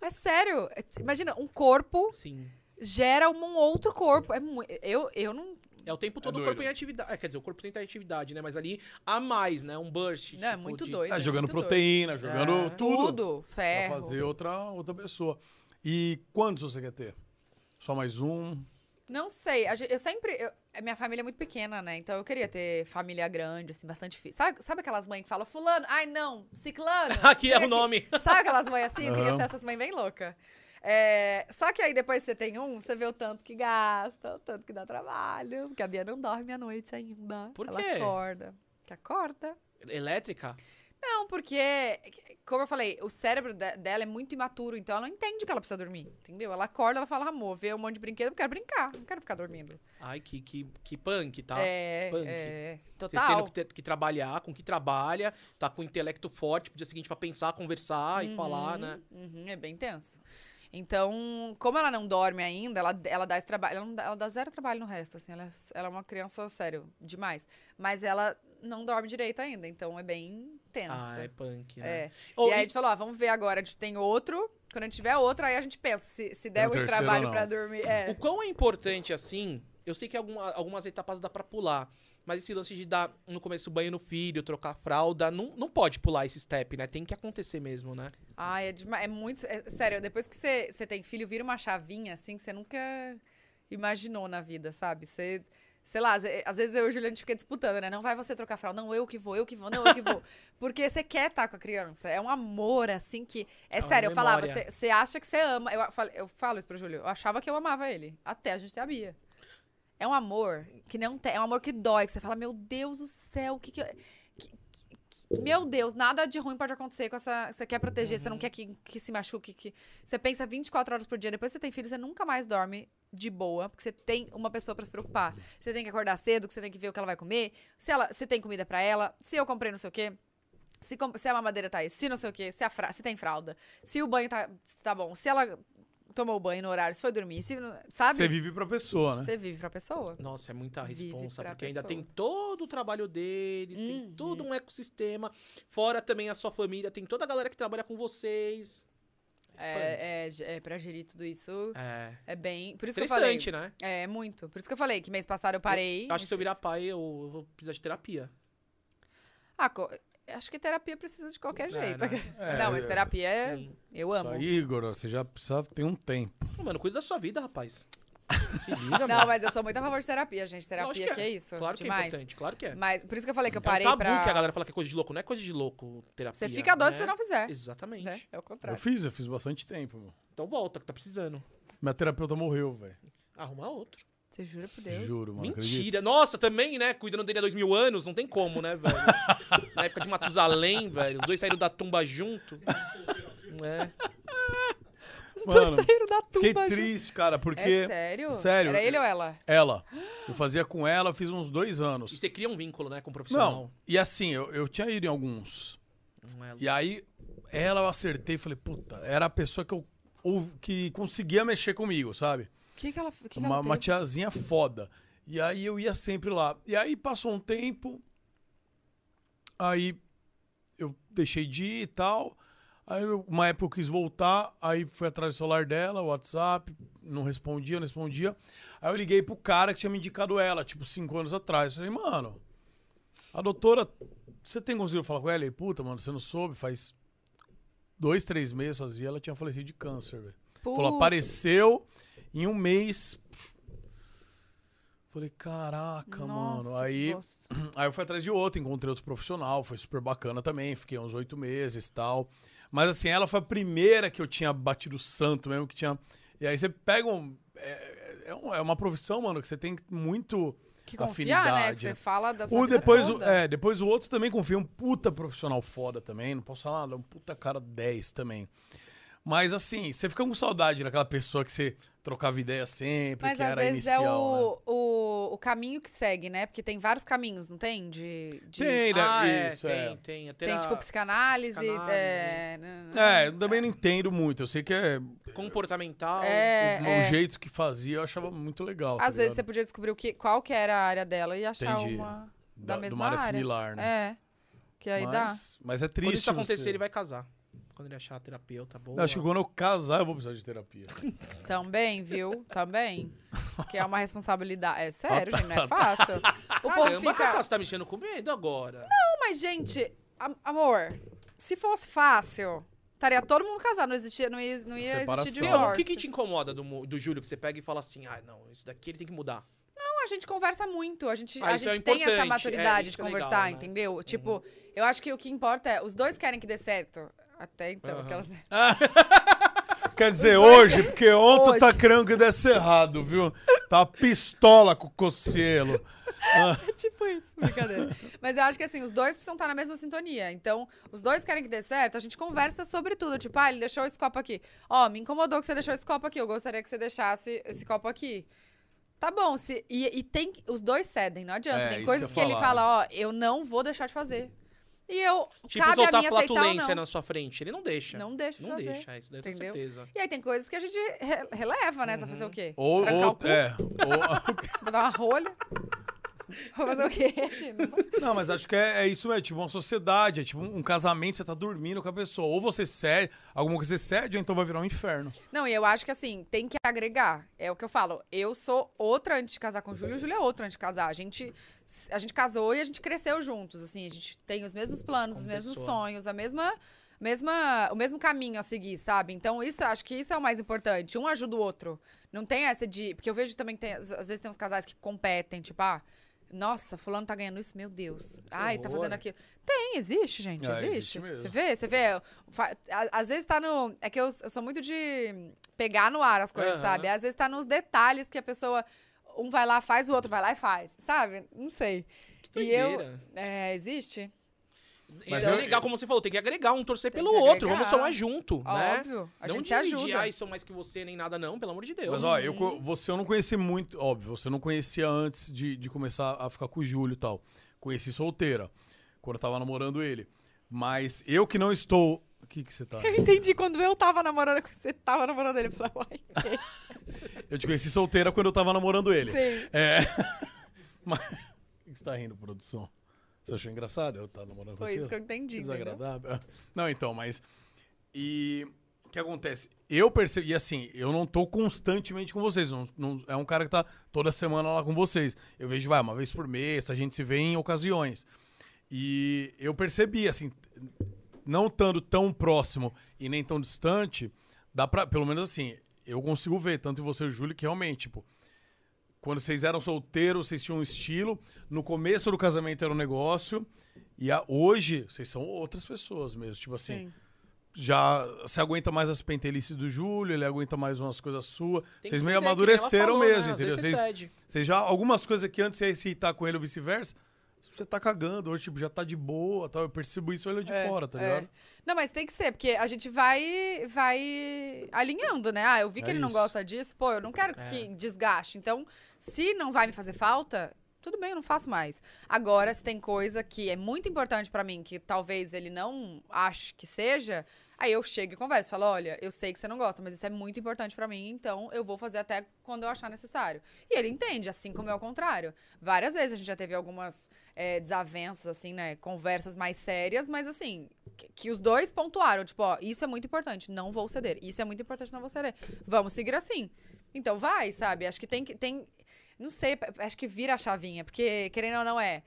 é sério. é, t- Imagina, um corpo Sim. gera um outro corpo. É mu- eu, eu não. É o tempo todo o doido. corpo em atividade. É, quer dizer, o corpo sempre tá em atividade, né? Mas ali há mais, né? Um burst. Não, é tipo, muito de- doido. Tá é jogando muito doido. proteína, jogando É. tudo. Tudo, Pra ferro. fazer outra, outra pessoa. E quantos você quer ter? Só mais um? Não sei. a gen- Eu sempre. eu- a minha família é muito pequena, né? Então eu queria ter família grande, assim, bastante filho. Sabe, sabe aquelas mães que falam, fulano, ai não, ciclano. Aqui é vem o nome. Sabe aquelas mães assim? Eu queria Aham. ser essas mães bem loucas. É, só que aí depois que você tem um, você vê o tanto que gasta, o tanto que dá trabalho. Porque a Bia não dorme à noite ainda. Por Ela quê? acorda. Que acorda. Elétrica? Não, porque, como eu falei, o cérebro de- dela é muito imaturo, então ela não entende que ela precisa dormir, entendeu? Ela acorda, ela fala, amor, vê um monte de brinquedo, eu quero brincar, não quero ficar dormindo. Ai, que, que, que punk, tá? é, punk. é, Vocês tendo total. que, ter- que trabalhar, com o que trabalha, tá com o intelecto forte pro dia seguinte pra pensar, conversar e falar, né? Uhum, é Uhum, bem tenso. Então, como ela não dorme ainda, ela, ela dá esse trabalho. Ela, não dá, ela dá zero trabalho no resto, assim. Ela, é- ela é uma criança, sério, demais. Mas ela não dorme direito ainda, então é bem tensa. Ah, é punk, né? É. Ou e e- aí a gente falou, ó, vamos ver agora, a gente tem outro. Quando a gente tiver outro, aí a gente pensa se, se Tem der um muito terceiro ou trabalho não. pra dormir. É. O quão é importante, assim, eu sei que alguma- algumas etapas dá pra pular, mas esse lance de dar no começo banho no filho, trocar a fralda, não, não pode pular esse step, né? Tem que acontecer mesmo, né? Ai, é, dema- é muito. é- sério, depois que você você tem filho, vira uma chavinha assim que você nunca imaginou na vida, sabe? Você. Sei lá, às ve- às vezes eu e o Juliano a gente fica disputando, né? Não vai você trocar fralda, não, eu que vou, eu que vou, não, eu que vou. Porque você quer estar com a criança. É um amor, assim, que. É, É uma sério, eu falava, memória. você você acha que você ama. Eu, fal- eu falo isso pro Júlio, eu achava que eu amava ele. Até a gente ter a Bia. É um amor que não tem. É um amor que dói, que você fala, meu Deus do céu, o que que. eu- que- que- Meu Deus, nada de ruim pode acontecer com essa. Você quer proteger, Uhum. você não quer que, que se machuque. Que... Você pensa 24 horas por dia, depois que você tem filho, você nunca mais dorme de boa, porque você tem uma pessoa pra se preocupar. Você tem que acordar cedo, que você tem que ver o que ela vai comer, se ela, se tem comida pra ela, se eu comprei não sei o quê, se, comp- se a mamadeira tá aí, se não sei o quê, se, a fra- se tem fralda, se o banho tá, tá bom, se ela tomou o banho no horário, se foi dormir, se, não- sabe? Você vive pra pessoa, né? Você vive pra pessoa. Nossa, é muita Vive responsa, pra porque ainda pessoa. Uhum. tem todo o trabalho deles, tem todo um ecossistema, fora também a sua família, tem toda a galera que trabalha com vocês. É, é, é, pra gerir tudo isso É. é bem. Por isso que eu falei. Estressante, né? É, muito. Por isso que eu falei que mês passado eu parei. Acho que se eu virar pai, eu eu vou precisar de terapia. Ah, co- acho que terapia precisa de qualquer É, jeito. né? É, não, mas terapia é. Sim. Eu Isso amo. aí, Igor, você já precisava ter um tempo. Não, mano, cuida da sua vida, rapaz. Se liga, Não, mano. mas eu sou muito a favor de terapia, gente. Terapia Lógico que é isso. Claro que é demais. importante, claro que é. Mas por isso que eu falei Então que eu tá parei é um tabu pra. que a galera fala que é coisa de louco. Não é coisa de louco terapia. Você fica doido né? se você não fizer. Exatamente. né? É o Eu contrário. fiz, eu fiz bastante tempo, meu. Então volta, que tá precisando. Minha terapeuta morreu, velho. Arrumar outro. Você jura por Deus? Juro, mano. acredito. Mentira. Nossa, também, né? Cuidando dele há dois mil anos, não tem como, né, velho? Na época de Matusalém, velho. Os dois saíram da tumba junto. É. Os Mano, dois saíram da Fiquei tumba. gente. triste, cara, porque. É sério? Sério. Era ele ou ela? Ela. Eu fazia com ela, fiz uns dois E anos. você cria um vínculo, né, com o é profissional. Não, e assim, eu, eu tinha ido em alguns. Não é- E aí, ela eu acertei, falei, puta, era a pessoa que eu ouv- que conseguia mexer comigo, sabe? O que, que ela que que uma, ela uma teve? tiazinha foda. E aí eu ia sempre lá. E aí passou um tempo. Aí eu deixei de ir e tal. Aí eu- uma época eu quis voltar, aí fui atrás do celular dela, WhatsApp, não respondia, não respondia. Aí eu liguei pro cara que tinha me indicado ela, tipo, cinco anos atrás. Falei, mano, a doutora, você tem conseguido falar com ela? Ele, puta, mano, você não soube, faz dois, três meses fazia, ela tinha falecido de câncer, velho. Falou, Puta. apareceu em um mês. Falei, caraca, mano. Nossa, que Aí, bosta. aí eu fui atrás de outro, encontrei outro profissional, foi super bacana também, fiquei uns oito meses e tal. Mas assim, ela foi a primeira que eu tinha batido santo mesmo, que tinha. E aí você pega um. É, é um- é uma profissão, mano, que você tem muito. Que confiar, né? Que afinidade, você né? fala da sua O vida depois, o- toda. é, depois o outro também confia um puta profissional foda também, não posso falar nada, um puta cara 10 também. Mas assim, você fica com saudade daquela pessoa que você trocava ideia sempre, Mas que às era vezes inicial, é o, né? o, o caminho que segue, né? Porque tem vários caminhos, não tem? De, de- Tem, né? Ah, é, Isso, tem, é. tem. Até tem a- tipo psicanálise, psicanálise. é, né, É, eu também não entendo muito. Eu sei que é, comportamental. É, o, é. o jeito que fazia, eu achava muito legal. tá Às vezes você ligado? podia descobrir o que, qual que era a área dela e achar Entendi. uma Da- da, de tá mesma uma área similar, né? É. Que aí dá. mas, mas é triste. Quando isso acontecer, você- ele vai casar. Quando ele achar a terapeuta boa. Eu acho que quando eu casar, eu vou precisar de terapia. Também, viu? Também. Que é uma responsabilidade. É sério, gente, não é fácil. O povo Ah, tá, Caramba, Cacá, fica. você tá mexendo com medo agora. Não, mas, gente, am- amor, se fosse fácil, estaria todo mundo casado. Não, existia, não ia, não ia existir Separação. Então, divórcio. o que, que te incomoda do, mu- do Júlio que você pega e fala assim, ah, não, isso daqui ele tem que mudar. Não, a gente conversa muito, a gente, Ah, a isso é gente tem essa importante, maturidade é, de isso é legal, conversar, né? entendeu? Tipo, eu acho que o que importa é, os dois querem que dê certo. Até então, Aham. aquelas. Quer dizer, hoje, porque ontem Hoje. tá crendo que desse errado, viu? Tá pistola com o Cocielo. tipo isso, brincadeira. Mas eu acho que assim, os dois precisam estar na mesma sintonia. Então, os dois querem que dê certo, a gente conversa sobre tudo. Tipo, ah, ele deixou esse copo aqui. Ó, me incomodou que você deixou esse copo aqui. Eu gostaria que você deixasse esse copo aqui. Tá bom, se, e, e tem. Os dois cedem, não adianta. É, tem isso coisas que que, eu ia ele falar. fala, ó, eu não vou deixar de fazer. E eu, Tipo, cabe soltar a mim aceitar ou flatulência não. na sua frente. Ele não deixa. Não deixa Não fazer. deixa, é. isso daí eu tenho Entendeu? certeza. E aí tem coisas que a gente re- releva, né? Você vai fazer o quê? Ou, Trancar o ou, cu? é, ou- Vou dar uma rolha? Vou fazer o quê? Não vou- Não, mas acho que é, é isso, é tipo uma sociedade, é tipo um, um casamento, você tá dormindo com a pessoa. Ou você cede, alguma coisa você cede, ou então vai virar um inferno. Não, e eu acho que assim, tem que agregar. É o que eu falo. Eu sou outra antes de casar com o Júlio, o Júlio é outra antes de casar. A gente, a gente casou e a gente cresceu juntos, assim. A gente tem os mesmos planos, os Como mesmos pessoa. sonhos, a mesma, mesma, o mesmo caminho a seguir, sabe? Então, isso, eu acho que isso é o mais importante. Um ajuda o outro. Não tem essa de... Porque eu vejo também que tem, às às vezes tem uns casais que competem, tipo, ah... Nossa, fulano tá ganhando isso, meu Deus. Ai, tá fazendo horror. aquilo. Tem, existe, gente, Ah, existe. existe mesmo. Você vê, você vê. Fa- a- Às vezes tá no. É que eu, eu sou muito de pegar no ar as coisas, Aham. sabe? Às vezes tá nos detalhes que a pessoa. Um vai lá, faz, o outro vai lá e faz, sabe? Não sei. e eu. Doideira. É, existe? Mas eu- é legal, como você falou, tem que agregar, um torcer Tem pelo que outro, agregar. vamos somar junto, né? Óbvio. A não gente se dividir, ajuda. ai, sou mais que você, nem nada não, pelo amor de Deus. Mas ó, eu, co- você eu não conheci muito, óbvio, você não conhecia antes de, de começar a ficar com o Júlio e tal. Conheci solteira, quando eu tava namorando ele. Mas eu que não estou. O que, que você tá? Eu entendi quando eu tava namorando com você, tava namorando ele. Eu falei, uai. Eu te conheci solteira quando eu tava namorando ele. Sim. É. Mas... O que você tá rindo, produção? Você achou engraçado eu estar namorando com Foi você? isso que eu entendi. entendeu? Desagradável. Não, então, mas. E. O que acontece? Eu percebi. E assim, eu não tô constantemente com vocês. Não, não- é um cara que tá toda semana lá com vocês. Eu vejo, vai, uma vez por mês, a gente se vê em ocasiões. E eu percebi, assim, não estando tão próximo e nem tão distante, dá pra. Pelo menos assim, eu consigo ver, tanto em você e o Júlio, que realmente, tipo. Quando vocês eram solteiros, vocês tinham um estilo. No começo do casamento era um negócio. E a- hoje, vocês são outras pessoas mesmo. Tipo assim, Sim. já se aguenta mais as pentelices do Júlio, ele aguenta mais umas coisas suas. Tem que Vocês ser meio ideia, que nem ela amadureceram falou, mesmo, né? Às entendeu? vezes você Vocês, cede. vocês já. Algumas coisas que antes você ia se irritar com ele ou vice-versa, você tá cagando. Hoje, tipo, já tá de boa tal. Eu percebo isso olhando de fora, tá É. ligado? Não, mas tem que ser, porque a gente vai vai alinhando, né? Ah, eu vi que É ele não isso. É. gosta disso, pô, eu não quero que desgaste. Então, se não vai me fazer falta, tudo bem, eu não faço mais. Agora, se tem coisa que é muito importante pra mim, que talvez ele não ache que seja, aí eu chego e converso, falo, olha, eu sei que você não gosta, mas isso é muito importante pra mim, então eu vou fazer até quando eu achar necessário. E ele entende, assim como é ao contrário. Várias vezes a gente já teve algumas é, desavenças, assim, né? Conversas mais sérias, mas assim, que, que os dois pontuaram, tipo, ó, isso é muito importante, não vou ceder. Isso é muito importante, não vou ceder. Vamos seguir assim. Então vai, sabe? Acho que tem que. Tem, não sei, pa- acho que vira a chavinha, porque, querendo ou não, é.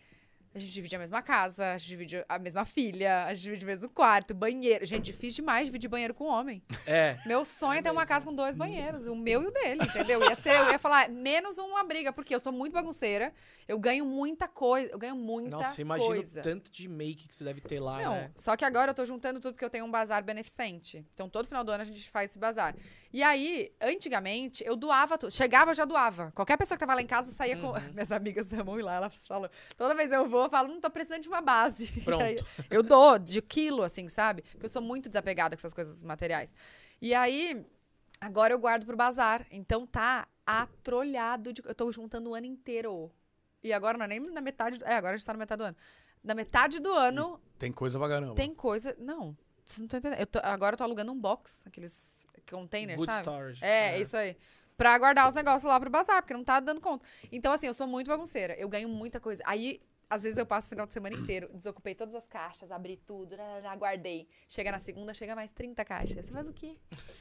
A gente divide a mesma casa, a gente divide a mesma filha, a gente divide o mesmo quarto, banheiro. Gente, difícil demais dividir banheiro com homem. É. Meu sonho é ter uma casa com dois banheiros, o meu e o dele, entendeu? Ia ser, eu ia falar, menos uma briga, porque eu sou muito bagunceira, eu ganho muita coisa, eu ganho muita Nossa, imagina coisa. o tanto de make que você deve ter lá, Não, né? só que agora eu tô juntando tudo porque eu tenho um bazar beneficente. Então, todo final do ano a gente faz esse bazar. E aí, antigamente, eu doava tudo. Chegava, eu já doava. Qualquer pessoa que tava lá em casa saía Uhum. com. Minhas amigas amam ir lá, elas falam. Toda vez eu vou, eu falo, não, tô precisando de uma base. E Pronto. aí, eu dou de quilo, assim, sabe? Porque eu sou muito desapegada com essas coisas materiais. E aí, agora eu guardo pro bazar. Então tá atrolhado de. Eu tô juntando o ano inteiro. E agora não é nem na metade. do- É, agora a gente tá na metade do ano. Na metade do ano, Tem coisa pra Tá caramba. tem coisa. Não, você não tá entendendo. Eu tô- agora eu tô alugando um box, aqueles containers, Good sabe? storage. É, isso aí. Pra guardar os negócios lá pro bazar, porque não tá dando conta. Então, assim, eu sou muito bagunceira. Eu ganho muita coisa. Aí, às vezes, eu passo o final de semana inteiro, desocupei todas as caixas, abri tudo, né, né, né, guardei. Chega na segunda, chega mais 30 caixas. Você faz o quê?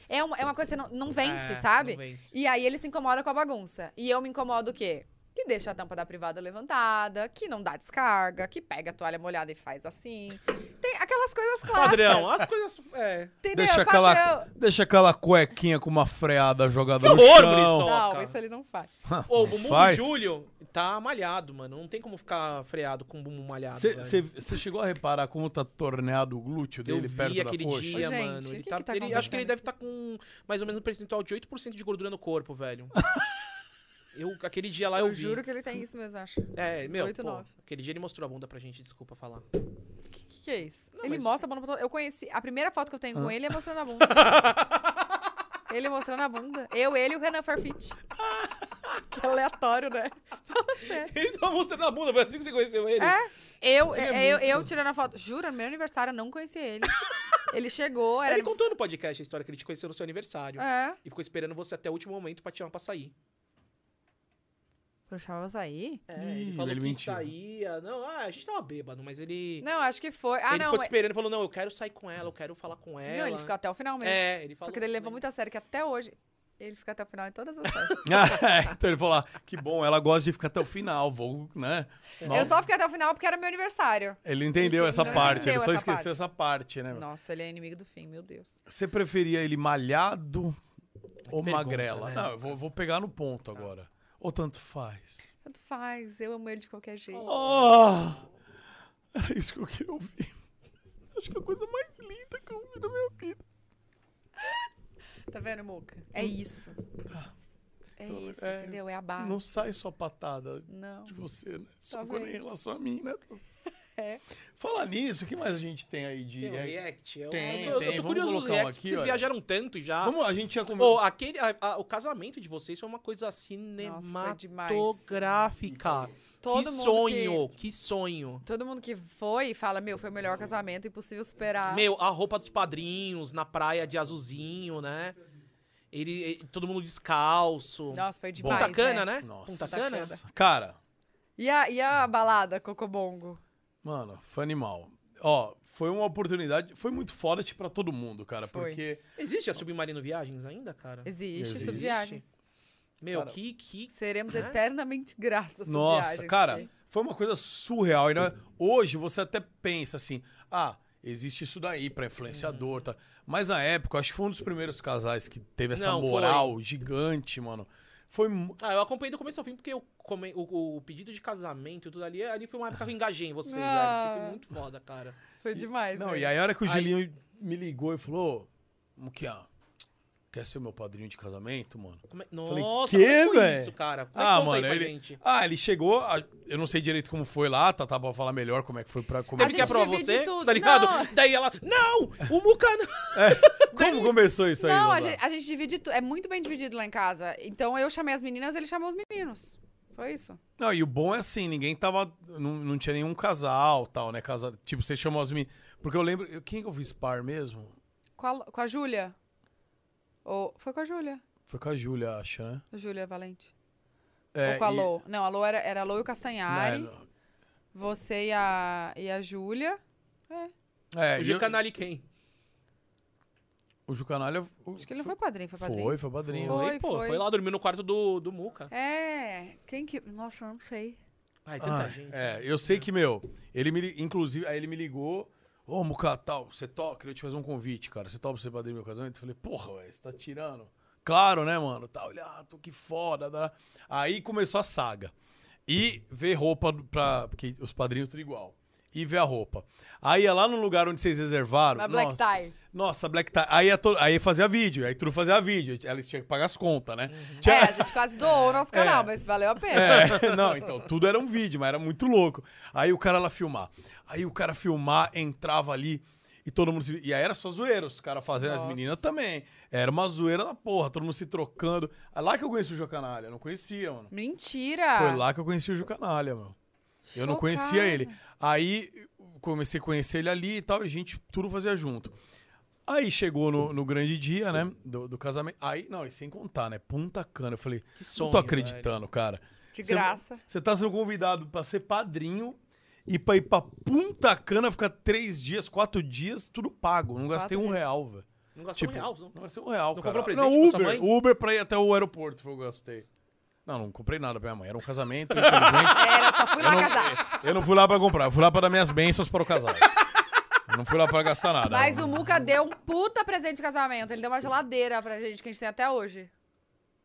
É uma, é uma coisa que você não, não vence, É, sabe? não vence. E aí ele se incomoda com a bagunça. E eu me incomodo o quê? Que deixa a tampa da privada levantada, que não dá descarga, que pega a toalha molhada e faz assim. Tem aquelas coisas clássicas. Padrão, as coisas. É. Entendeu? Deixa Padrão. aquela, deixa aquela cuequinha com uma freada jogada Que no horror, chão. Brisson. Não, Toca. isso ele não faz. Ô, o bumbum do Ah, faz. Júlio tá malhado, mano. Não tem como ficar freado com o bumbum malhado. velho. Você chegou a reparar como tá torneado o glúteo Eu dele vi perto da aquele coxa? dia, Ô, gente, mano. o Ele que tá, que tá ele- acho que ele acontecendo deve estar com mais ou menos um percentual de 8% de gordura no corpo, velho. eu, aquele dia lá eu, Eu, vi. juro que ele tem isso mesmo, eu acho. É, meu, 18, pô, 9. aquele dia ele mostrou a bunda pra gente, desculpa falar. O que, que, que é isso? Não, ele mas- Ah. mostra a bunda pra todo Eu conheci. A primeira foto que eu tenho com ele é mostrando a bunda. Ele mostrando a bunda. Eu, ele e o Renan Farfit. Que aleatório, né? Fala sério. Ele tava mostrando a bunda, foi assim que você conheceu ele. É, eu, é, eu, eu tirando a foto. Jura, no meu aniversário eu não conheci ele. Ele chegou, era. Ele no- contou no podcast a história que ele te conheceu no seu aniversário. É. E ficou esperando você até o último momento pra te chamar pra sair. Eu chamava sair? É, ele falou que saía. Não, ah, a gente tava bêbado, mas ele. Não, acho que foi. Ah, ele não. ficou te mas- esperando e falou: não, eu quero sair com ela, eu quero falar com ela. Não, ele ficou até o final mesmo. É, ele falou. Só que ele levou muito a sério que até hoje ele fica até o final em todas as festas. Ah, é, então ele falou: ah, que bom, ela gosta de ficar até o final, vou, né? Mal- Eu só fiquei até o final porque era meu aniversário. Ele entendeu essa Não parte, entendeu ele só essa esqueceu parte. essa parte, né? meu? Nossa, ele é inimigo do fim, meu Deus. Você preferia ele malhado ou pergunta, magrela? né? Tá. Não, eu vou, vou pegar no ponto agora. Ou tanto faz. Tanto faz, eu amo ele de qualquer jeito. Oh. Ah, Era isso que eu queria ouvir. Acho que é a coisa mais linda que eu ouvi na minha vida. Oh. Tá vendo, Muca? É Hum. isso. É isso, É, entendeu? É a Ah, base. Não sai só patada Não. de você, né? Só Tá quando é vendo? em relação a mim, né? É. Falar nisso, o que mais a gente tem aí de. Tem um é- react. Eu, Tem, eu, eu tem, tô vamos curioso dos colocar um reacts. aqui, vocês olha. viajaram tanto já. Vamos, a gente já comeu. Pô, aquele, a- a- o casamento de vocês foi uma coisa cinematográfica. Todo que mundo sonho, que, sonho. Todo mundo que foi fala, meu, foi o melhor casamento, impossível superar. Meu, a roupa dos padrinhos na praia de azulzinho, né? Ele, ele- todo mundo descalço. Nossa, foi demais, Punta Cana, né? Nossa. Punta Cana. Cara, E a, e a balada, Cocobongo? mano, foi animal. Ó, foi uma oportunidade, foi muito forte pra todo mundo, cara, Foi. porque Existe a Submarino Viagens ainda, cara? Existe, Existe. subviagens. Meu, Cara. que, que... Seremos Hã? eternamente gratos às Nossa, subviagens, cara, porque- foi uma coisa surreal. E não é- Hoje você até pensa assim, ah, existe isso daí pra Uhum. influenciador, tá? Mas na época, eu acho que foi um dos primeiros casais que teve essa Não, foi. moral gigante, mano. Foi mu- Ah, eu acompanhei do começo ao fim, porque eu come- o, o pedido de casamento e tudo ali, ali foi uma época que eu engajei em vocês, velho. porque Foi Ah. muito foda, cara. Foi demais, Não, né? e é aí a hora que o Aí- Gelinho me ligou e falou, "Ô, Muquiá, quer ser meu padrinho de casamento, mano? Como é- Falei, Nossa, "Quê, como é que foi véi?" isso, cara? Como é Ah, que conta aí mano, pra ele- gente? Ah, ele chegou, a- eu não sei direito como foi lá, tá, tá pra falar melhor como é que foi pra como Teve A que gente aprovar divide você, tudo. tá ligado? Não. Daí ela, não! O Muca não! Como começou isso aí, Não, a Lula? gente, a gente divide. tu- É muito bem dividido lá em casa. Então eu chamei as meninas, ele chamou os meninos. Foi isso. Não, e o bom é assim, ninguém tava. Não, não tinha nenhum casal tal, né? Casa, tipo, você chamou as meninas. Porque eu lembro. eu- Quem que eu fiz par mesmo? Com a, com a Júlia. Ou, foi com a Júlia. Foi com a Júlia, acho, né? A Júlia Valente. É, Ou com a e- Lou. Não, a Lou era, era a Lou e o não, é, Castanhari. não. Você e a, e a Júlia. É, O e eu- Gicanali quem? o Jucanalha. o- Acho que ele não foi padrinho, foi padrinho. Foi, foi padrinho. Foi, pô, foi. foi lá dormir no quarto do, do Muca. É. Quem que. Nossa, eu não sei. Ai, tanta Ah, gente. É, né? eu sei que, meu, ele me. li- Inclusive, aí ele me ligou. Ô, Muca, tal, você toca? Queria te fazer um convite, cara. Você topa pra você padrinho do meu casamento? Eu falei, porra, velho, você tá tirando. Claro, né, mano? Tá, olha, ah, tô que foda. dá- Aí começou a saga. E ver roupa do- pra. Porque os padrinhos tudo igual. E ver a roupa. Aí ia lá no lugar onde vocês reservaram. A Black nossa, Tie. nossa, Black Tie. Aí, ia to- aí fazia vídeo, aí tudo fazia vídeo. Elas tinham que pagar as contas, né? Tinha- É, a gente quase doou o nosso canal, mas valeu a pena. é, não, então, tudo era um vídeo, mas era muito louco. Aí o cara lá filmar. Aí o cara filmar, entrava ali e todo mundo se... E aí era só zoeira, os caras fazendo, as Nossa. meninas também. Era uma zoeira da porra, todo mundo se trocando. É lá que eu conheci o Jocanalha, eu não conhecia, mano. Mentira. Foi lá que eu conheci o Jocanalha, meu. Eu não conhecia Chocada. ele. Aí comecei a conhecer ele ali e tal, e a gente tudo fazia junto. Aí chegou no, no grande dia, né? Do, do casamento. Aí, não, e sem contar, né? Punta cana. Eu falei, Que não sonho, tô acreditando, cara. De Você- graça. Você tá sendo convidado pra ser padrinho e pra ir pra Punta Cana ficar três dias, quatro dias, tudo pago. Não gastei um Quatro real, velho. Não gastou Tipo, um real, não. não gastei um real, Não cara. comprou presente não, pra sua Uber, mãe? Uber pra ir até o aeroporto foi o que eu gastei. Não, não comprei nada pra minha mãe. Era um casamento, infelizmente. Era, É, só fui lá casar. eu não fui lá pra comprar, eu fui lá pra dar minhas bênçãos para o casal. Eu não fui lá pra gastar nada. Mas o Muca deu um puta presente de casamento. Ele deu uma geladeira pra gente que a gente tem até hoje.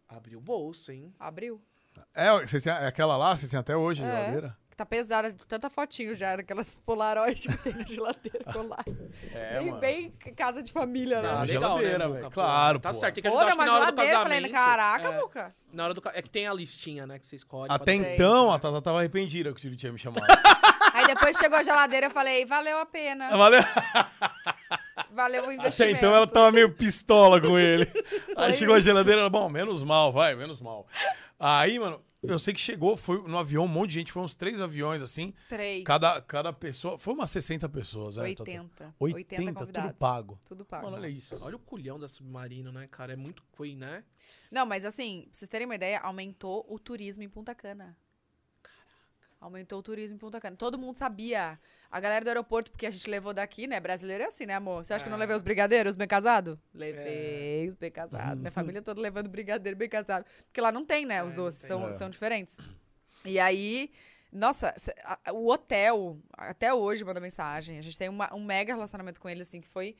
Abriu o bolso, hein? Abriu. É, vocês têm, é aquela lá, vocês têm até hoje, a É. geladeira? Que tá pesada de tanta fotinho já, aquelas polaroid que tem na geladeira colar. É, bem, bem casa de família, Não, Ah, né? geladeira, Tá, Muca, velho, pô? claro, Tá pô. certo, tem que Pô, ajudar deu acho que uma na hora do geladeira, eu casamento. falei, caraca, é, Muca. na hora do ca- É que tem a listinha, né, que você escolhe. pra Até dar- então, a Tata tava arrependida que o Tiro tinha me chamado. Aí depois chegou a geladeira, eu falei, valeu a pena. Valeu. Valeu o investimento. É Até então ela tava meio pistola com ele. Aí Foi chegou a geladeira, ela, bom, menos mal, vai, menos mal. Aí, mano, eu sei que chegou, foi no avião, um monte de gente, foram uns três aviões assim. Três. Cada, cada pessoa, foi umas 60 pessoas, né? Tatu? 80. 80, 80 tudo convidados. pago. Tudo pago. Mano, olha isso. Olha o culhão da Submarino, né, cara? É muito coisa, né? Não, mas assim, pra vocês terem uma ideia, aumentou o turismo em Punta Cana. Aumentou o turismo em Punta Cana. Todo mundo sabia. A galera do aeroporto, porque a gente levou daqui, né? Brasileiro é assim, né, amor? Você acha que eu não É. levei os brigadeiros bem casado? Levei os bem casados. Minha família toda levando brigadeiro bem casado. Porque lá não tem, né? Os É, não doces tem. são, são diferentes. E aí, nossa, cê- a- a- o hotel, até hoje, manda mensagem. A gente tem uma- um mega relacionamento com ele, assim, que foi.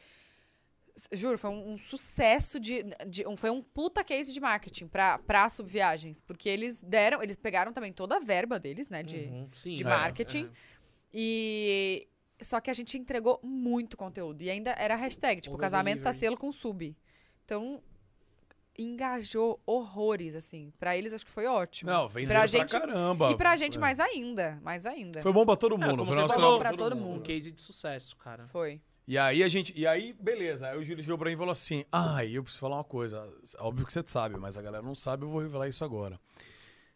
s- Juro, foi um, um sucesso de. de- um- foi um puta case de marketing pra, pra subviagens. Porque eles deram. Eles pegaram também toda a verba deles, né? De, Uhum, sim, de é, marketing. é. E. Só que a gente entregou muito conteúdo. E ainda era hashtag, tipo, Over casamento tá delivery. selo com sub. Então, engajou horrores, assim. Pra eles, acho que foi ótimo. Não, E vendeu pra pra, gente caramba. e pra gente É. mais ainda, mais ainda. Foi bom pra todo É, mundo. como foi você nosso- falou, pra todo mundo. Um case de sucesso, cara. Foi. E aí a gente. E aí, beleza. Aí o Júlio chegou pra mim e falou assim: Ai, eu preciso falar uma coisa. Óbvio que você sabe, mas a galera não sabe, eu vou revelar isso agora.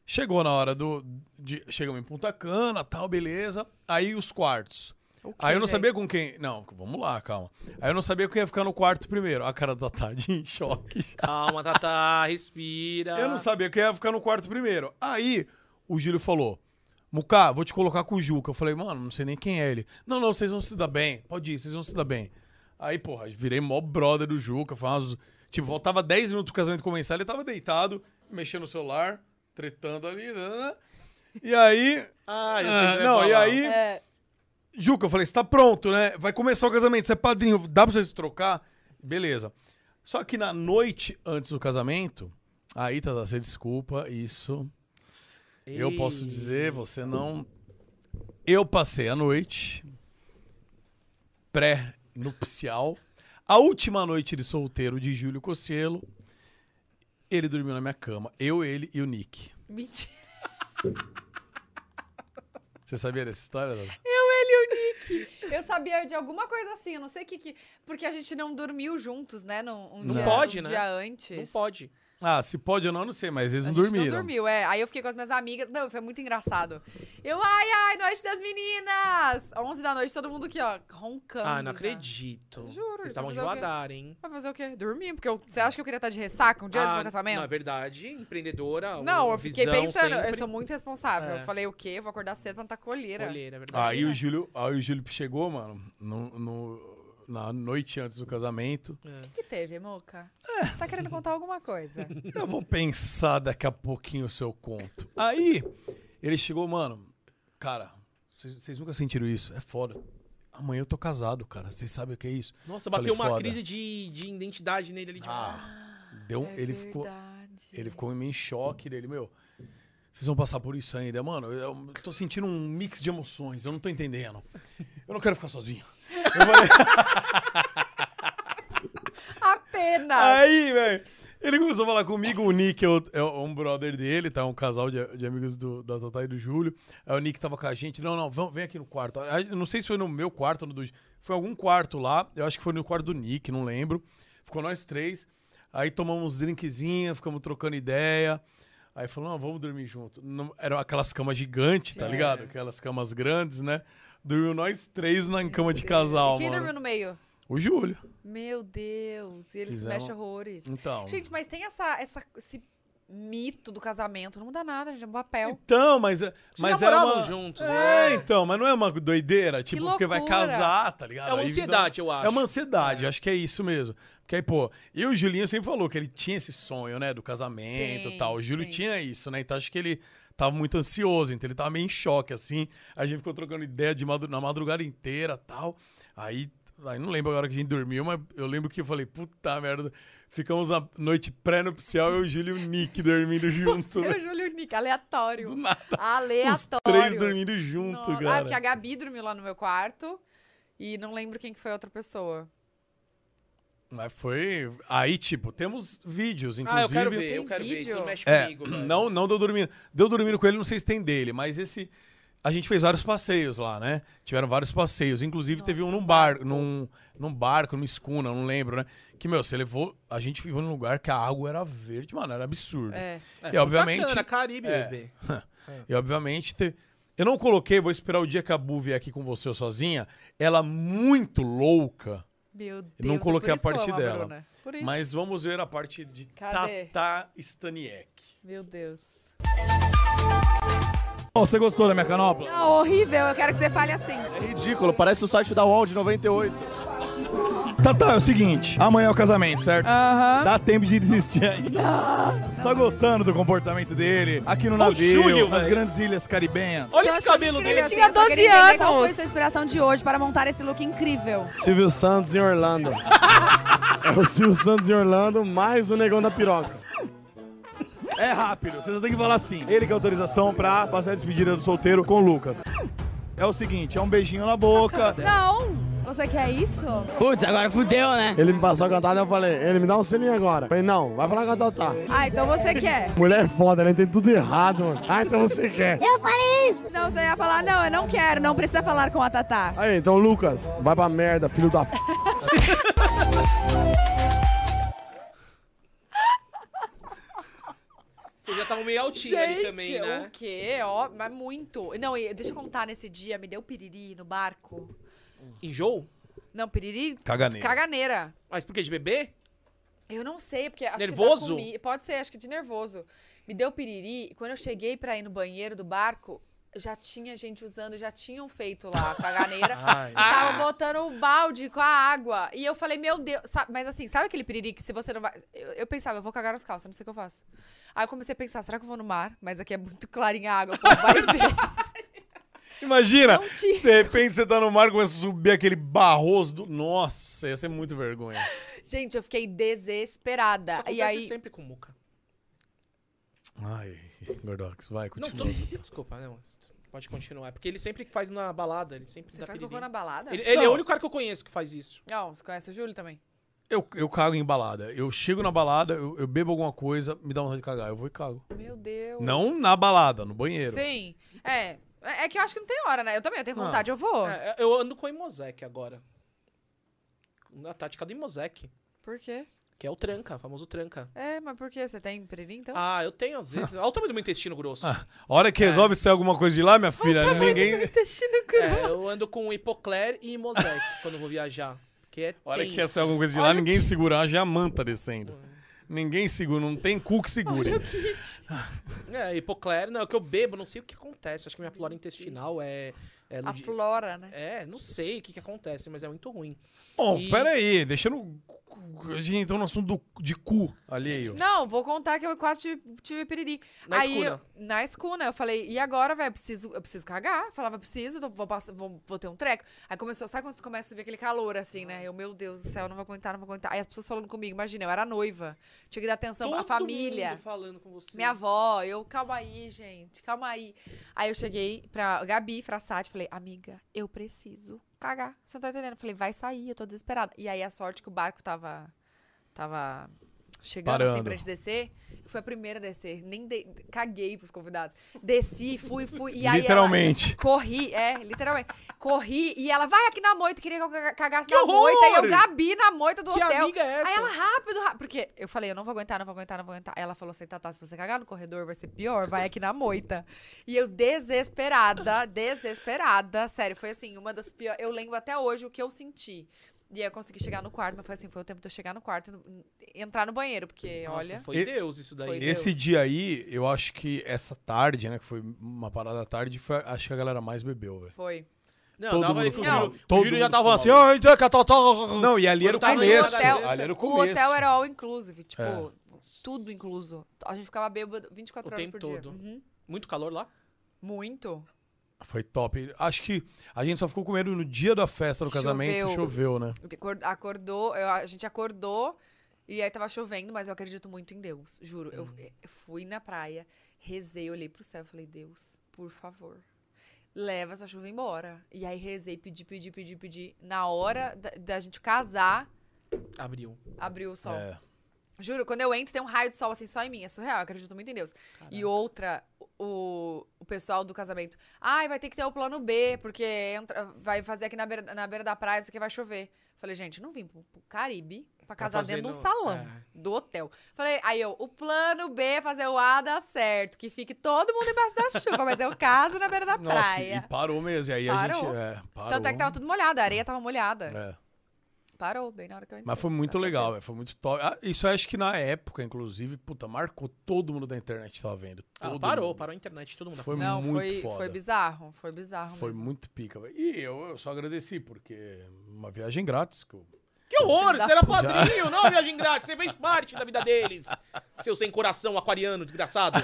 Chegou na hora do. De, chegamos em Punta Cana, tal, beleza. Aí os quartos. aí eu não gente? sabia com quem. Não, vamos lá, calma. Aí eu não sabia quem ia ficar no quarto primeiro. A cara da Tati em choque. Calma, Tata, respira. Eu não sabia quem ia ficar no quarto primeiro. Aí o Júlio falou: Muká, vou te colocar com o Juca. Eu falei, mano, não sei nem quem é ele. Não, não, vocês vão se dar bem. Pode ir, vocês vão se dar bem. Aí, porra, virei mó brother do Juca. Foi umas- Tipo, voltava 10 minutos pro casamento começar, ele tava deitado, mexendo no celular, tretando ali. né? E aí. Ah, eu sei ah, que você não, vai e falar. aí. É, Juca, eu falei, você tá pronto, né? Vai começar o casamento, você é padrinho, dá pra vocês trocar? Beleza. Só que na noite antes do casamento, aí, Tata, você desculpa, isso eu Ei. posso dizer, você não. Eu passei a noite pré-nupcial, a última noite de solteiro de Júlio Cocielo. Ele dormiu na minha cama, eu, ele e o Nick. mentira. Você sabia dessa história? Tata? Eu sabia de alguma coisa assim, eu não sei o que que... Porque a gente não dormiu juntos, né? Num, um Não dia, pode, um né? dia antes. Não pode. Ah, se pode ou não, eu não sei, mas eles A não gente dormiram. não dormiu, é. Aí eu fiquei com as minhas amigas. Não, foi muito engraçado. Eu, ai, ai, noite das meninas! 11 da noite, todo mundo aqui, ó, roncando. Ah, não já. acredito. Juro, Vocês você estavam de fazer o quê? Guadar, hein? Vai fazer o quê? Dormir, porque eu- você acha que eu queria estar de ressaca um dia antes do meu casamento? Na Ah, é verdade, empreendedora. Não, uma eu fiquei visão pensando, eu sempre- sou muito responsável. É. Eu falei, o quê? Eu vou acordar cedo pra não tá estar colheira. Olheira, é verdade. Aí o Júlio, aí o Júlio chegou, mano, no, no- na noite antes do casamento. O que teve, Moca? É. Você tá querendo contar alguma coisa? Eu vou pensar daqui a pouquinho o seu conto. Aí ele chegou, mano, cara, vocês vocês nunca sentiram isso? É foda. Amanhã eu tô casado, cara. Vocês sabem o que é isso? Nossa, Falei, bateu uma foda. Ah. crise de, de identidade nele ali. Tipo, Deu, É ele ficou, verdade. ele ficou meio em choque dele, meu. Vocês vão passar por isso ainda, mano. Eu tô sentindo um mix de emoções, eu não tô entendendo. Eu não quero ficar sozinho. Eu falei, Apenas! Aí, velho. Ele começou a falar comigo, o Nick é, o- é um brother dele, tá? Um casal de, de amigos do, da Tatá e do Júlio. Aí o Nick tava com a gente. Não, não, vamos, vem aqui no quarto. Aí, eu não sei se foi no meu quarto ou no do. Foi em algum quarto lá. Eu acho que foi no quarto do Nick, não lembro. Ficou nós três. Aí tomamos drinkzinho, ficamos trocando ideia. Aí falou, não, vamos dormir junto. Não- eram aquelas camas gigantes, É. tá ligado? Aquelas camas grandes, né? Dormiu nós três na cama de casal, E Quem dormiu mano. no meio? O Júlio. Meu Deus, e ele Fizeram- se mexe horrores. Então. Gente, mas tem essa, essa, esse mito do casamento. Não muda nada, gente. É um papel. Então, mas, mas já era moravam uma... juntos, né? É, então, mas não é uma doideira, tipo, porque vai loucura. casar, tá ligado? É uma Aí dá- ansiedade, eu acho. É uma ansiedade, acho que é isso mesmo. Porque aí, pô, e o Julinho sempre falou que ele tinha esse sonho, né, do casamento e Sim, tal. O Júlio sim. tinha isso, né? Então acho que ele tava muito ansioso, então ele tava meio em choque, assim. A gente ficou trocando ideia de madru- na madrugada inteira tal. Aí, aí não lembro agora que a gente dormiu, mas eu lembro que eu falei, puta merda, ficamos a noite pré-nupcial, eu, o Júlio e o Nick dormindo junto. Eu, né? Júlio e o Nick, aleatório. Do nada. Os Aleatório. três dormindo junto, Nossa. cara. Ah, porque a Gabi dormiu lá no meu quarto. E não lembro quem que foi a outra pessoa. Mas foi. Aí, tipo, temos vídeos, ah, inclusive. eu quero ver, Tem eu quero ver. Isso vídeo? mexe É, comigo. velho. não, não deu dormindo. Deu dormindo com ele, não sei se tem dele, mas esse. a gente fez vários passeios lá, né? Tiveram vários passeios. Inclusive, teve um num barco, num, num barco, numa escuna, não lembro, né? Que, meu, você levou. A gente viveu num lugar que a água era verde, mano, era absurdo. É. E obviamente. Bacana, Caribe, É. bebê. E obviamente. te- Eu não coloquei, vou esperar o dia que a Bu vier aqui com você sozinha. Ela é muito louca. Meu Deus. não é por coloquei a isso que eu parte amo dela. Bruna. Por isso. Mas vamos ver a parte de Cadê? Tata Staniek. Meu Deus. Bom, você gostou da minha canopla? Não, horrível, eu quero que você fale assim. É ridículo, parece o site da UOL de 98. Tata, é o seguinte, amanhã é o casamento, certo? Aham. Dá tempo de desistir ainda. Você tá gostando do comportamento dele? Aqui no navio, Júlio, nas velho. grandes ilhas caribenhas. Olha Eu esse achei cabelo incrível, dele. eu assim. tinha Eu só 12 queria entender anos. qual foi sua inspiração de hoje para montar esse look incrível? Silvio Santos em Orlando. É o Silvio Santos em Orlando, mais o negão da piroca. É rápido, vocês têm que falar assim. Ele que é autorização pra fazer a despedida do solteiro com o Lucas. É o seguinte, é um beijinho na boca. Não! Você quer isso? Putz, agora fudeu, né? Ele me passou a cantada e eu falei, ele me dá um sininho agora. Eu falei, não, vai falar com a Tatá. Ah, então você quer. Mulher é foda, ela entende tudo errado, mano. Ah, então você quer. Não, você ia falar, não, eu não quero, não precisa falar com a Tatá. Aí, então Lucas, vai pra merda, filho da p. Vocês já estavam meio altinho ali também, né? o quê? Ó, mas muito. Não, e deixa eu contar, nesse dia me deu piriri no barco. Enjoo? Não, piriri, Caganeira. caganeira. Mas por quê? De bebê? Eu não sei, porque acho que Nervoso? da comi- Pode ser, acho que de nervoso. Me deu piriri e quando eu cheguei pra ir no banheiro do barco, já tinha gente usando, já tinham feito lá a caganeira. Ah. Tava botando o balde com a água. E eu falei, meu Deus. sa- Mas assim, sabe aquele piriri que se você não vai. Eu, eu pensava, eu vou cagar nas calças, não sei o que eu faço. Aí eu comecei a pensar, será que eu vou no mar? Mas aqui é muito clarinha a água, o povo vai ver. Imagina! Não tinha. De repente você tá no mar e começa a subir aquele barroso do. Nossa, ia ser muito vergonha. Gente, eu fiquei Isso desesperada. acontece E aí. sempre com muca. Ai, Gordox, vai, Não, continua. tô... Desculpa, não. Pode continuar. É Porque ele sempre faz na balada, ele sempre Você dá faz piriri. cocô na balada? Ele, ele é o único cara que eu conheço que faz isso. Não, você conhece o Júlio também? Eu, eu cago em balada. Eu chego na balada, eu, eu bebo alguma coisa, me dá vontade de cagar. Eu vou e cago. Meu Deus. Não na balada, no banheiro. Sim. É. É é que eu acho que não tem hora, né? Eu também, eu tenho vontade, eu vou. É, eu ando com o Imosec agora. A tática do Imosec, Por quê? que é o tranca, o famoso tranca. É, mas por quê? Você tem piriri, então? Ah, eu tenho às vezes. Olha o tamanho do meu intestino grosso. A hora que resolve sair alguma coisa de lá, minha filha, ninguém. Intestino cru. É, eu ando com Hipocler e Imosec quando eu vou viajar. Que é A hora que ia tenso. sair alguma coisa de lá, ninguém segura. Já é a manta descendo. Ninguém segura, não tem cu que segure. É, Hipocler, não, é o que eu bebo, não sei o que acontece. Acho que minha flora intestinal é. é A ludi- flora, né? É, não sei o que, que acontece, mas é muito ruim. Bom, E- peraí, deixando. A gente entrou no assunto do- de cu alheio. Não, vou contar que eu quase tive, tive piriri. Na Aí, escuna. eu- na escuna, eu falei, e agora, velho, preciso, eu preciso cagar. Eu Falava, preciso, tô- vou, passar- vou, vou ter um treco. Aí começou, sabe quando começa a subir aquele calor, assim, né? Eu, meu Deus do céu, não vou aguentar, não vou aguentar. Aí as pessoas falando comigo, imagina, eu era noiva. Tinha que dar atenção à Todo família. mundo falando com você. Minha avó, eu, calma aí, gente, calma aí. Aí eu cheguei pra Gabi Frassati, falei, amiga, eu preciso cagar. Você não tá entendendo? Eu falei, vai sair, eu tô desesperada. E aí a sorte que o barco tava, tava chegando assim Parando. pra gente descer. Eu fui a primeira a descer, nem dei- caguei pros convidados. Desci, fui, fui. E aí Literalmente. Ela, corri, é, literalmente. Corri e ela, vai aqui na moita, queria que eu caga- cagasse Que na horror! moita. E eu, Gabi, na moita do Que hotel. amiga é essa? Aí ela, rápido, rápido. Porque eu falei, eu não vou aguentar, não vou aguentar, não vou aguentar. Aí ela falou assim, Tatá, se você cagar no corredor vai ser pior, vai aqui na moita. E eu desesperada, desesperada. Sério, foi assim, uma das piores. Eu lembro até hoje o que eu senti. E aí eu consegui chegar no quarto, mas foi assim, foi o tempo de eu chegar no quarto e no- entrar no banheiro, porque, Nossa, olha. Foi E- Deus isso daí. Foi Deus. Esse dia aí, eu acho que essa tarde, né? Que foi uma parada à tarde, foi, acho que a galera mais bebeu, velho. Foi. Não, Todo tava mundo ali com o ficou Júlio. maluco. O Todo Júlio já mundo tava ficou assim, ó, então é que a tal, tal. Não, e ali era o Mas o começo. hotel- Tá ali era o O começo. hotel era all inclusive, tipo, É. tudo incluso. A gente ficava bêbado 24 O horas tempo por dia. todo. Uhum. Muito calor lá? Muito. Foi top. Acho que a gente só ficou com medo no dia da festa do casamento, Choveu. choveu, né? Acor- Acordou, eu- a gente acordou e aí tava chovendo, mas eu acredito muito em Deus, juro. Eu, eu fui na praia, rezei, olhei pro céu e falei, Deus, por favor, leva essa chuva embora. E aí rezei, pedi, pedi, pedi, pedi. Na hora da, da gente casar, Abriu. abriu o sol. É. Juro, quando eu entro, tem um raio de sol assim só em mim. É surreal, eu acredito muito em Deus. E outra, o, o pessoal do casamento. Ai, vai ter que ter o plano B, porque entra- vai fazer aqui na beira, na beira da praia, isso aqui vai chover. Falei, gente, não vim pro, pro Caribe pra Tá casar fazer dentro de no- um salão é. do hotel. Falei, aí eu, o plano B é fazer o A dar certo, que fique todo mundo embaixo da chuva, mas eu caso na beira da Nossa, praia. e parou mesmo. E aí a Parou. gente. É, parou. Tanto é que tava tudo molhado, a areia tava molhada. É. Parou, bem na hora que eu entrei. Mas foi muito legal, velho. Foi muito top. Ah, isso eu acho que na época, inclusive, puta, marcou todo mundo da internet que tava vendo. Ah, Todo parou, mundo. parou a internet, todo mundo. Foi Não, muito foi, foda. foi bizarro, foi bizarro Foi mesmo. muito pica, velho. E eu, eu só agradeci, porque uma viagem grátis. Que eu... Que horror, você era puta. padrinho, não viagem grátis, você fez parte da vida deles. Seu sem coração aquariano, desgraçado.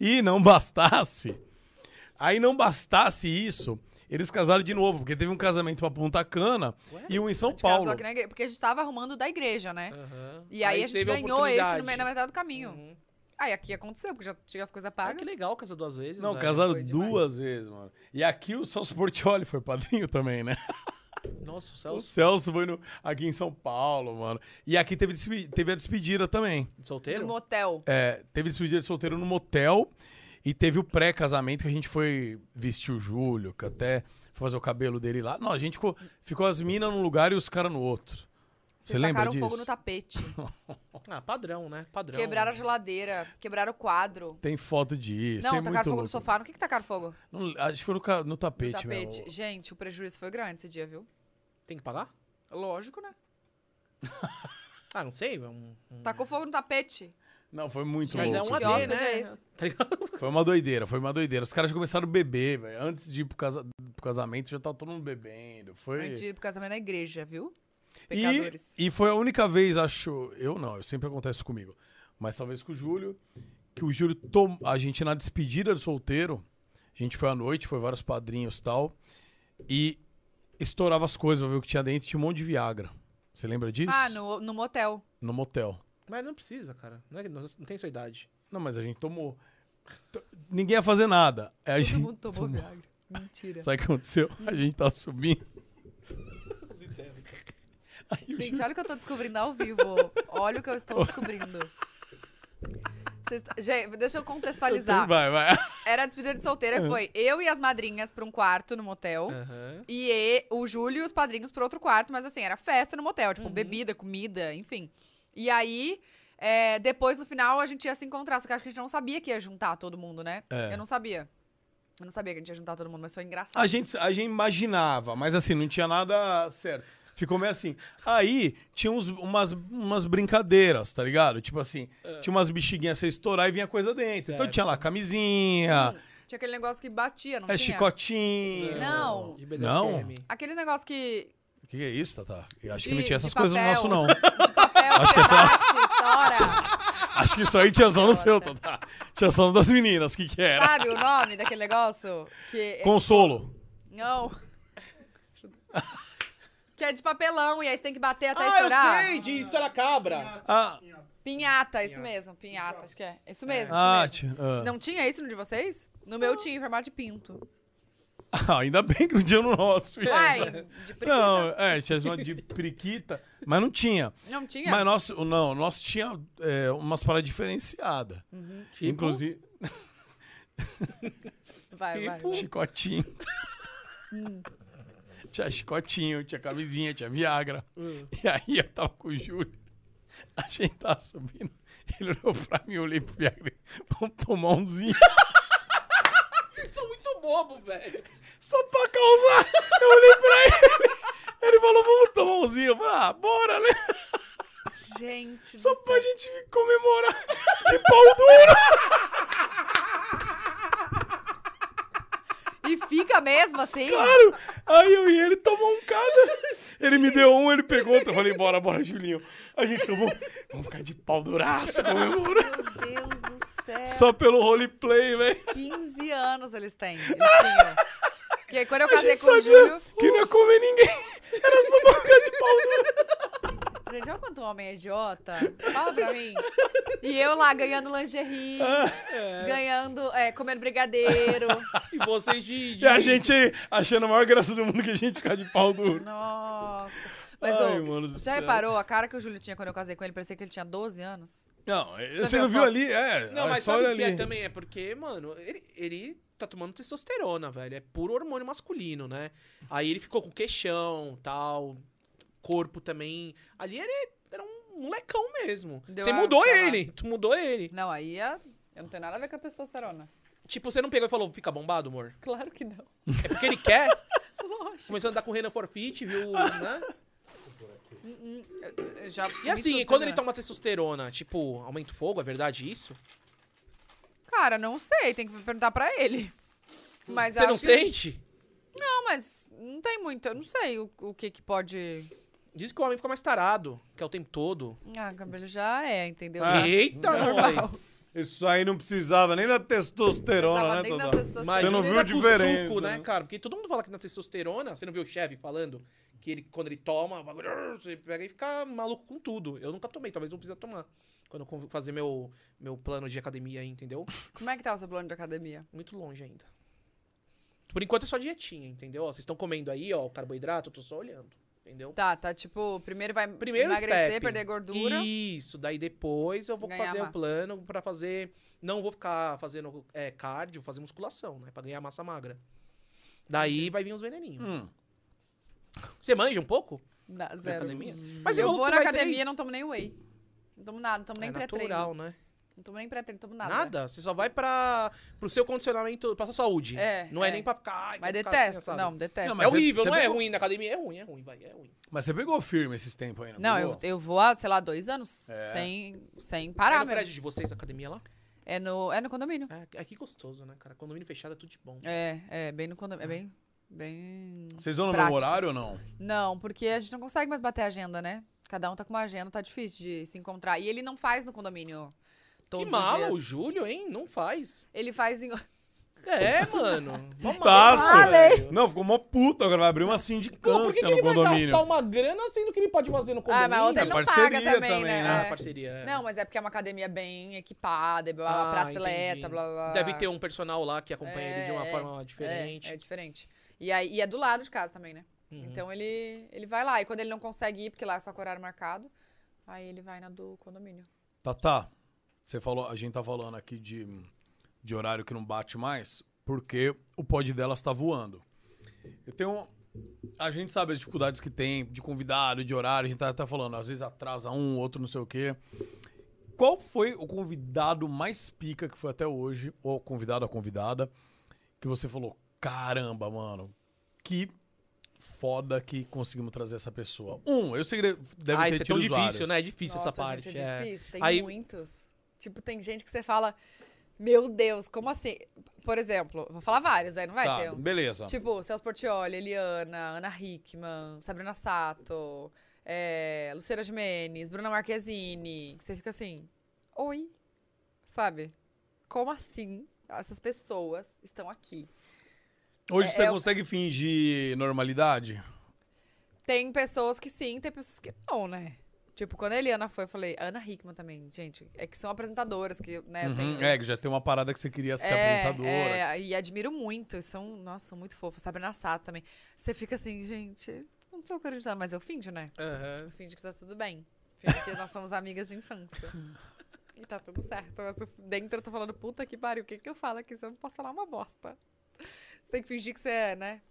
E não bastasse. Aí não bastasse isso, eles casaram de novo, porque teve um casamento pra Punta Cana e um em São Paulo. Casou aqui na igreja, porque a gente tava arrumando da igreja, né? E aí, Aí a gente teve a ganhou esse oportunidade. Hum. no Uhum. meio, na metade do caminho. Aí aqui aconteceu, porque já tinha as coisas Ah, pagas. que legal casar duas vezes. né? Não, velho. né? casaram duas vezes, mano. E aqui o Celso Portioli foi padrinho também, né? Nossa, é o O Celso. Celso foi no- aqui em São Paulo, mano. E aqui teve, despe- teve a despedida também. Solteiro? No motel. É, teve despedida de solteiro no motel e teve o pré-casamento que a gente foi vestir o Júlio, que até foi fazer o cabelo dele lá. Não, a gente ficou, ficou as minas num lugar e os caras no outro. Você Vocês lembra tacaram disso? fogo no tapete. Ah, padrão, né? Padrão. Quebraram a geladeira, quebraram o quadro. Tem foto disso, não, tem tacaram é muito fogo no louco. sofá. No que, que tacaram fogo? Não, acho que foi no, ca- no No tapete, tapete. mesmo. Gente, o prejuízo foi grande esse dia, viu? Tem que pagar? Lógico, né? Ah, não sei. é um- um- Tacou fogo no tapete. Não, foi muito Mas louco. é um assim. que AD, hóspede né? é esse? Tá ligado? Foi uma doideira, foi uma doideira. Os caras já começaram a beber, velho. Antes de ir pro, casa- pro casamento, já tava todo mundo bebendo. Foi... A gente ia pro casamento é na igreja, viu? E, Pecadores. e foi a única vez, acho. Eu não, eu sempre acontece isso comigo. Mas talvez com o Júlio. Que o Júlio tom, A gente na despedida do solteiro. A gente foi à noite, foi vários padrinhos e tal. E estourava as coisas pra ver o que tinha dentro. Tinha um monte de Viagra. Você lembra disso? Ah, no, no motel. No motel. Mas não precisa, cara. Não, é, não, não tem sua idade. Não, mas a gente tomou. T- Ninguém ia fazer nada. Aí a Todo gente. mundo tomou Viagra. Mentira. Sabe o que aconteceu? A gente tava subindo. Aí o Gente, Júlio- olha o que eu tô descobrindo ao vivo. Olha o que eu estou descobrindo. Vocês- Gente, deixa eu contextualizar. Vai, vai. Era a despedida de solteira, foi eu e as madrinhas pra um quarto no motel. É. Aham. E, e- o Júlio e os padrinhos pra outro quarto, mas assim, era festa no motel, Uhum. tipo, bebida, comida, enfim. E aí, é, depois no final a gente ia se encontrar, só que acho que a gente não sabia que ia juntar todo mundo, né? É. Eu não sabia. Eu não sabia que a gente ia juntar todo mundo, mas foi engraçado. A gente, a gente imaginava, mas assim, não tinha nada certo. Ficou meio assim. Aí tinha uns- umas, umas brincadeiras, tá ligado? Tipo assim, tinha umas bexiguinhas você estourar e vinha coisa dentro. Então Certo. tinha lá camisinha, Tinha aquele negócio que batia, não é tinha? chicotinho. É. Não. De Não? BDSM. Aquele negócio que, O que, que é isso, Tata? Eu acho que De- não tinha de essas coisas no papel. nosso, não. De papel, Acho que é só- estoura. Acho que isso aí tinha só no seu, Tata. Tinha só no das meninas, o que, que era? Sabe o nome daquele negócio? Que Ah, é- Consolo. Não. Que é de papelão e aí você tem que bater até Ah, eu estourar. sei! De história cabra. Ah, Pinhata, isso mesmo. Pinhata, acho que é. Isso mesmo, ah, isso mesmo. tinha- ah. Não tinha isso no de vocês? No meu tinha, em formato de pinto. Ah, ainda bem que não tinha no nosso. isso. Ai, de priquita. Não, Não, é, tinha chamado de periquita, mas não tinha. tinha? Mas nosso, não, nosso tinha é, umas paradas diferenciadas. Tipo? Inclusive, Vai, Hum. vai, vai. chicotinho. tinha chicotinho, tinha camisinha, tinha Viagra. Hum. E aí eu tava com o Júlio, a gente tava subindo. Ele olhou pra mim, eu olhei pro Viagra, e, vamos tomar umzinho. Vocês são muito bobo, velho. Só pra causar. Eu olhei pra ele. Ele falou, vamos tomar umzinho. Eu falei, ah, bora, né? Gente, Só do pra céu. gente comemorar de pau duro. E fica mesmo assim? Claro! Aí eu e ele tomou um cada. Ele me deu um, ele pegou outro. Eu falei, bora, bora, Julinho. A gente tomou. Vamos ficar de pau duraço comemorando. Meu Deus do céu. Só pelo roleplay, velho. 15 anos eles têm. Eles tinham. Porque aí, quando eu casei com o Sabia Júlio. que não ia comer ninguém. Era só pra ficar de pau duro. Gente, olha quanto homem é idiota. Fala pra mim. E eu lá ganhando lingerie, ganhando, é, comendo brigadeiro. E vocês de... de... E a gente achando a maior graça do mundo que a gente ficar de pau duro. Nossa. Mas, Ai, ô, mano do já céu. reparou a cara que o Júlio tinha quando eu casei com ele? Parecia que ele tinha 12 anos. Não, é- Já você viu não as viu fotos? ali? É, Não, é mas só sabe olha o que ali. é também? É porque, mano, ele, ele tá tomando testosterona, velho. É puro hormônio masculino, né? Aí ele ficou com queixão, tal, corpo também. Ali ele era um molecão mesmo. Deu você a- mudou tá lá. ele, tu mudou ele. Não, aí é- eu não tenho nada a ver com a testosterona. Tipo, você não pegou e falou, fica bombado, amor? Claro que não. É porque ele quer? Lógico. Começou a andar com o Renan Forfit, viu, né? Hum, hum, eu- eu já vi E assim, tudo, e quando você ele vê, né? toma testosterona, tipo, aumenta o fogo, é verdade isso? Cara, não sei, tem que perguntar pra ele. Mas você acho não que- sente? Não, mas não tem muito. Eu não sei o, o que que pode. Diz que o homem fica mais tarado, que é o tempo todo. Ah, cabelo já é, entendeu? Ah. Eita, Normal. nós! Isso aí não precisava nem da testosterona, né, Precisava nem da Totó? testosterona. Você não Imagina viu a ele tá com diferença. suco, né, né? cara? Porque todo mundo fala que na testosterona, você não viu o chefe falando que ele, quando ele toma, o bagulho, você pega e fica maluco com tudo. Eu nunca tomei, talvez não precisa tomar. Quando eu conv- fazer meu, meu plano de academia aí, entendeu? Como é que tá o seu plano de academia? Muito longe ainda. Por enquanto é só dietinha, entendeu? Ó, Vocês estão comendo aí, ó, o carboidrato, eu tô só olhando, entendeu? Tá, tá tipo, primeiro vai Primeiro emagrecer, step. perder gordura. Isso, daí depois eu vou Ganhar fazer massa. o plano pra fazer. Não vou ficar fazendo é, cardio, fazer musculação, né? Pra ganhar massa magra. Daí vai vir uns veneninhos. Hum, Você manja um pouco? Dá Na zero. academia? Mas Hum. eu eu vou na academia academia e não tomo nem whey. Não tomo nada, não tomo nem é pré-treino. natural, né? Não tomo nem pré-treino, tomo nada. Nada. Você só vai pra, pro seu condicionamento, pra sua saúde. É, Não é, é. nem pra ficar. ai, Mas quero ficar assim, detesto. assado. não, detesto. Não, Não, mas é horrível, você- não você é pegou- ruim na academia? É ruim, é ruim, vai, é ruim. Mas você pegou firme esses tempos é aí, não eu, pegou? eu vou há, sei lá, dois anos É. sem, sem é parar no mesmo. prédio de vocês, a academia lá? É no, é no condomínio. É, é que gostoso, né, cara? Condomínio fechado é tudo de bom. É, é bem no condomínio. É bem. bem... Vocês vão no meu Prático. horário ou não? Não, porque a gente não consegue mais bater a agenda, né? Cada um tá com uma agenda, tá difícil de se encontrar. E ele não faz no condomínio todos que os mala dias. o Júlio, hein? Não faz. Ele faz em. É, mano. Mó Taço! mala, velho. Não, ficou mó puta. Agora vai abrir uma Pô, por que, sindicância que no ele vai condomínio. gastar uma grana sendo que ele pode fazer no Ah, condomínio? mas a outra ele É não parceria paga também, também, né? né? Ah, É. parceria. é. Não, mas é porque é uma academia bem equipada, e blá, blá, blá, pra Ah, atleta, entendi. blá, blá, blá. Deve ter um personal lá que acompanha ele de uma ah, É, forma É, diferente. é diferente. E, aí, e é do lado de casa também, né? Uhum. Então ele, ele vai lá. E quando ele não consegue ir, porque lá é só com horário marcado, aí ele vai na do condomínio. Tá, tá. Você falou, a gente tá falando aqui de, de horário que não bate mais, porque o pod delas tá voando. Eu tenho. A gente sabe as dificuldades que tem de convidado, de horário, a gente tá, tá falando, às vezes atrasa um, outro não sei o quê. Qual foi o convidado mais pica que foi até hoje, ou convidado a convidada, que você falou, caramba, mano, que foda que conseguimos trazer essa pessoa? Um, eu sei que deve deve Ah, ter isso é tido tão difícil, vários. né? É difícil Nossa, essa parte. Gente, é difícil, tem Aí- muitos. Tipo, tem gente que você fala, meu Deus, como assim? Por exemplo, vou falar vários, aí não vai Tá, ter um. beleza. Tipo, Celso Portioli, Eliana, Ana Hickman, Sabrina Sato, é, Luciana Gimenez, Bruna Marquezine. que Você fica assim, oi, sabe? Como assim essas pessoas estão aqui? Hoje É, você é o- consegue fingir normalidade? Tem pessoas que sim, tem pessoas que não, né? Tipo, quando a Eliana foi, eu falei, Ana Hickman também, gente. É que são apresentadoras que, né, eu tenho. Uhum. É, que já tem uma parada que você queria ser É, apresentadora. É, e admiro muito. e São, nossa, são muito fofos. Sabrina Sato também. Você fica assim, gente, não tô acreditando, mas eu finge, né? Aham. Eu finge que tá tudo bem. Finge que nós somos amigas de infância. E tá tudo certo. mas eu- dentro eu tô falando, puta que pariu, o que que eu falo aqui? Se eu não posso falar uma bosta. Você tem que fingir que você é, né?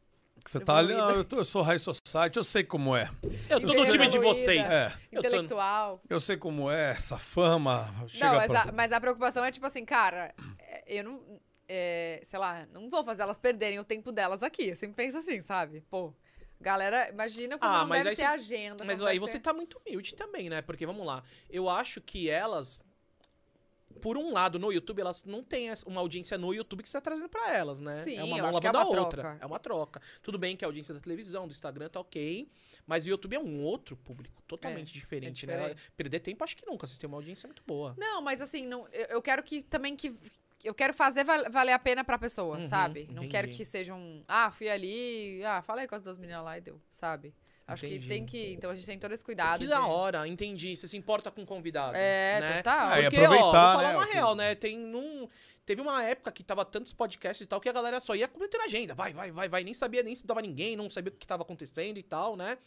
Que você tá ali, Evoluída. "Ah, eu, tô- eu sou high society, eu sei como é. Eu tô no Uhum. Evoluída, time de vocês. É, Eu tô no- Intelectual. eu sei como é essa fama. Chega Não, mas pra... a, mas a preocupação é tipo assim, cara, é, eu não. é, sei lá, não vou fazer elas perderem o tempo delas aqui. Eu sempre penso assim, sabe? Pô, galera, imagina como Ah, não mas deve aí ser você- a agenda. Mas como aí vai você ser. tá muito humilde também, né? Porque vamos lá, eu acho que elas, por um lado, no YouTube, elas não têm essa- uma audiência no YouTube que você tá trazendo pra elas, né? Sim, é uma eu mão acho que é lavando a uma outra. troca. É uma troca. Tudo bem que a audiência da televisão, do Instagram tá ok, mas o YouTube é um outro público, totalmente diferente, né? É, diferente. Perder tempo, acho que nunca. Vocês têm uma audiência muito boa. Não, mas assim, não, eu, eu quero que também que. Eu quero fazer val- valer a pena pra pessoa, Uhum, sabe? Não quero entendi. que seja um. Ah, fui ali. Ah, falei com as duas meninas lá e deu, sabe? Acho Entendi. que tem que. Então a gente tem todo esse cuidado. que de- da hora, entendi. Você se importa com o convidado. É, né? total. Ah, é Porque, ó, vou aproveitar, falar né, uma o que- real, né? Tem, num, Teve uma época que tava tantos podcasts e tal que a galera só ia comentando a agenda. Vai, vai, vai, vai. Nem sabia, nem se dava ninguém, não sabia o que tava acontecendo e tal, né?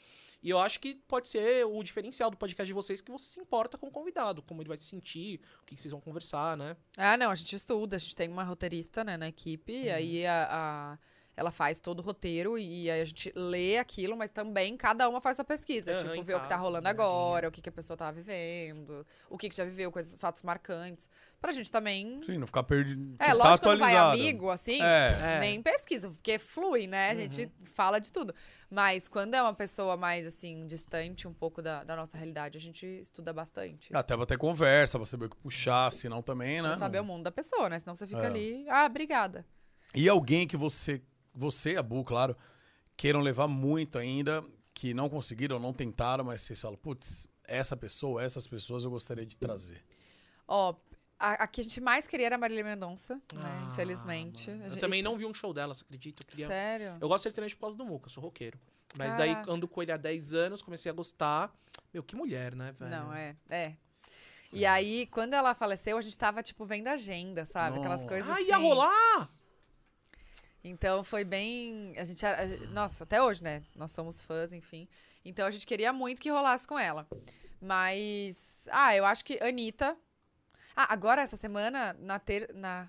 E eu acho que pode ser o diferencial do podcast de vocês que você se importa com o convidado, como ele vai se sentir, o que que vocês vão conversar, né? Ah, não, a gente estuda, a gente tem uma roteirista, né, na equipe, Uhum. aí a, a- ela faz todo o roteiro e aí a gente lê aquilo, mas também cada uma faz sua pesquisa, Aham, tipo, em ver o que tá casa, rolando agora, o que, que a pessoa tá vivendo, o que, que já viveu, coisas, fatos marcantes, pra gente também... Sim, assim, não ficar perdido. É, lógico que quando vai amigo, assim, É. nem pesquisa, porque flui, né? A gente fala de tudo. Mas quando é uma pessoa mais, assim, distante um pouco da, da nossa realidade, a gente estuda bastante. Até pra ter conversa, pra saber o que puxar, senão também, né? Pra saber o mundo da pessoa, né? Senão você fica É. ali, ah, obrigada. E alguém que você, você e a Bu, claro, queiram levar muito ainda, que não conseguiram, não tentaram, mas vocês falam, putz, essa pessoa, essas pessoas eu gostaria de trazer. Ó, a, a que a gente mais queria era a Marília Mendonça, né? Infelizmente. A Ah, Eu gente- também não vi um show dela, você acredita? Eu queria- Sério? Eu gosto sertanejo por causa do Muca, eu sou roqueiro. Mas daí Caraca. ando com ele há 10 anos, comecei a gostar. Meu, que mulher, né, velho? Não, é, é. E aí, quando ela faleceu, a gente tava, tipo, vendo a agenda, sabe? Aquelas Nossa. coisas Ah, ia assim. rolar! Então, foi bem... A gente era... a- Nossa, até hoje, né? Nós somos fãs, enfim. Então, a gente queria muito que rolasse com ela. Mas... Ah, eu acho que Anitta... Ah, agora, essa semana, na ter... Na...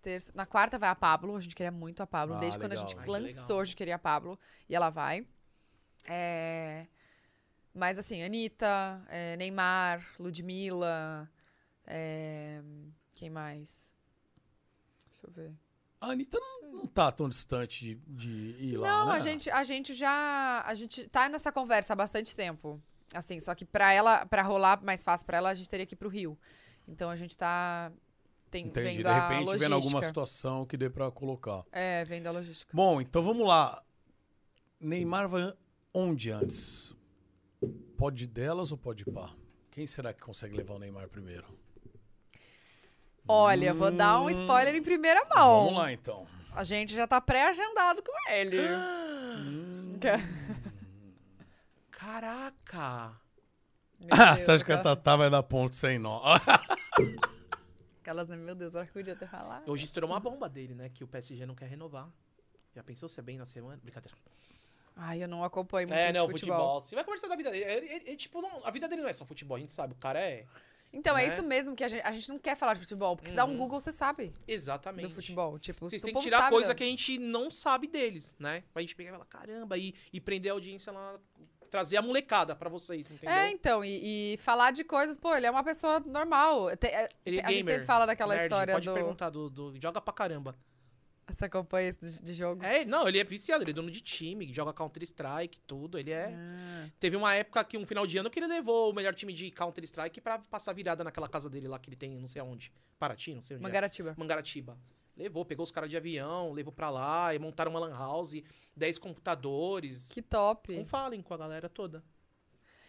terça- Na quarta vai a Pablo, a gente queria muito a Pablo. Ah, Desde quando a legal. gente Ai, que lançou, legal. a gente queria a Pablo. E ela vai. É, Mas assim, Anitta, é, Neymar, Ludmilla. é, Quem mais? Deixa eu ver. A Anitta não, não tá tão distante de, de ir lá, Hum. Não, né? a gente, a gente já. A gente tá nessa conversa há bastante tempo. Assim, só que pra ela, pra rolar mais fácil pra ela, a gente teria que ir pro Rio. Então a gente tá tem, Entendi. vendo De a repente, logística. vendo alguma situação que dê pra colocar. É, vendo a logística. Bom, então vamos lá. Neymar vai onde antes? Pode delas ou pode pá? Quem será que consegue levar o Neymar primeiro? Olha, vou dar um spoiler em primeira mão. Vamos lá, então. A gente já tá pré-agendado com ele. Hum. Que- Caraca! Ah, você acha que a Tatá vai dar ponto sem nó? Aquelas, né? meu Deus, será que podia ter falado? Hoje estourou uma bomba dele, né? Que o PSG não quer renovar. Já pensou se é bem na semana? Brincadeira. Ai, eu não acompanho muito É, esse não, futebol. futebol. Você vai conversar da vida dele. Ele- ele- ele, tipo, não- a vida dele não é só futebol, a gente sabe. O cara é. Então, é né? isso mesmo que a gente, a gente não quer falar de futebol, porque se dá um Uhum. Google, você sabe. Exatamente. Do futebol, tipo, Vocês o têm que povo tirar sabe coisa da- que a gente não sabe deles, né? Pra gente pegar e falar, caramba, e, e prender a audiência lá, trazer a molecada pra vocês, entendeu? É, então, e, e falar de coisas, pô, ele é uma pessoa normal. Te- é- Ele é a gente gamer, sempre fala daquela nerd, história pode do. perguntar, do, do- joga pra caramba. Você acompanha isso de, de jogo? É, não, ele é viciado, ele é dono de time, joga Counter-Strike, tudo, ele é... Ah. Teve uma época que, um final de ano, que ele levou o melhor time de Counter-Strike pra passar virada naquela casa dele lá que ele tem, não sei aonde, Paraty, não sei onde é. Mangaratiba. Mangaratiba. Levou, pegou os caras de avião, levou pra lá, e montaram uma lan house, 10 computadores. Que top. Não falem com a galera toda.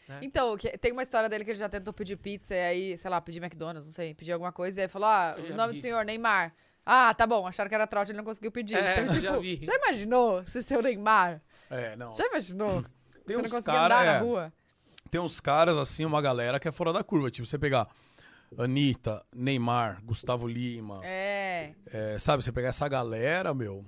né? Então, que- tem uma história dele que ele já tentou pedir pizza e aí, sei lá, pedir McDonald's, não sei, pedir alguma coisa, e aí falou: ah, Eu o já nome vi do senhor, Neymar. Ah, tá bom, acharam que era trote, ele não conseguiu pedir. É, então, eu tipo, já vi. já imaginou se seu Neymar? É, não. Já imaginou? Tem você não uns conseguia cara, andar é. na rua? Tem uns caras, assim, uma galera que é fora da curva. Tipo, você pegar Anitta, Neymar, Gustavo Lima. É. é, sabe, você pegar essa galera, meu.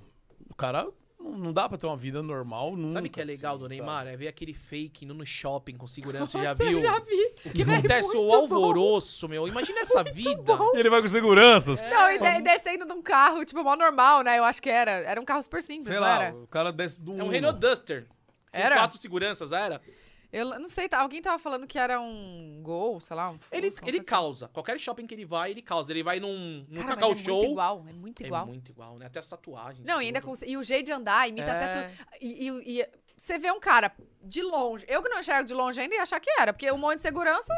O cara não não dá pra ter uma vida normal nunca. assim, Sabe o que é legal do Neymar? É ver aquele fake indo no shopping com segurança, já viu? Eu já vi. É O que acontece? O alvoroço, meu. Imagina essa vida. E ele vai com seguranças. É, Não, e de- descendo de um carro, tipo, mó normal, né? Eu acho que era. Era um carro super simples, Sei não lá, era? o cara desce do É um Renault Duster. Era? Com quatro seguranças, era? Eu não sei, tá- alguém tava falando que era um gol, sei lá, um Fusca, Ele, uma ele coisa causa. Qualquer shopping que ele vai, ele causa. Ele vai num, num assim. Cara, mas Cacau é Show. muito igual, é muito igual. É muito igual, né? Até as tatuagens. Não, e ainda com, e o jeito de andar imita até É. tudo. E, e- e você vê um cara de longe. Eu que não enxergo de longe ainda ia achar que era, porque um monte de segurança.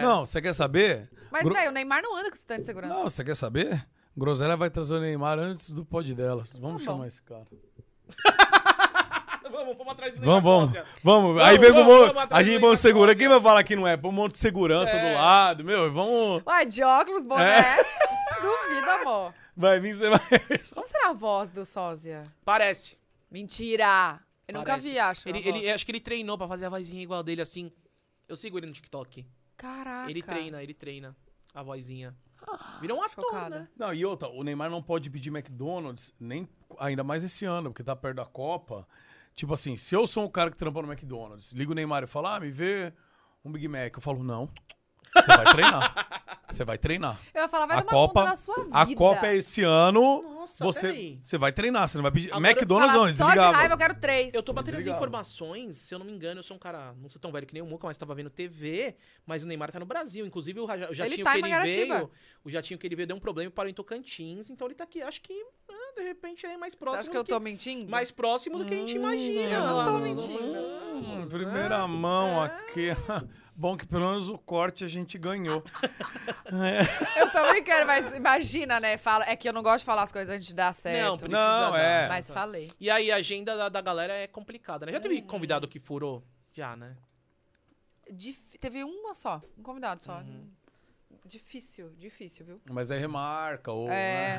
Não, você quer saber? Mas, Gru- velho, o Neymar não anda com esse tanto de segurança. Não, você quer saber? Groselha vai trazer o Neymar antes do pod delas. Vamos Tá bom. chamar esse cara. Vamos, vamos atrás do Vamos, vamos. negócio, Vamos. ó. Aí vem com o monte. vamos a atrás gente do vamos segurar. Quem vai falar que não é? Põe um monte de segurança É. do lado, meu. Vamos. Ué, de óculos, boné. Duvido, amor. Vai vir, você vai. Como será a voz do sósia? Parece. Mentira! Eu nunca Parece. vi, acho. Ele, a voz. ele- acho que ele treinou pra fazer a vozinha igual dele, assim. Eu sigo ele no TikTok. Caraca. Ele treina, ele treina a vozinha. Virou um ator, né? Não, e outra, o Neymar não pode pedir McDonald's, nem ainda mais esse ano, porque tá perto da Copa. Tipo assim, se eu sou um cara que trampa no McDonald's, liga o Neymar e fala, ah, me vê um Big Mac. Eu falo, não. Você vai treinar. Você vai treinar. Eu ia falar, vai a tomar Copa, conta da sua vida. A Copa é esse ano. Nossa, você, peraí. você vai treinar, você não vai pedir. Agora eu McDonald's não, falar Só de desligava. raiva, eu quero três. Eu tô batendo as Desligava. informações, se eu não me engano, eu sou um cara, não sou tão velho que nem o Muca, mas tava vendo TV, mas o Neymar tá no Brasil. Inclusive, o, Raja- o jatinho tá em que ele Mangaratiba. veio. O jatinho que ele veio deu um problema e parou em Tocantins, então ele tá aqui. Acho que, ah, de repente, é mais próximo. Você acha que eu do tô mentindo? Mais próximo do que a gente imagina. Hum, eu não tô mentindo. Hum, primeira mão aqui. Bom que pelo menos o corte a gente ganhou. Eu tô brincando, mas imagina, né? Fala, é que eu não gosto de falar as coisas antes de dar certo. Não, precisa Não, dar, é. Mas falei. E aí, a agenda da, da galera é complicada, né? Já teve convidado que furou? Já, né? Dif- Teve uma só, um convidado só. Difícil, difícil, viu? Mas aí remarca, ou É,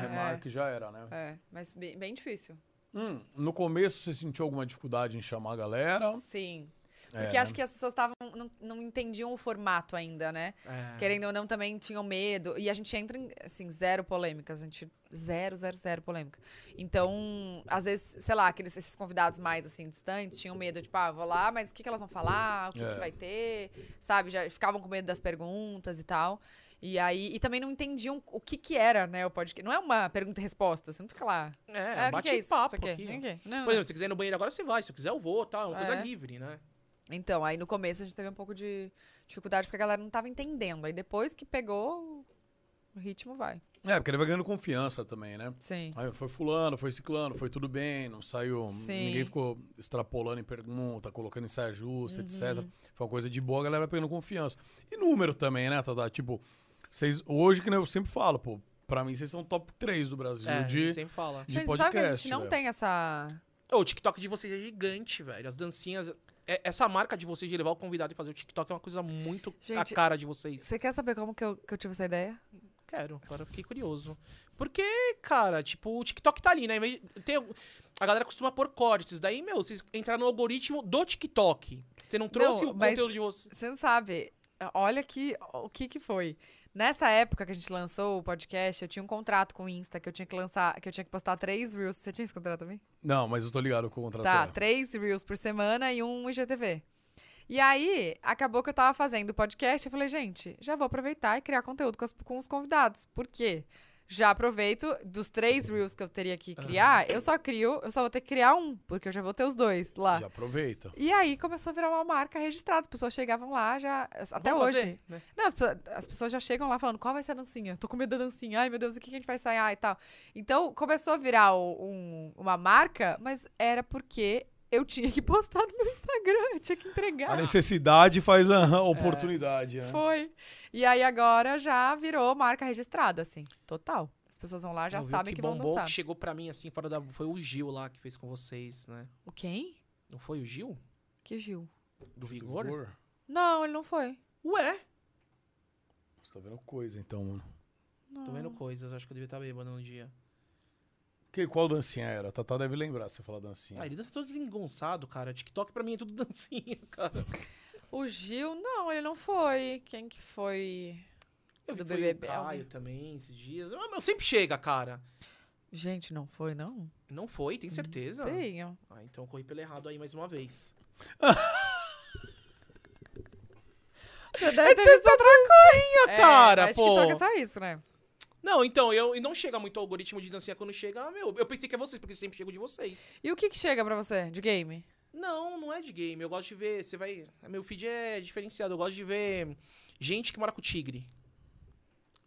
né, remarca e já era, né? É, mas bem, bem difícil. Hum, no começo você sentiu alguma dificuldade em chamar a galera? Sim. É, Porque né? acho que as pessoas estavam não, não entendiam o formato ainda, né? É. Querendo ou não, também tinham medo. E a gente entra em, assim, zero polêmicas. A gente. Zero, zero, zero polêmica. Então, às vezes, sei lá, aqueles, esses convidados mais, assim, distantes tinham medo, tipo, ah, vou lá, mas o que, que elas vão falar? O que, É. que vai ter? Sabe? Já ficavam com medo das perguntas e tal. E aí. E também não entendiam o que que era, né? O podcast. Não é uma pergunta e resposta. Você não fica lá. É, "Ah, o que que é isso? bate-papo Isso aqui, ó. Isso aqui? Não, Por exemplo, se quiser ir no banheiro agora, você vai. Se quiser, eu vou, tá? É uma coisa É. livre, né? Então, aí no começo a gente teve um pouco de dificuldade porque a galera não tava entendendo. Aí depois que pegou, o ritmo vai. É, porque ele vai ganhando confiança também, né? Sim. Aí foi fulano, foi ciclano, foi tudo bem, não saiu. Sim. Ninguém ficou extrapolando em pergunta, colocando em saia justa, Uhum. etc. Foi uma coisa de boa, a galera vai pegando confiança. E número também, né, Tata? Tipo, vocês. Hoje, que nem eu sempre falo, pô, pra mim vocês são top 3 do Brasil É, de, de sempre fala. Gente, podcast. né? sabe que a gente não velho. tem essa. Ô, o TikTok de vocês é gigante, velho. As dancinhas. é- Essa marca de vocês de levar o convidado e fazer o TikTok é uma coisa muito Gente, a cara de vocês. Você quer saber como que eu, que eu tive essa ideia? Quero, agora eu fiquei curioso. Porque, cara, tipo, o TikTok tá ali, né? Em vez de- Tem, a galera costuma pôr cortes. Daí, meu, vocês entraram no algoritmo do TikTok. Você não trouxe Não, o mas- conteúdo de vocês. Você não sabe. Olha que, o que que foi. Nessa época que a gente lançou o podcast, eu tinha um contrato com o Insta que eu tinha que lançar, que eu tinha que postar três reels. Você tinha esse contrato também? Não, mas eu tô ligado com o contrato. é. Tá, três Reels por semana e um IGTV. E aí, acabou que eu tava fazendo o podcast, eu falei, gente, já vou aproveitar e criar conteúdo com, as- com os convidados. Por quê? Já aproveito, dos três Reels que eu teria que criar, eu só crio, eu só vou ter que criar um, porque eu já vou ter os dois lá. Já aproveita. E aí começou a virar uma marca registrada, as pessoas chegavam lá já, até Vamos hoje. fazer, né? Não, as, pessoa- as pessoas já chegam lá falando, qual vai ser a dancinha? Tô com medo da dancinha. Ai, meu Deus, o que que a gente vai ensaiar e tal. Então, começou a virar o- um- uma marca, mas era porque eu tinha que postar no meu Instagram, eu tinha que entregar. A necessidade faz a oportunidade, né? Tá. Foi. E aí agora já virou marca registrada, assim, total. As pessoas vão lá, já Eu vi o sabem que que, bombou, vão dançar. que chegou pra mim assim, fora da. Foi o Gil lá que fez com vocês, né? O quem? Não foi o Gil? Que Gil? Do Vigor? Não, ele não foi. Ué! Você tá vendo coisa, então, mano. Tô vendo coisas, acho que eu devia estar bêbado um dia. Que, qual dancinha era? A Tatá deve lembrar se eu falar dancinha. Ah, ele dança todo desengonçado, cara. TikTok pra mim é tudo dancinha, cara. O Gil, não, ele não foi. Quem que foi? Eu vi Do que foi BBB, o Caio alguém. também esses dias. Ah, mas sempre chega, cara. Gente, não foi, não? Não foi, Hum, tem certeza? Tenho. Ah, então eu corri pelo errado aí mais uma vez. Você deve ter visto outra coisa. É, cara, mas pô. TikTok é só isso, né? Não, então, eu e não chega muito ao algoritmo de dancinha quando chega, ah, meu, eu pensei que é vocês, porque sempre chego de vocês. E o que que chega pra você de game? Não, não é de game. Eu gosto de ver. Você vai. Meu feed é diferenciado. Eu gosto de ver gente que mora com tigre.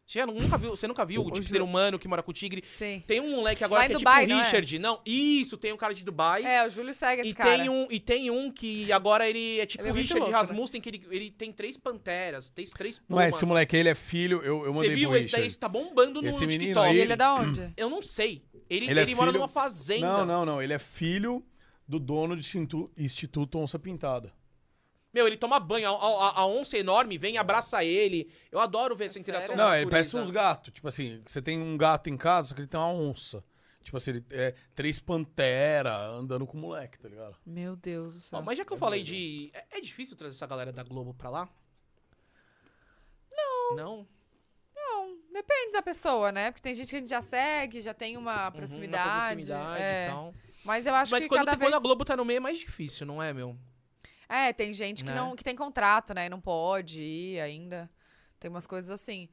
Você, já nunca viu, você nunca viu tipo, Ju- ser humano que mora com tigre? Sim. Tem um moleque agora Lá em que é Dubai, tipo não o é? Richard. Não, isso, tem um cara de Dubai. É, o Júlio segue esse E cara. tem, um, e tem um que agora ele é tipo Ele é o muito Richard louco, né? Rasmussen, que ele, ele tem três panteras, tem três Não é, pumas. esse moleque, ele é filho, eu, eu mandei Você viu? pro Esse Richard. daí está bombando no Esse menino TikTok. E aí- ele é da onde? Eu não sei. Ele, Ele ele, é mora filho- numa fazenda. Não, não, não, ele é filho do dono do Instituto, Instituto Onça Pintada. Meu, ele toma banho. A, a- a onça é enorme vem e abraça ele. Eu adoro É ver essa interação. da Não, ele natureza. parece uns gatos, tipo assim, você tem um gato em casa, só que ele tem uma onça. Tipo assim, ele é três pantera andando com o moleque, tá ligado? Meu Deus do céu. Ó, mas já que eu falei de. É, é difícil trazer essa galera da Globo pra lá? Não. Não? Não, Depende da pessoa, né? Porque tem gente que a gente já segue, já tem uma proximidade. Uhum, proximidade e é. tal. Mas eu acho Mas que quando, cada tem- vez... quando a Globo tá no meio é mais difícil, não é, meu? É, tem gente que, Né? não, que tem contrato, né? E não pode ir ainda. Tem umas coisas assim.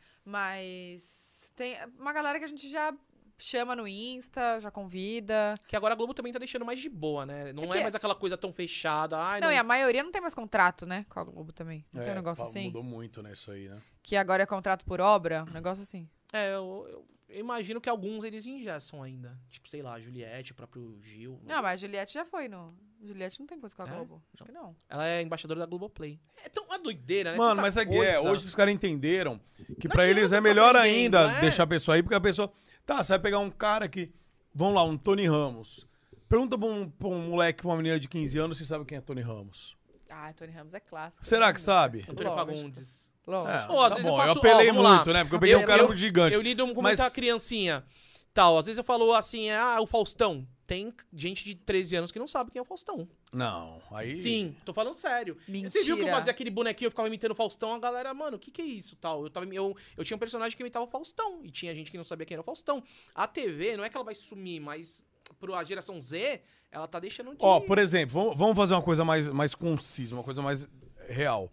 Mas tem uma galera que a gente já chama no Insta, já convida. Que agora a Globo também tá deixando mais de boa, né? Não é, que- mais aquela coisa tão fechada. Ai, não, não, e a maioria não tem mais contrato, né? Com a Globo também. Não tem um negócio É, pá, assim? Mudou muito, né, isso aí, né? Que agora é contrato por obra, um negócio assim. É, eu, eu imagino que alguns eles ingestam ainda. Tipo, sei lá, a Juliette, o próprio Gil. né? Não, mas a Juliette já foi no... Juliette não tem coisa com a É? Globo. Acho que não. Ela é embaixadora da Globoplay. É tão uma doideira, né? Mano, Tanta mas é que é, coisa. hoje os caras entenderam que Não pra eles adianta é melhor ficar ainda vendendo, é. deixar a pessoa aí, porque a pessoa. Tá, você vai pegar um cara que. Vamos lá, um Tony Ramos. Pergunta pra um, pra um moleque, pra uma menina de 15 anos, se sabe quem é Tony Ramos. Ah, Tony Ramos é clássico. Será né? que sabe? Antônio Lógico. Fagundes. Lógico. É, Ou, às tá vezes bom, eu eu faço, ó, apelei vamos lá. muito, né? Porque eu peguei um cara muito gigante. Eu lido com Mas- muita criancinha. Tal, às vezes eu falo assim, ah, o Faustão. Tem gente de 13 anos que não sabe quem é o Faustão. Não, aí. Sim, tô falando sério. Você viu que eu Mentira. fazia aquele bonequinho, eu ficava imitando o Faustão, a galera, mano, o que que é isso, tal? Eu, tava, eu, eu tinha um personagem que imitava o Faustão, e tinha gente que não sabia quem era o Faustão. A TV, não é que ela vai sumir, mas pra geração Z, ela tá deixando de... Ó, por exemplo, vamos, vamos fazer uma coisa mais, mais concisa, uma coisa mais real.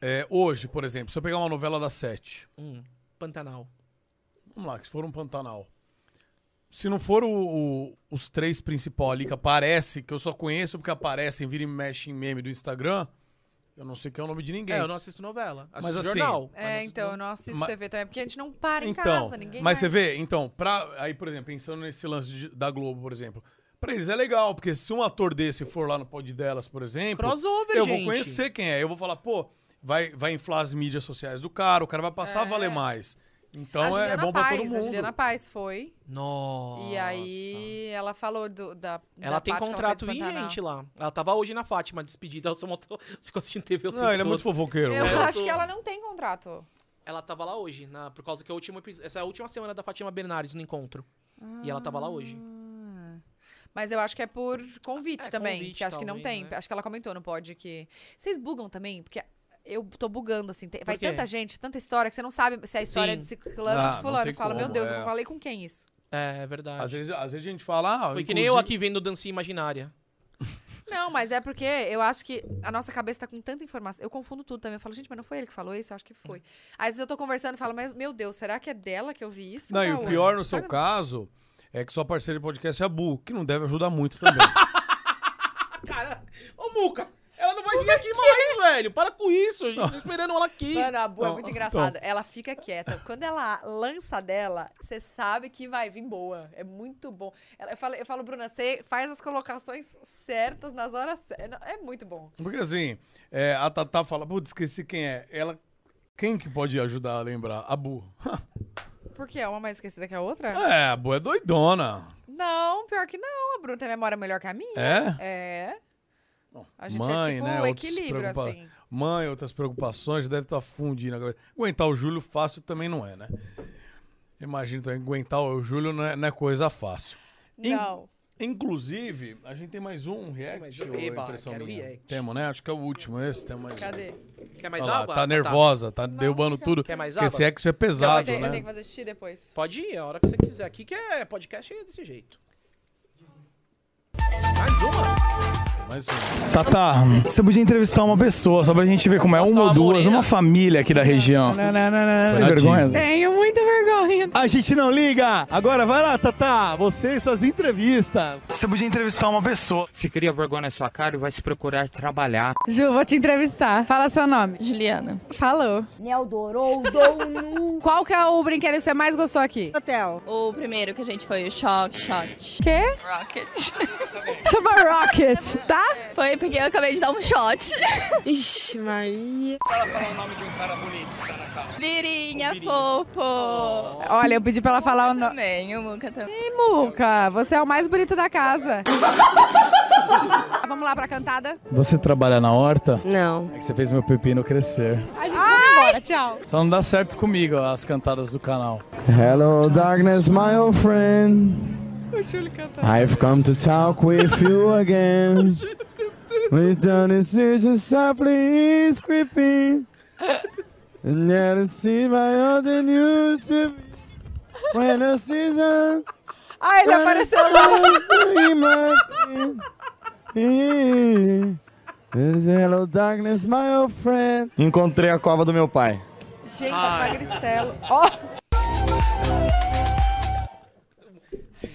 É, hoje, por exemplo, se eu pegar uma novela da Sete, Hum, Pantanal. vamos lá, que se for um Pantanal. Se não for o- o- os três principais ali que aparece, que eu só conheço porque aparecem, vira e mexe em meme do Instagram, eu não sei que é o nome de ninguém. É, eu não assisto novela, Mas assisto assim- jornal. mas não É, assisto então, eu não assisto Ma- TV também, porque a gente não para em então, casa, ninguém mas você vai. vê, então, pra, aí, por exemplo, pensando nesse lance de- da Globo, por exemplo, pra eles é legal, porque se um ator desse for lá no pod delas, por exemplo, Crossover, eu gente. vou conhecer quem é, eu vou falar, pô, vai, vai inflar as mídias sociais do cara, o cara vai passar a valer mais. É. A Então é, é Juliana bom pra Paz, todo A mundo. Juliana Paz foi. Nossa. E aí ela falou do, da. Ela da tem parte que contrato fez com o Pantanal. vigente lá. Ela tava hoje na Fátima, despedida, ela só montou, ficou assistindo TV o Não, tempo ele é todo. muito fofoqueiro. Eu né? Eu acho sou- que ela não tem contrato. Ela tava lá hoje, na- por causa que é o último episódio. Essa é a última semana da Fátima Bernardes no encontro. E ela tava lá hoje. Mas eu acho que é por convite É, também. convite, que acho que não talvez, tem. né? Acho que ela comentou no pod que. Vocês bugam também? Porque eu tô bugando, assim. tem- vai quê? tanta gente, tanta história, que você não sabe se é a história Sim. de ciclano ou Ah, de não fulano. tem E fala, meu como, Deus, é. eu falei com quem isso? É, é verdade. Às vezes, às vezes a gente fala, ah, Foi que nem eu inclusive- aqui vendo dancinha imaginária. Não, mas é porque eu acho que a nossa cabeça tá com tanta informação. Eu confundo tudo também. Eu falo, gente, mas não foi ele que falou isso? Eu acho que foi. Às vezes eu tô conversando e falo, mas meu Deus, será que é dela que eu vi isso? Não, ou e da o outra? pior no seu Sabe? caso é que sua parceira de podcast é a Bu, que não deve ajudar muito também. Ah, Cara, ô Muca, ela não vai vir aqui mais, velho. Para com isso, a gente é tá esperando ela aqui. Mano, a Bu é Então, muito engraçada. Ela fica quieta. Quando ela lança a dela, você sabe que vai vir boa. É muito bom. Ela- eu, falo, eu falo, Bruna, você faz as colocações certas nas horas certas. É muito bom. Porque assim, é, a Tatá fala, putz, esqueci quem é. Ela. Quem que pode ajudar a lembrar? A Bu. Porque é uma mais esquecida que a outra? É, a Bu é doidona. Não, pior que não. A Bruna tem memória melhor que a minha. É? É. A gente é Mãe, tipo né? o outras equilíbrio, preocupa- assim. Mãe, outras preocupações, deve estar fundindo a cabeça. Aguentar o Júlio fácil também não é, né? Imagino também, aguentar o Júlio não é, não é coisa fácil. In- Não. Inclusive, a gente tem mais um react, mais mais um. um. Eba, impressão quero minha? react. Temos, né? Acho que é o último esse, tem mais um. Cadê? Quer mais Olha lá, água? tá nervosa, tá derrubando tudo. Quer mais porque Esse água? act é Não, eu, pesado, tenho, eu né? tenho que fazer xixi depois. Pode ir, a hora que você quiser. Aqui que é podcast é desse jeito. Mais uma? Mais um. Tatá, você podia entrevistar uma pessoa, só pra gente ver como é, uma ou duas, uma família aqui da região. Não, não, não, não, Você não. tem vergonha? Tenho muita vergonha. A gente não liga! Agora vai lá, Tatá, você e suas entrevistas. Você podia entrevistar uma pessoa. Se cria vergonha na sua cara e vai se procurar trabalhar. Ju, vou te entrevistar. Fala seu nome. Juliana. Falou. Me adorou, Qual que é o brinquedo que você mais gostou aqui? Hotel. O primeiro que a gente foi, o shot, shot. Quê? Rocket. Chama Rocket, tá? Foi porque eu acabei de dar um shot. Ixi, Maria. Fala o nome de um cara bonito que tá na calma. Virinha, fofo. Olha, eu pedi pra ela falar o nome. Também, o Muca também. Ih, Muca, você é o mais bonito da casa. Vamos lá pra cantada? Você trabalha na horta? Não. É que você fez meu pepino crescer. A gente vai embora, tchau. Só não dá certo comigo as cantadas do canal. Hello, darkness, my old friend. O Júlio cantando. I've come to talk with you again. With the decision softly is creeping. Never see my other news to be when a season. Ah, ele apareceu lá. Hello darkness, my old friend. Encontrei a cova do meu pai. Gente, Magricelo. Ó.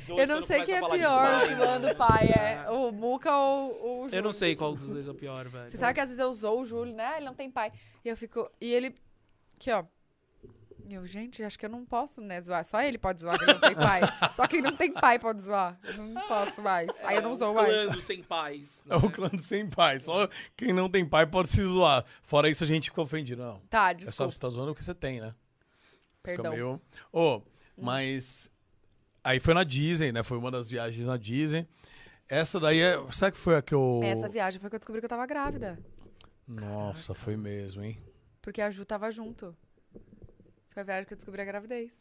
Eu não sei quem é pior zoando o pai, é o Muca ou o Júlio. Eu não sei qual dos dois é o pior, velho. Você sabe que às vezes eu zoo o Júlio, né? Ele não tem pai. E eu fico. E ele. Aqui, ó. E Eu, gente, acho que eu não posso, né, zoar. Só ele pode zoar, que ele não tem pai. Só quem não tem pai pode zoar. Eu não posso mais. Aí eu não zoo mais. Clã dos sem pais. É o clã do sem pai. Só quem não tem pai pode se zoar. Fora isso, a gente fica ofendido. Não. Tá, É só desculpa. você tá zoando o que você tem, né? Perdão. Fica meio... Ô, mas... Aí foi na Disney, né? Foi uma das viagens na Disney. Essa daí é... Será que foi a que eu... Essa Ah. viagem foi que eu descobri que eu tava grávida. Nossa, foi mesmo, hein? Porque a Ju tava junto. Foi a viagem que eu descobri a gravidez.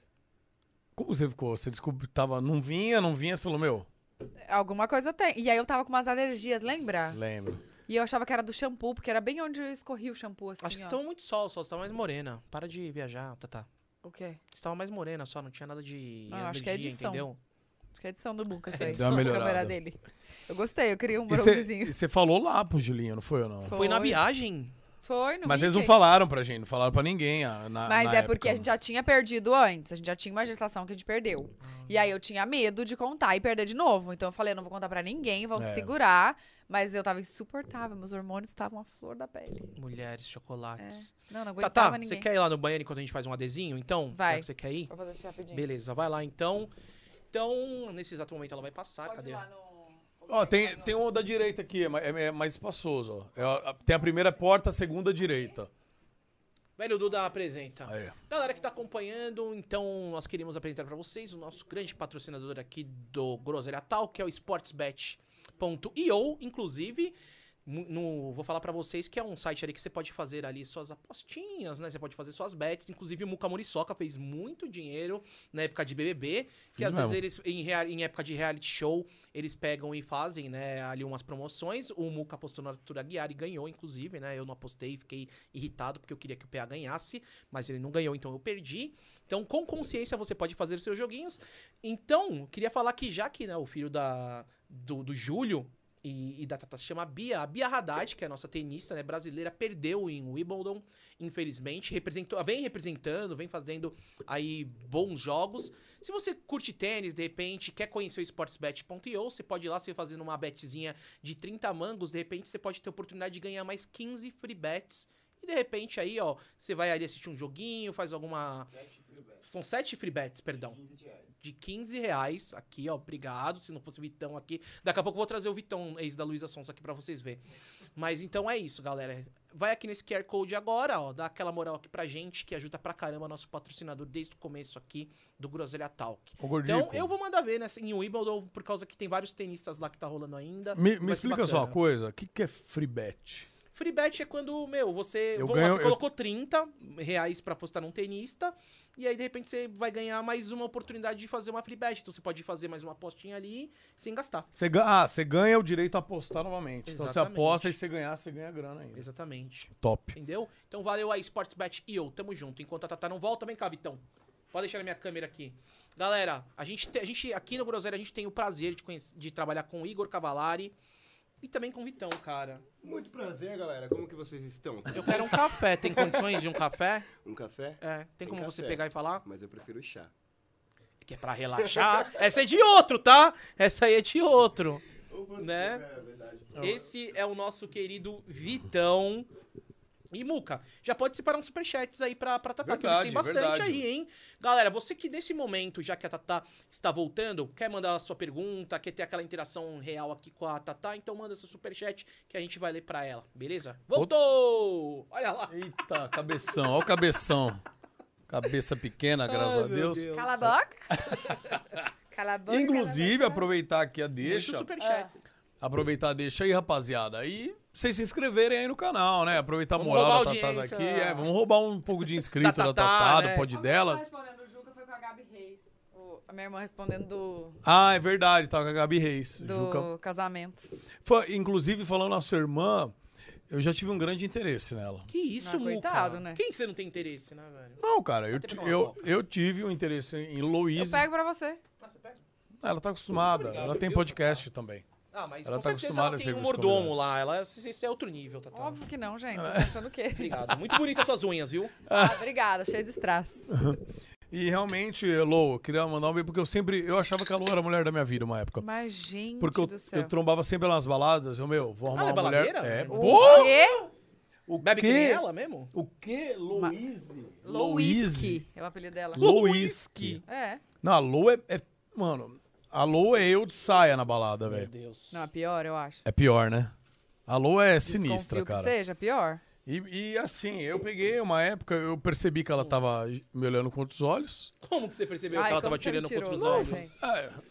Como você ficou? Você descobriu que tava... Não vinha, não vinha, você falou, meu... Alguma coisa tem. E aí eu tava com umas alergias, lembra? Lembro. E eu achava que era do shampoo, porque era bem onde eu escorria o shampoo, assim, Acho que você ó. tava muito sol, só você tava mais morena. Para de viajar, tá, Tatá. O quê? Você tava mais morena só, não tinha nada de. Ah, acho que é alergia, edição. Entendeu? Acho que é edição do Buca, isso aí. Dá uma a melhorada. câmera dele. Eu gostei, eu queria um E você- bronzezinho. e você falou lá pro Julinho, não foi ou não? Foi. Foi na viagem? Foi no Mas eles não Mickey. falaram pra gente, não falaram pra ninguém. ah, Na, Mas na é época. porque a gente já tinha perdido antes, a gente já tinha uma gestação que a gente perdeu. E aí eu tinha medo de contar e perder de novo. Então eu falei, eu não vou contar pra ninguém, vão É. segurar. Mas eu tava insuportável, meus hormônios estavam à flor da pele. Mulheres, chocolates. É. Não, não Tatá, aguentava você ninguém. quer ir lá no banheiro enquanto a gente faz um adesinho? Então, já Vai. que Você quer ir? Vou fazer xixi rapidinho. Beleza, vai lá então. Então, nesse exato momento ela vai passar. Cadê? Ó, tem, tem um da direita aqui, é ma- é mais, espaçoso. Ó. É a- a- tem a primeira porta, a segunda direita. Velho Duda apresenta. Aí. Galera que tá acompanhando, então nós queríamos apresentar pra vocês o nosso grande patrocinador aqui do Groselha Tal, que é o sportsbet.io, inclusive. mu- No, vou falar pra vocês que é um site ali que você pode fazer ali suas apostinhas, né? Você pode fazer suas bets. Inclusive o Muca Muriçoca fez muito dinheiro na época de BBB, que Fiz às mesmo. vezes eles, em, rea- em época de reality show, eles pegam e fazem, né, ali umas promoções. O Muca apostou no Arthur Aguiar e ganhou, inclusive, né? Eu não apostei, fiquei irritado porque eu queria que o PA ganhasse, mas ele não ganhou, então eu perdi. Então, com consciência, você pode fazer os seus joguinhos. Então, queria falar que já que, né, o filho da, do, do Júlio. E, e da Tata se chama Bia. A Bia Haddad, que é a nossa tenista né, brasileira, perdeu em Wimbledon, infelizmente. Representou, vem representando, vem fazendo aí bons jogos. Se você curte tênis, de repente, quer conhecer o sportsbet.io, você pode ir lá, você fazendo uma betzinha de 30 mangos, de repente você pode ter a oportunidade de ganhar mais 15 free bets. E de repente aí, ó, você vai ali assistir um joguinho, faz alguma... São 7 free bets, perdão. De 15 reais aqui, ó. Obrigado. Se não fosse o Vitão aqui. Daqui a pouco eu vou trazer o Vitão, ex da Luísa Sons, aqui pra vocês verem. Mas então é isso, galera. Vai aqui nesse QR Code agora, ó. Dá aquela moral aqui pra gente, que ajuda pra caramba nosso patrocinador desde o começo aqui do Groselha Talk. Ô, Gordico. Então eu vou mandar ver, né? Em Wimbledon, por causa que tem vários tenistas lá que tá rolando ainda. Me, me Vai ser explica só uma bacana. coisa. O que, que é free bet? Free bet é quando, meu, você, Eu vamos lá, ganho- você eu- colocou 30 reais pra apostar num tenista, e aí de repente você vai ganhar mais uma oportunidade de fazer uma free bet. Então você pode fazer mais uma apostinha ali sem gastar. Você, ga- ah, você ganha o direito a apostar novamente. Então você Exatamente. aposta e se ganhar, você ganha grana ainda. Exatamente. Top. Entendeu? Então valeu aí, Sportsbet e eu. Tamo junto. Enquanto a Tatá não volta, vem cá, Vitão. Pode deixar na minha câmera aqui. Galera, a gente, te- a gente aqui no Groselha, a gente tem o prazer de, conhece- de trabalhar com o Igor Cavalari e também com o Vitão, cara. Muito prazer, galera. Como que vocês estão? Eu quero um café. Tem condições de um café? Um café? É. Tem, como você pegar e falar? Mas eu prefiro chá. Que é pra relaxar. Essa é de outro, tá? Essa aí é de outro. Né? é Esse é o nosso querido Vitão. E Muca, já pode separar uns superchats aí pra, pra Tatá, que eu vi que tem Verdade, bastante verdade. aí, hein? Galera, você que nesse momento, já que a Tatá está voltando, quer mandar a sua pergunta, quer ter aquela interação real aqui com a Tatá, então manda seu superchat que a gente vai ler pra ela, beleza? Voltou! Olha lá! Eita, Cabeção, olha o cabeção. Cabeça pequena, graças Ai, a meu Deus. Deus. Cala a boca. Cala a boca. Inclusive, aproveitar aqui a deixa. superchat. Aproveitar, deixa aí, rapaziada. E vocês se inscreverem aí no canal, né? Aproveitar a Vamos moral roubar da a Tatá audiência. daqui. É, vamos roubar um pouco de inscrito da Da Tatá, Tatá, né? do pod delas. respondendo o Juca foi com a Gabi Reis. O- a minha irmã respondendo do, Ah, é verdade, tava com a Gabi Reis. do Juca. casamento. Fa- Inclusive, falando na sua irmã, Eu já tive um grande interesse nela. Que isso, Ah, Muca? coitado, né? Quem que você não tem interesse, né, velho? Não, cara, eu, ti- eu, eu tive um interesse em Eu Luísa. pego pra você. Ela tá acostumada. Obrigado, ela tem viu? podcast também. Ah, mas Ela com tá certeza acostumada ela a tem ser um com os mordomo convidados. lá. Ela, esse, esse é outro nível, Tatá. Óbvio que não, gente. Você tá achando o quê? Obrigado. Muito bonita suas unhas, viu? Ah, obrigada. Cheia de strass. E realmente, Lô, eu queria mandar um beijo, porque eu sempre. Eu achava que a Lô era a mulher da minha vida uma época. Mas, gente Porque eu, do céu. eu trombava sempre ela nas baladas. Eu, meu, vou arrumar ela é uma mulher. baladeira? É, O boa! quê? O Bebe que quê? nem ela mesmo? O que? Louise? Louise. É o apelido dela. Louise. É. Não, a Lô é, é- Mano, a Lô é eu de saia na balada, velho. Deus. Não, é pior, eu acho. É pior, né? A Lô é Confio sinistra, que cara. seja pior. E, e assim, eu peguei uma época, eu percebi que ela tava me olhando com outros olhos. Como que você percebeu Ai, que ela como tava você me tirando tirou, contra os não, olhos? gente.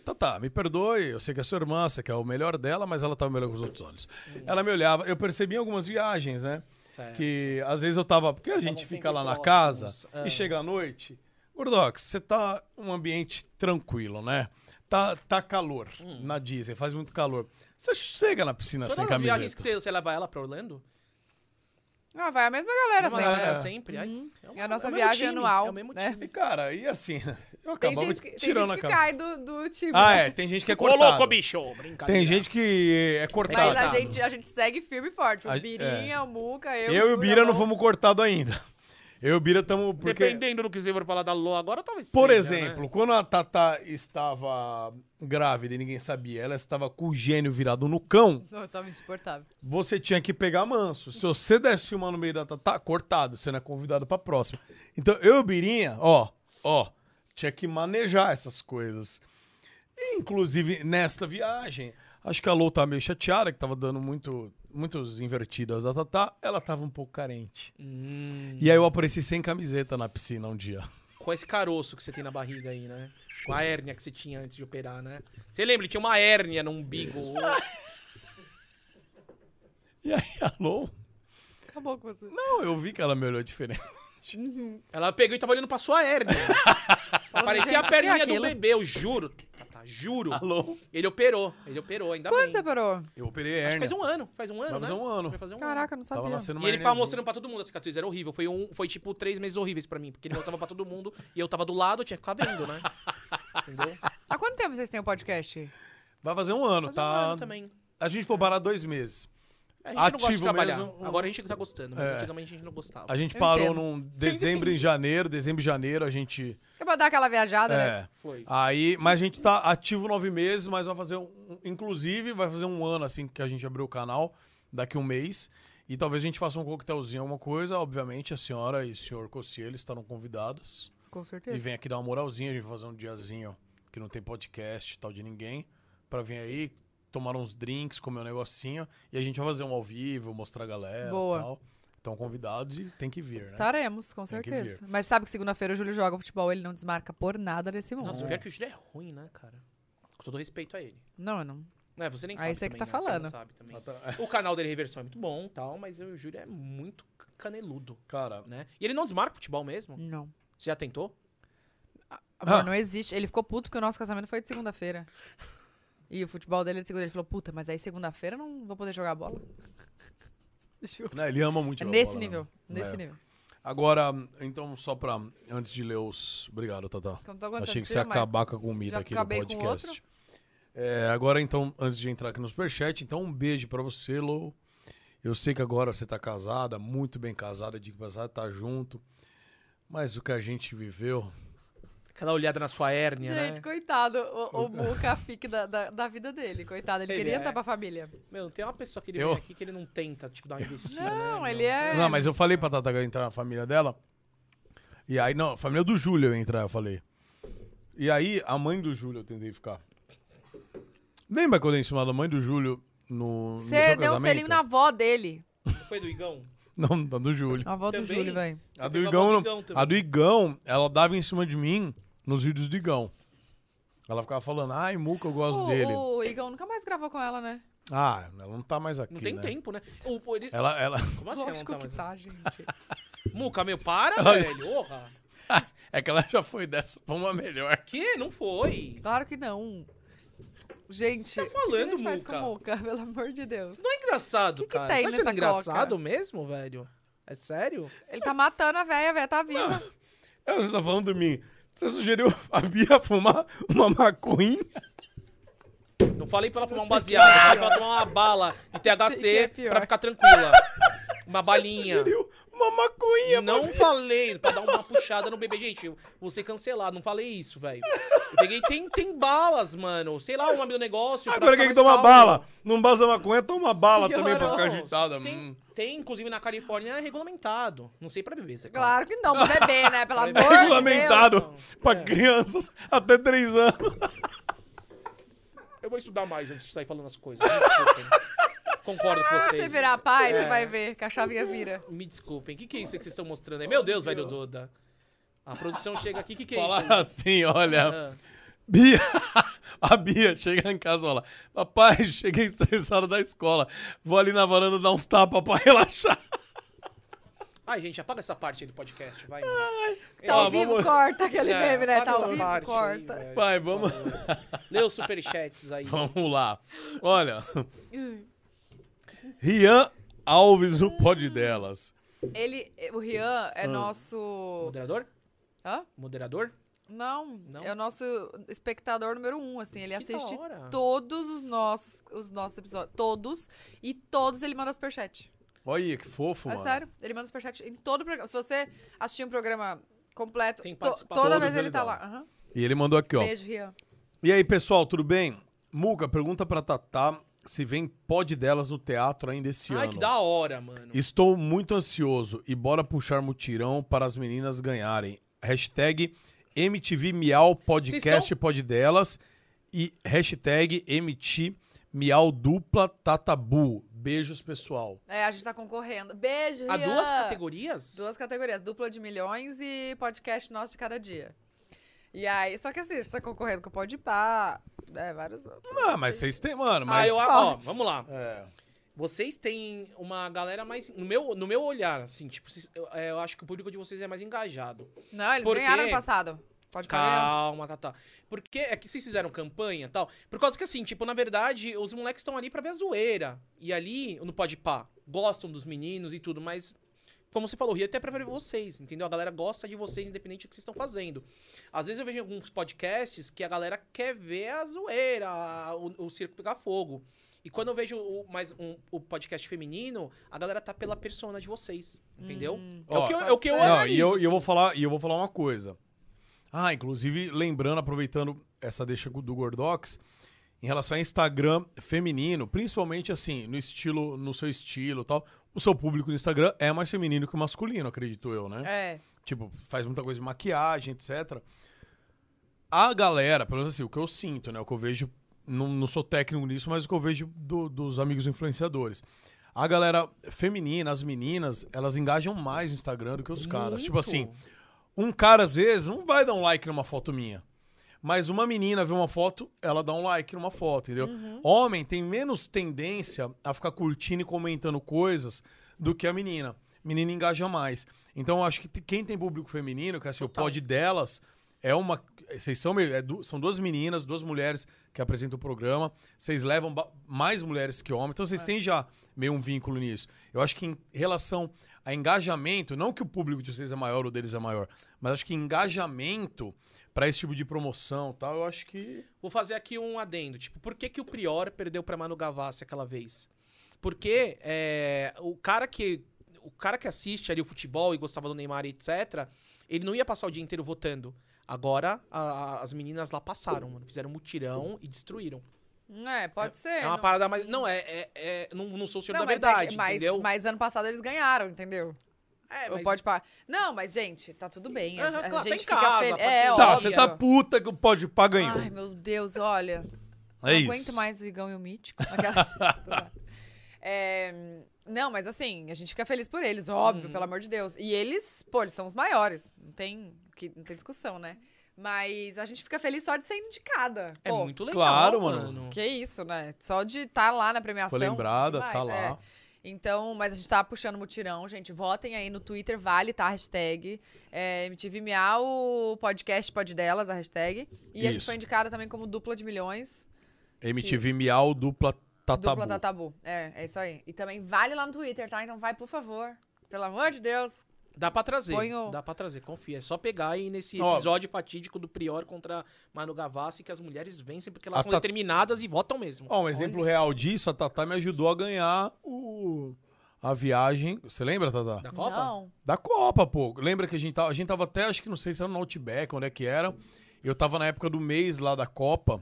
Tá, tá, me perdoe, eu sei que é sua irmã, você quer o melhor dela, mas ela tava me olhando com os outros olhos. Ela me olhava, eu percebi em algumas viagens, né? Hum. Certo. Que às vezes eu tava. Porque a gente fica lá na casa é. e chega à noite. Gordox, você tá um ambiente tranquilo, né? Tá, tá calor na Disney, faz muito calor. Você chega na piscina Hum. Todas sem as camiseta. viagens que você, você leva ela pra Orlando? Ah, vai a mesma galera Leva a sempre. galera né? sempre? Ai, Uhum. é É, uma- a nossa é o mesmo viagem time, anual. é o mesmo né? E, cara, e assim, eu Tem acabava gente que, tem tirando gente a que camisa. cai do, do time. Ah, né? é, tem gente que é Ô, louco, cortado. bicho! Tá Brincadeira. Tem gente que é cortado. Mas a gente, a gente segue firme e forte. A- O Birinha, é. o Muca, eu, Eu, e o Bira não fomos cortados ainda. Eu e o Bira estamos. Porque, Dependendo do que você for falar da Lô agora, talvez por seja, né? exemplo, quando a Tata estava grávida e ninguém sabia, ela estava com o gênio virado no cão, Eu tava insuportável. você tinha que pegar manso. Se você desse uma no meio da Tata, cortado, você não é convidado pra próxima. Então eu e o Birinha, ó, ó, tinha que manejar essas coisas. Inclusive, nesta viagem, acho que a Lou tá meio chateada, que tava dando muito, muitos invertidas da Tatá. Ela tava um pouco carente. E aí eu apareci sem camiseta na piscina um dia. Hum, Com esse caroço que você tem na barriga aí, né? Com a hérnia que você tinha antes de operar, né? Você lembra? Ele tinha uma hérnia no umbigo. E aí a Lou... Acabou com você. Não, eu vi que ela me olhou diferente. Uhum. Ela pegou e tava olhando pra sua hérnia. Parecia Gente, a que perninha do aquilo? bebê, eu juro. Tá, tá, juro. Alô? Ele operou, ele operou, Tá ainda Quando bem. você parou? Eu operei Acho que hérnia. faz um ano, faz um ano, Vai fazer né? um ano. Vai fazer um Caraca, eu não Tava sabia. nascendo E uma ele ficava hérniazinha. mostrando pra todo mundo a cicatriz, era horrível. Foi, um, foi tipo três meses horríveis pra mim, porque ele mostrava pra todo mundo e eu tava do lado, eu tinha que ficar vendo, né? Entendeu? Há quanto tempo vocês têm o podcast? Vai fazer um ano, Faz tá? um ano também. A gente foi parar dois meses. A gente não gosta de Ativo trabalhar. mesmo, um- Agora a gente tá gostando, mas É. antigamente a gente não gostava. A gente Eu parou entendo. num dezembro em janeiro, dezembro e janeiro a gente... É pra dar aquela viajada, É. né? Foi. Aí, mas a gente tá ativo nove meses, mas vai fazer um, inclusive vai fazer um ano assim que a gente abriu o canal daqui um mês e talvez a gente faça um coquetelzinho, alguma coisa. Obviamente a senhora e o senhor Cossielli estarão convidados Com e certeza. vem aqui dar uma moralzinha, a gente vai fazer um diazinho que não tem podcast e tal de ninguém pra vir aí tomar uns drinks, comer um negocinho e a gente vai fazer um ao vivo, mostrar a galera, Boa. e tal. Estão convidados e tem que vir, Tá né? Estaremos, com Tem que certeza. vir. Mas sabe que segunda-feira o Júlio joga futebol, ele não desmarca por nada nesse mundo. Nossa, pior que o Júlio é ruim, né, cara? Com todo respeito a ele. Não, eu não. Não, você nem sabe. Aí você que também, tá né? não falando. sabe Ah, também. O canal dele Reversão é muito bom e tal, mas o Júlio é muito caneludo, Cara, né? E ele não desmarca o futebol mesmo? Não. Você já tentou? Amor, Ah. não existe. Ele ficou puto porque o nosso casamento foi de segunda-feira. E o futebol dele é de segunda. Ele falou, puta, mas aí segunda-feira eu não vou poder jogar bola. Juro. né, ele ama muito É jogar nesse bola, né? nível. Nesse É. nível. Agora, então, só pra. Antes de ler os. Obrigado, Tata. Então, tô aguentando, Achei que você ia tira mais. acabar com a comida Já aqui no acabei com podcast. outro? É, agora, então, antes de entrar aqui no superchat, então, um beijo pra você, Lou. Eu sei que agora você tá casada, muito bem casada, digo passado, tá junto. Mas o que a gente viveu. Aquela olhada na sua hérnia, Gente, né? coitado, o, o Muca fique da, da, da vida dele, coitado. Ele, Ele queria é. estar pra família. Meu, tem uma pessoa que ele Eu- vem aqui que ele não tenta, tipo, dar uma investida, né? Não, meu? ele é. Não, mas eu falei pra Tata entrar na família dela. E aí, não, a família do Júlio eu ia entrar, eu falei. E aí, a mãe do Júlio eu tentei ficar. Lembra quando eu ensinava a mãe do Júlio no. no Você seu deu um selinho casamento? na avó dele. Foi do Igão? Não, a do Júlio. Na avó do Também? Júlio, velho. A do pegou a Igão, do Igão não- também. a do Igão, ela dava em cima de mim nos vídeos do Igão. Ela ficava falando, ai, Muca, eu gosto O, dele. o Igão nunca mais gravou com ela, né? Ah, ela não tá mais aqui, Não tem né? tempo, né? O, o- ele- Ela, ela... Como assim ela não Lógico tá que mais... tá, gente. Muca, meu, para, Ela- velho. Porra. é que ela já foi dessa pra uma melhor. Que? Não foi. Claro que não. Gente, tá falando, o que a gente faz com Muca? Muca, pelo amor de Deus. Não é engraçado, Que que cara. tem Você tá achando nessa engraçado coca? mesmo, velho? É sério? Ele tá matando a véia, a véia tá viva. Você tá falando de mim. Você sugeriu a Bia fumar uma maconha? Não falei pra ela fumar um baseado, eu falei pra é ela tomar uma bala de THC pra ficar tranquila. Uma balinha. Uma um maconha, Não falei pra dar uma puxada no bebê. Gente, eu vou ser cancelado, não falei isso, velho. Eu peguei, tem, tem balas, mano. Sei lá o nome do negócio. pra Agora ficar quem que mais toma calmo. bala? Não baza maconha, toma bala Que também pra ficar horroroso. agitada. Tem, Hum. tem, inclusive na Califórnia é regulamentado. Não sei pra bebês, é claro. Claro que não, pro bebê, né? Pelo É amor de Deus. Regulamentado pra crianças até 3 anos. Eu vou estudar mais antes de sair falando as coisas. Me desculpem. Concordo com Ah, vocês. você virar pai, É. você vai ver que a chavinha vira. Me desculpem. O que, que é isso que vocês estão mostrando aí? Meu Deus, velho Duda. A produção chega aqui. O que, que é isso? Falar assim, olha. Ah. Bia, a Bia chega em casa e fala: Papai, cheguei estressado da escola. Vou ali na varanda dar uns tapas pra relaxar. Ai, gente, apaga essa parte aí do podcast, vai. É. Tá ao vivo, corta aquele meme, né? apaga Tá ao É, essa vivo, parte aí, né? corta. velho. Pai, vamos. Lê os superchats aí. Vamos lá. Olha, Rian Alves no pod delas. Ele, o Rian é Ah. nosso... Moderador? Hã? Moderador? Não, é o nosso espectador número um, assim. Ele Que da assiste hora. todos os nossos, os nossos episódios. Todos. E todos ele manda superchat. Olha que fofo, É mano. sério, ele manda superchat em todo o programa. Se você assistir um programa completo, Tem to- participação. toda Todos vez ele, ele tá dá. lá. Aham. E ele mandou aqui, ó. Beijo, Rian. E aí, pessoal, tudo bem? Muca, pergunta pra Tatá se vem pod delas no teatro ainda esse Ai, ano. que da hora, mano. Estou muito ansioso e bora puxar mutirão para as meninas ganharem. Hashtag MTV Miau Vocês Podcast Pod Delas e hashtag MT Miau Dupla Tatabu. Beijos, pessoal. É, a gente tá concorrendo. Beijo, Há Rian. duas categorias? Duas categorias. Dupla de milhões e podcast nosso de cada dia. E aí, só que assim, a gente tá concorrendo com o Pode Pá, né, vários outros. Ah, mas vocês têm, mano, Ah, mas... eu, ó, vamos lá. É. Vocês têm uma galera mais. No meu, no meu olhar, assim, tipo, vocês- eu, é, eu acho que o público de vocês é mais engajado. Não, eles Por ganharam quê? ano passado. Pode parar. Calma, tá, tá. Porque é que vocês fizeram campanha e tal. Por causa que, assim, tipo, na verdade, os moleques estão ali pra ver a zoeira. E ali, no pode pá, gostam dos meninos e tudo, mas. Como você falou, Rio é até prefere vocês, entendeu? A galera gosta de vocês, independente do que vocês estão fazendo. Às vezes eu vejo em alguns podcasts que a galera quer ver a zoeira, a- o, o circo pegar fogo. E quando eu vejo o, mais um, o podcast feminino, a galera tá pela persona de vocês, entendeu? É o Ó, que eu, é o que eu não, analiso. e eu, e eu vou falar, e eu vou falar uma coisa. Ah, inclusive, lembrando, aproveitando essa deixa do Gordox, em relação a Instagram feminino, principalmente assim, no estilo, no seu estilo e tal, o seu público no Instagram é mais feminino que o masculino, acredito eu, né? É. Tipo, faz muita coisa de maquiagem, etc. A galera, pelo menos assim, o que eu sinto, né? O que eu vejo, não, não sou técnico nisso, mas o que eu vejo do- dos amigos influenciadores. A galera feminina, as meninas, elas engajam mais no Instagram do que os caras. Tipo assim, um cara às vezes não vai dar um like numa foto minha. Mas uma menina vê uma foto, ela dá um like numa foto, entendeu? Homem tem menos tendência a ficar curtindo e comentando coisas do que a menina. Menina engaja mais. Então eu acho que t- quem tem público feminino, que é assim, o pod delas, é uma. Vocês são, meio- é du- são duas meninas, duas mulheres que apresentam o programa. Vocês levam ba- mais mulheres que homens. Então vocês têm já meio um vínculo nisso. Eu acho que em relação a engajamento, não que o público de vocês é maior ou deles é maior, mas acho que engajamento pra esse tipo de promoção e tal, eu acho que. Vou fazer aqui um adendo. Tipo, por que, que o Prior perdeu pra Manu Gavassi aquela vez? Porque é, o cara que o cara que assiste ali o futebol e gostava do Neymar e etc, ele não ia passar o dia inteiro votando. Agora a- a- as meninas lá passaram, mano. Fizeram um mutirão e destruíram. É, pode ser. É uma não- parada mais. Não, é. é- é- não, não sou o senhor Não, da mas é que- verdade, mas, entendeu? mas ano passado eles ganharam, entendeu? É, Ou mas- pode parar. Não, mas, gente, tá tudo bem. A, Aham, a claro, tá em gente fica casa, feliz. pode É, ser. óbvio. Tá, você tá puta que o pode pá ganhou. Ai, meu Deus, olha. É não isso. aguento mais o Igão e o Mítico. Aquela- É, não, mas assim, a gente fica feliz por eles, óbvio, Uhum. pelo amor de Deus. E eles, pô, eles são os maiores. Não tem, o que, não tem discussão, né? Mas a gente fica feliz só de ser indicada. É pô. muito legal. Claro, mano. Que isso, né? Só de estar lá na premiação. Foi lembrada, demais, tá lá. é. Então, mas a gente tá puxando mutirão, gente. Votem aí no Twitter, vale, tá? A hashtag. É, MTV Miau, podcast pode delas, a hashtag. E a gente Isso. foi indicada também como dupla de milhões. MTV Miau, dupla Tatabu. é. Dupla Tatabu. É, é isso aí. E também vale lá no Twitter, tá? Então vai, por favor. Pelo amor de Deus. Dá pra trazer. Põe o- Dá pra trazer, confia. É só pegar e nesse Ó. episódio fatídico do Prior contra Manu Gavassi que as mulheres vencem porque elas A são Tata- determinadas e votam mesmo. Ó, um exemplo real disso, a Tatá me ajudou a ganhar o... a viagem. Você lembra, Tatá? Da Copa? Não. Da Copa, pô. Lembra que a gente tava, a gente tava até, acho que não sei se era no Outback, onde é que era. Eu tava na época do mês lá da Copa.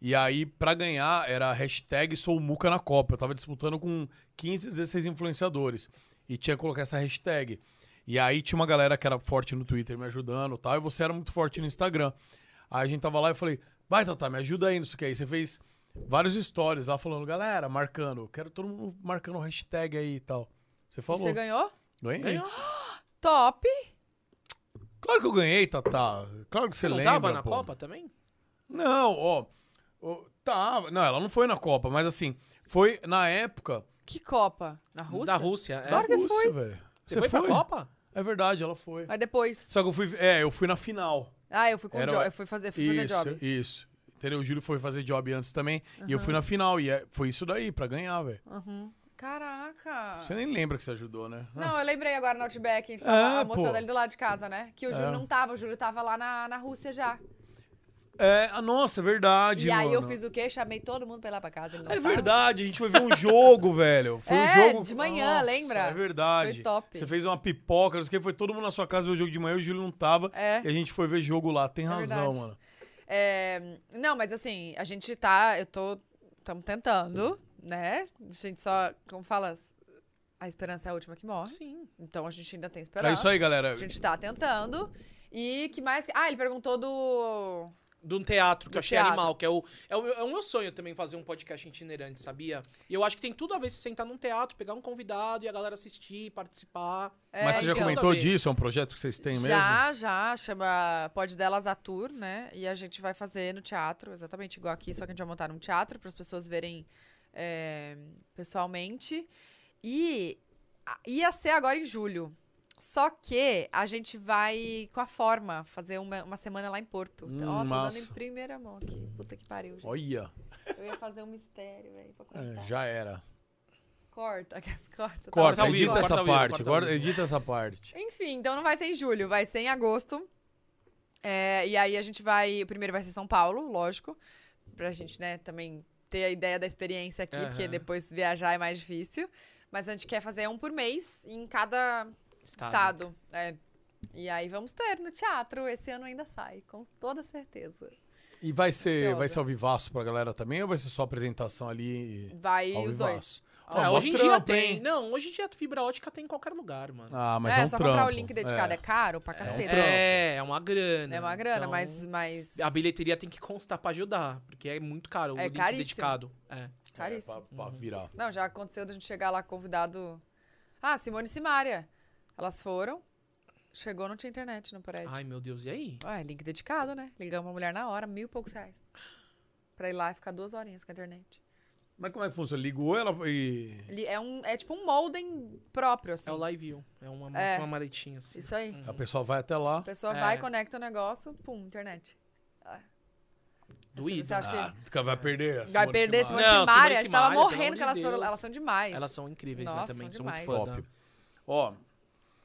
E aí, pra ganhar, era hashtag Sou Muca na Copa. Eu tava disputando com 15, 16 influenciadores. E tinha que colocar essa hashtag. E aí tinha uma galera que era forte no Twitter me ajudando e tal. E você era muito forte no Instagram. Aí a gente tava lá e falei, vai, Tatá, me ajuda aí nisso que aí. Você fez vários stories lá falando, galera, marcando. Eu Quero todo mundo marcando o hashtag aí e tal. Você falou. Você ganhou? Ganhei. Ganhou. Top. Claro que eu ganhei, Tatá. Claro que você não lembra. tava na pô. Copa também? Não, ó. ó, tava. Não, ela não foi na Copa, mas assim, foi na época. Que Copa? Na Rússia? Da Rússia, é. da Claro que Rússia, foi. velho. Você foi pra Copa? É verdade, ela foi. Mas depois. Só que eu fui. É, eu fui na final. Ah, eu fui com o Era- job. Eu fui fazer, fui fazer isso, job. Isso. Entendeu? O Júlio foi fazer job antes também. E eu Aham. fui na final. E é- foi isso daí, pra ganhar, velho. Uhum. Ah. Caraca. Você nem lembra que você ajudou, né? Não, eu lembrei agora no Outback, a gente É, tava a moça pô. dele do lado de casa, né? Que o Júlio É. não tava, o Júlio tava lá na, na Rússia já. É, ah, nossa, é verdade. e aí eu mano. fiz o quê? Chamei todo mundo pra ir lá pra casa. Ele não É tava. verdade, a gente foi ver um jogo, velho. Foi um tá? É, jogo. de manhã, lembra? É verdade. Foi top. Você fez uma pipoca, não sei o que, foi todo mundo na sua casa ver o jogo de manhã, o Júlio não tava. É. E a gente foi ver jogo lá. Tem É razão, verdade. mano. É, não, mas assim, a gente tá. Eu tô. Estamos tentando, né? A gente só. Como fala? A esperança é a última que morre. Sim. Então a gente ainda tem esperança. É isso aí, galera. A gente tá tentando. E que mais. Ah, ele perguntou do. De um teatro que Do eu achei teatro. animal, que é o, é, o, meu- é o meu sonho também fazer um podcast itinerante, sabia? E eu acho que tem tudo a ver se sentar num teatro, pegar um convidado e a galera assistir, participar. Mas você já tem então, tudo a comentou ver. disso? É um projeto que vocês têm mesmo? Já, já, chama Pode Delas a Tour, né? E a gente vai fazer no teatro, exatamente igual aqui, só que a gente vai montar num teatro para as pessoas verem é, pessoalmente. E a- ia ser agora em julho. Só que a gente vai com a forma fazer uma, uma semana lá em Porto. Então, ó, Hum, tô dando massa. em primeira mão aqui. Puta que pariu. gente. Olha. Eu ia fazer um mistério, velho, pra É, contar. já era. Corta, corta. tá Corta, ao vivo, edita corta essa ao vivo, parte. corta ao corta- vivo. edita essa parte. Enfim, então não vai ser em julho, vai ser em agosto. É, e aí a gente vai. O primeiro vai ser São Paulo, lógico. Pra gente, né, também ter a ideia da experiência aqui, porque Aham. depois viajar é mais difícil. Mas a gente quer fazer um por mês em cada Estado. estado. É. E aí vamos ter no teatro. Esse ano ainda sai, com toda certeza. E vai ser, Ansiosa. vai ser ao vivaço pra galera também ou vai ser só apresentação ali? e- Vai ao os dois. vivaço? É, Ah, mó hoje em dia trampo, tem. hein? Não, hoje em dia fibra ótica tem em qualquer lugar, mano. Ah, mas é, é, um só trampo. comprar o link dedicado. É, caro pra É, caceta. é, é uma grana. É uma grana, Então, mas, mas A bilheteria tem que constar pra ajudar, porque é muito caro o É link caríssimo. dedicado. É. caríssimo. Pra virar. Não, já aconteceu da gente chegar lá convidado. Ah, Simone e Simária. Elas foram. Chegou, não tinha internet no prédio. Ai, meu Deus, e aí? Ah, é link dedicado, né? Ligamos pra mulher na hora, mil e poucos reais. Pra ir lá e ficar duas horinhas com a internet. Mas como é que funciona? Ligou ela e. Ele é, um, é tipo um modem próprio, assim. É o live view. É uma, É. uma maletinha assim. Isso aí. A pessoa vai até lá. A pessoa É. vai, conecta o negócio, pum, internet. Ah. Do ídolo. Você acha que- Ah, que vai perder. a Vai Simone perder esse Simaria. monte de Mária. A Simone gente tava Simaria, pelo morrendo amor que elas de foram. Deus. Elas são demais. Elas são incríveis, né? Nossa, Também são são muito demais. fãs. Top. né? Ó,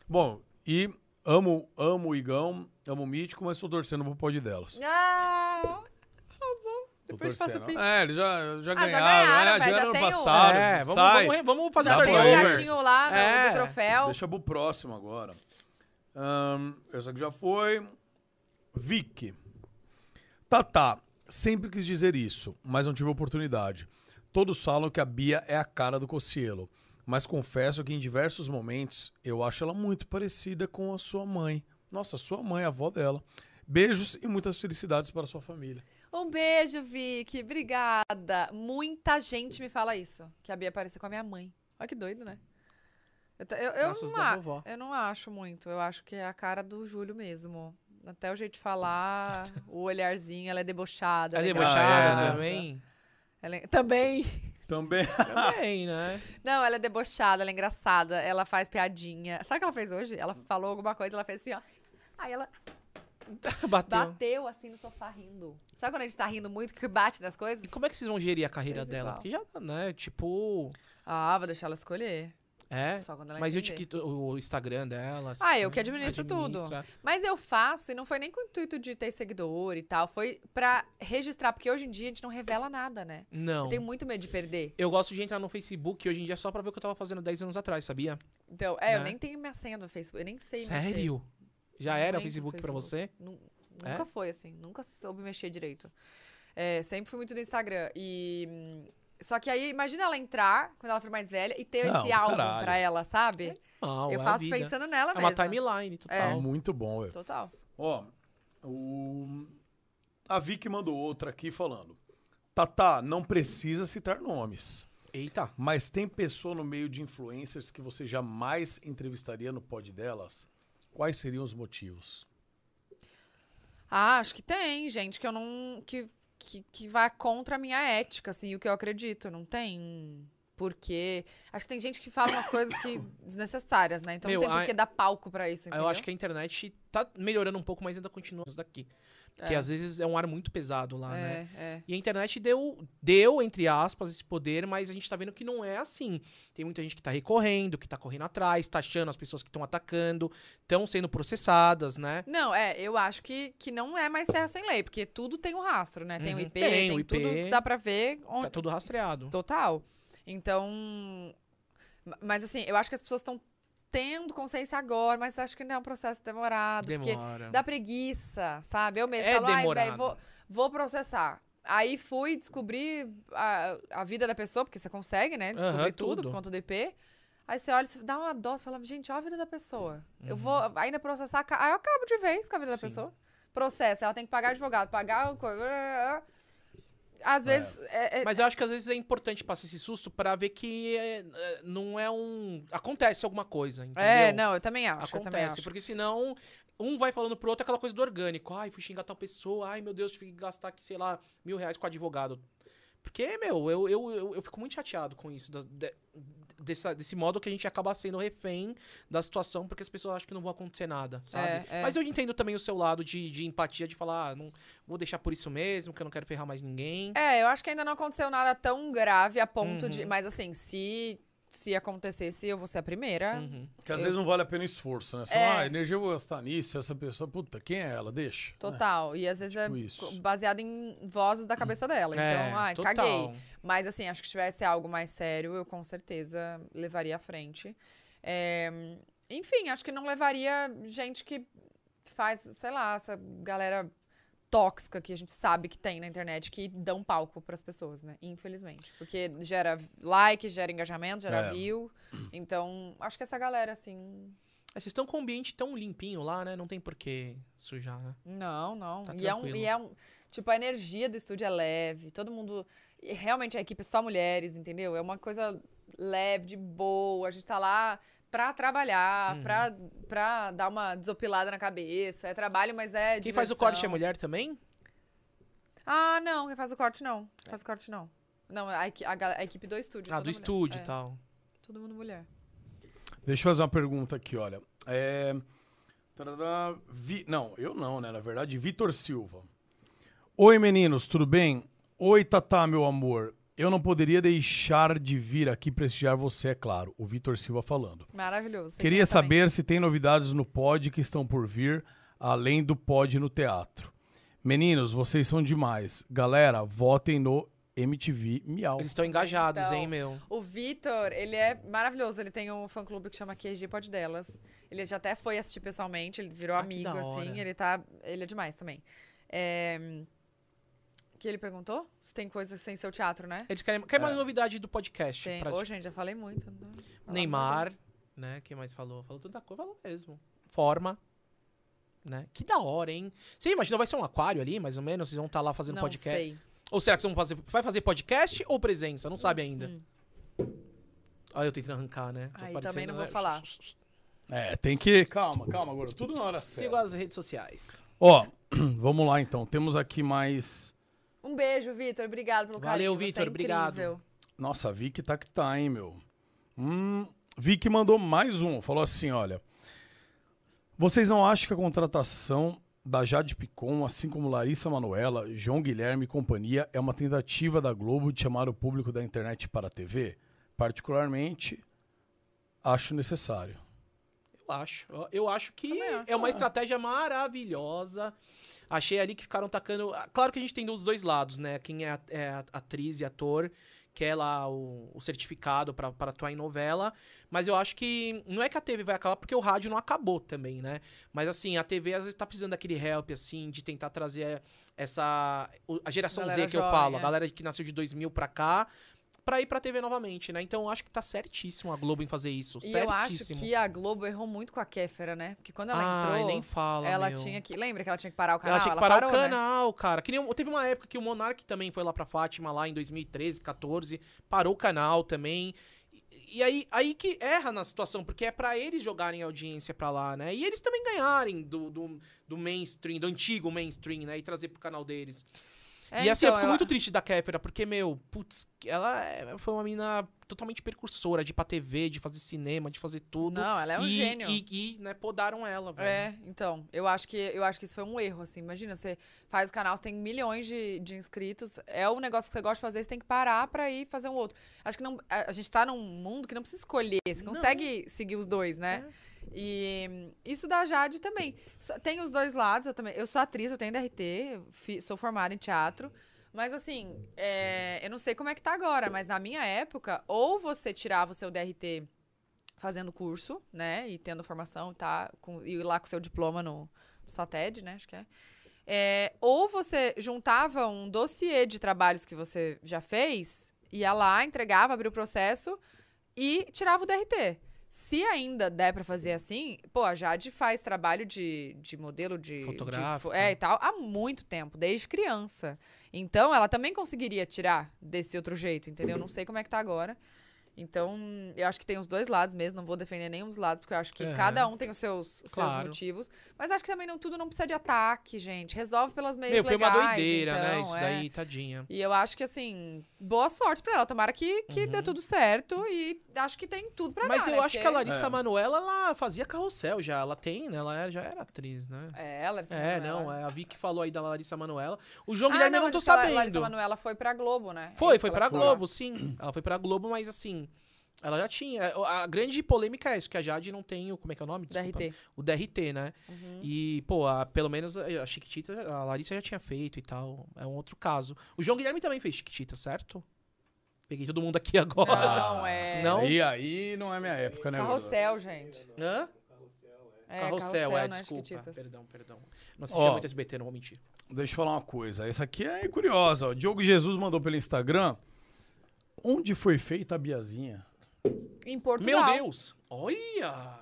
bom, e amo, amo o Igão, amo o Mítico, mas tô torcendo pro pod delas. Ah, arrasou. Tô Depois faço o torcendo. pix. É, eles já, já Ah, já ganharam. ganharam, é, velho, já ano tem o- passado. É, vamos- sai. vamos- vamos fazer Dá um pra Tem Turnover. o eles. gatinho lá no, É. do troféu. Deixa pro próximo agora. Ahn, essa aqui já foi. Vicky. Tatá, sempre quis dizer isso, mas não tive oportunidade. Todos falam que a Bia é a cara do Cocielo, mas confesso que em diversos momentos eu acho ela muito parecida com a sua mãe. Nossa, sua mãe, a avó dela. Beijos e muitas felicidades para sua família. Um beijo, Vicky. Obrigada. Muita gente me fala isso. Que a Bia parecia com a minha mãe. Olha que doido, né? Eu, ta- eu, eu Traços não, da a- vovó. eu não acho muito. Eu acho que é a cara do Júlio mesmo. Até o jeito de falar, o olharzinho, ela é debochada. Ela é legal. debochada Ah, é, né? também? Ela é- Também. Também. Também, né? Não, ela é debochada, ela é engraçada, ela faz piadinha. Sabe o que ela fez hoje? Ela falou alguma coisa, ela fez assim, ó. Aí ela Bateu. Bateu assim no sofá rindo. Sabe quando a gente tá rindo muito, que bate nas coisas? Como é que vocês vão gerir a carreira Fez dela? igual. Porque já, né, tipo... Ah, vou deixar ela escolher. É? Só quando ela Mas e o, entender. TikTok- o Instagram dela? Ah, assim, eu que administro administra? tudo. Mas eu faço, e não foi nem com o intuito de ter seguidor e tal. Foi pra registrar, porque hoje em dia a gente não revela nada, né? Não. Eu tenho muito medo de perder. Eu gosto de entrar no Facebook hoje em dia só pra ver o que eu tava fazendo 10 anos atrás, sabia? Então, é, eu Né? nem tenho minha senha do Facebook. Eu nem sei mexer. Sério? Já Não era o entro no Facebook pra você? Nu- É? Nunca foi assim, nunca soube mexer direito. É, sempre fui muito no Instagram. E. hum, Só que aí, imagina ela entrar, quando ela for mais velha, e ter Não, esse álbum caralho. pra ela, sabe? Não, eu é a faço vida. pensando nela É mesmo. uma timeline total. É. Muito bom, eu. Total. Ó, o... a Vicky mandou outra aqui falando. Tatá, não precisa citar nomes. Eita. Mas tem pessoa no meio de influencers que você jamais entrevistaria no pod delas? Quais seriam os motivos? Ah, acho que tem, gente, que eu não. Que, que, que vai contra a minha ética, assim, o que eu acredito. Não tem porquê. Acho que tem gente que fala umas coisas que desnecessárias, né? Então Meu, não tem a- porquê dar palco pra isso, Ah, entendeu? Eu acho que a internet tá melhorando um pouco, mas ainda continua isso daqui. Porque É. às vezes é um ar muito pesado lá, né? É, é. E a internet deu, deu, entre aspas, esse poder, mas a gente tá vendo que não é assim. Tem muita gente que tá recorrendo, que tá correndo atrás, taxando as pessoas que estão atacando, estão sendo processadas, né? Não, é, eu acho que, que não é mais terra sem lei, porque tudo tem um rastro, né? Tem o Uhum, IP, tem tem, o IP. tudo que dá pra ver onde. Tá tudo rastreado. Total. Então. ma- Mas assim, eu acho que as pessoas estão tendo consciência agora, mas acho que ainda é um processo demorado. Demora. Porque dá preguiça, sabe? Eu mesmo É falo, ai, demorado." velho, vou, vou processar. Aí fui descobrir a, a vida da pessoa, porque você consegue, né? Aham, Descobrir tudo, tudo. por conta do IP. Aí você olha, você dá uma dó, você fala, gente, olha a vida da pessoa. Eu vou Uhum. ainda processar, aca- aí eu acabo de vez com a vida da pessoa. Processo, ela tem que pagar advogado, pagar... o co- Às vezes... é- é- Mas eu acho que às vezes é importante passar esse susto pra ver que é, é, não é um. Acontece alguma coisa, entendeu? É, não, eu também acho. eu também Acontece, acho. porque senão um vai falando pro outro aquela coisa do orgânico. Ai, fui xingar tal pessoa, ai meu Deus, tive que gastar aqui, sei lá, mil reais com advogado. Porque, meu, eu, eu, eu, eu fico muito chateado com isso, da- de- dessa- desse modo que a gente acaba sendo refém da situação, porque as pessoas acham que não vai acontecer nada, sabe? É, é. Mas eu entendo também o seu lado de, de empatia, de falar, ah, não, vou deixar por isso mesmo, que eu não quero ferrar mais ninguém. É, eu acho que ainda não aconteceu nada tão grave a ponto Uhum. de. Mas assim, se, se acontecesse, eu vou ser a Uhum. primeira. Porque às Eu- vezes não vale a pena o esforço, né? Você É. fala, ah, energia eu vou gastar nisso, essa pessoa, puta, quem é ela? Deixa. Total. E às vezes tipo é isso. co- baseado em vozes da cabeça dela. Então, É, ai, total. caguei. Mas assim, acho que se tivesse algo mais sério, eu com certeza levaria à frente. É, Enfim, acho que não levaria gente que faz, sei lá, essa galera tóxica que a gente sabe que tem na internet que dão palco pras pessoas, né? Infelizmente, porque gera like, gera engajamento, gera É. view. Então, acho que essa galera assim, Mas Vocês estão com um ambiente tão limpinho lá, né? Não tem por que sujar, né? não, não. Tá e, é um, tranquilo. e é um. Tipo, a energia do estúdio é leve, todo mundo. e realmente a equipe é só mulheres, entendeu? É uma coisa leve, de boa. A gente tá lá pra trabalhar, Uhum. pra, pra dar uma desopilada na cabeça. É trabalho, mas é. Quem faz o corte é mulher também? Ah, não, quem faz o corte não. Quem faz o corte não. Não, a, equi- a ga- a equipe do estúdio. É. Ah, toda do mulher. estúdio e É, tal. Todo mundo mulher. Deixa eu fazer uma pergunta aqui, olha. É... tarará, Vi... Não, eu não, né? Na verdade, Vitor Silva. Oi, meninos, tudo bem? Oi, Tatá, meu amor. Eu não poderia deixar de vir aqui prestigiar você, é claro. O Vitor Silva falando. Maravilhoso. sei quem Queria é também. saber se tem novidades no pod que estão por vir, além do pod no teatro. Meninos, vocês são demais. Galera, votem no MTV Miau. Eles estão engajados, Então, hein, meu? O Vitor, ele é maravilhoso. Ele tem um fã-clube que chama QG Pod Delas. Ele já até foi assistir pessoalmente, ele virou Ah, que amigo, da hora. assim. Ele tá... Ele é demais também. É... Que ele perguntou? Se tem coisa sem seu teatro, né? Eles querem, querem mais novidade do podcast. Tem. pra- Ô, gente, já falei muito. né? não dá. Fala Neymar, né? Quem mais falou? Falou tanta coisa, falou mesmo. Forma. Né? Que da hora, hein? Você imagina, vai ser um aquário ali, mais ou menos? Vocês vão estar lá fazendo Não podcast? sei. Ou será que vocês vão fazer. Vai fazer podcast ou presença? Não sabe ainda. Olha, eu tentando arrancar, né? Tô Hum. Aí também parecendo, não vou né? falar. É, tem que. Calma, calma, agora. Tudo na hora certa. Siga as redes sociais. Ó, vamos lá então. Temos aqui mais. Um beijo, Vitor. Obrigado pelo carinho. Valeu, você é Vitor, obrigado. incrível. Nossa, a Vicky tá que tá, hein, meu. Hum, Vicky mandou mais um. Falou assim: olha. Vocês não acham que a contratação da Jade Picon, assim como Larissa Manoela, João Guilherme e companhia, é uma tentativa da Globo de chamar o público da internet para a TV? Particularmente, acho necessário. Eu acho. Eu- Eu acho que é uma estratégia maravilhosa. Achei ali que ficaram tacando. ah, Claro que a gente tem dos dois lados, né? Quem é, a- é a- atriz e ator quer lá o, o certificado pra pra atuar em novela. Mas eu acho que não é que a TV vai acabar porque o rádio não acabou também, né? Mas assim, a TV às vezes tá precisando daquele help, assim, de tentar trazer essa. o- A geração Galera Z que eu jovem, falo, a é. galera que nasceu de 2000 pra cá. Pra ir pra TV novamente, né? Então eu acho que tá certíssimo a Globo em fazer isso. E eu acho certíssimo. que a Globo errou muito com a Kéfera, né? Porque quando ela Ai, entrou. nem fala, Ela meu. tinha que. Lembra que ela tinha que parar o canal? ela tinha que parar parou, o né? canal, cara. Que nem um- teve uma época que o Monark também foi lá pra Fátima, lá em 2013, 14, parou o canal também. E- E aí, aí que erra na situação, porque é pra eles jogarem audiência pra lá, né? E eles também ganharem do, do, do mainstream, do antigo mainstream, né? E trazer pro canal deles. É, e assim, eu então, fico ela- muito triste da Kéfera, porque, meu, putz, ela é- foi uma menina totalmente precursora de ir pra TV, de fazer cinema, de fazer tudo. Não, ela é um E- gênio. E, e, né, podaram ela, velho. É, então, eu acho que eu acho que isso foi um erro, assim. Imagina, você faz o canal, você tem milhões de, de inscritos, é um negócio que você gosta de fazer, você tem que parar pra ir fazer um outro. Acho que não, a, a gente tá num mundo que não precisa escolher, você consegue seguir os dois, né? É. E hum, isso da Jade também. Só- Tem os dois lados, eu também. Eu sou atriz, eu tenho DRT, eu fi- sou formada em teatro. Mas assim, é, eu não sei como é que tá agora, mas na minha época, ou você tirava o seu DRT fazendo curso, né? E tendo formação, tá? Com, e lá com seu diploma no, no SATED, né? Acho que é. É, Ou você juntava um dossiê de trabalhos que você já fez, ia lá, entregava, abria o processo e tirava o DRT. Se ainda der pra fazer assim, pô, a Jade faz trabalho de, de modelo de. de fo- Fotográfica. é, e tal, há muito tempo, desde criança. Então, ela também conseguiria tirar desse outro jeito, entendeu? Não sei como é que tá agora. Então, eu acho que tem os dois lados mesmo, não vou defender nenhum dos lados, porque eu acho que É. cada um tem os seus, os seus Claro. motivos. Mas acho que também não tudo não precisa de ataque, gente. Resolve pelas meias Meu, foi legais. uma doideira, né? então, Isso é. daí, tadinha. E eu acho que, assim, boa sorte pra ela. Tomara que, que dê tudo certo e acho que tem tudo pra Uhum. Mas dar, eu né? acho que Porque- a Larissa Manoela, ela fazia carrossel já. Ela tem, né? Ela era- já era atriz, né? É, a Larissa É, Manoela. não. é, A Vicky falou aí da Larissa Manoela. O João Ah, Guilherme eu não, não tô mas acho que A La- sabendo. Larissa Manoela foi pra Globo, né? É Foi, isso foi que pra ela falou. Globo, sim. Ela foi pra Globo, mas assim, ela já tinha. A a grande polêmica é isso, que a Jade não tem o. Como é que é o nome? DRT. O DRT, né? Uhum. E, pô, a- pelo menos a a Chiquitita, a Larissa já tinha feito e tal. É um outro caso. O João Guilherme também fez Chiquitita, certo? Peguei todo mundo aqui agora. Não, é- Tá Não? E aí não é minha época, né? meu Deus? Carrossel, gente. Hã? É, Carrossel, é, não desculpa. Chiquititas. Perdão, perdão. Não assistia Ó. muito SBT, não vou mentir. Deixa eu falar uma coisa. Essa aqui é curiosa. ó. Diogo Jesus mandou pelo Instagram. Onde foi feita a Biazinha? Em Portugal. Meu Deus! Olha!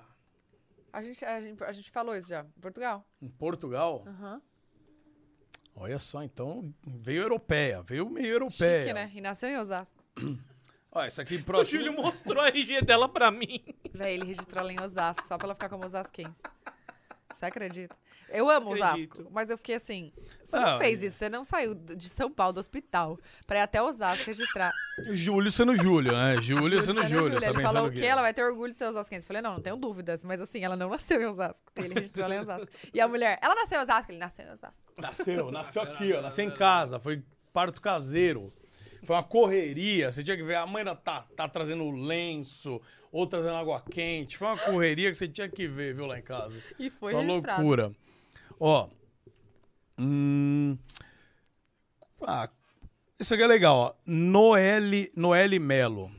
A gente, a, gente, a gente falou isso já. Em Portugal. Em Portugal? Aham. Olha só, então veio europeia, veio meio europeia. Chique, né? E nasceu em Osasco. Ó, essa aqui próximo. O Júlio mostrou a RG dela pra mim. Véi, ele registrou ela em Osasco, só pra ela ficar como osasquense. Você acredita? Eu amo Osasco, mas eu fiquei assim. Você não, Ah, fez e- isso, você não saiu d- de São Paulo, do hospital, pra ir até Osasco registrar. Júlio sendo Júlio, né? Júlio Júlio sendo Júlio, tá Ele pensando falou o quê? que ela vai ter orgulho de ser osasquense. Eu falei, não, não tenho dúvidas, mas assim, ela não nasceu em Osasco. Ele registrou ela em Osasco. E a mulher, ela nasceu em Osasco? Ele nasceu em Osasco. Nasceu, nasceu aqui, ó. Nasceu em casa, foi parto caseiro. Foi uma correria. Você tinha que ver, a mãe da tá, tá trazendo lenço, ou trazendo água quente. Foi uma correria que você tinha que ver, viu, lá em casa. E foi uma registrado. loucura. Ó. Hum, ah, isso aqui é legal, ó. Noelle, Noelle Melo.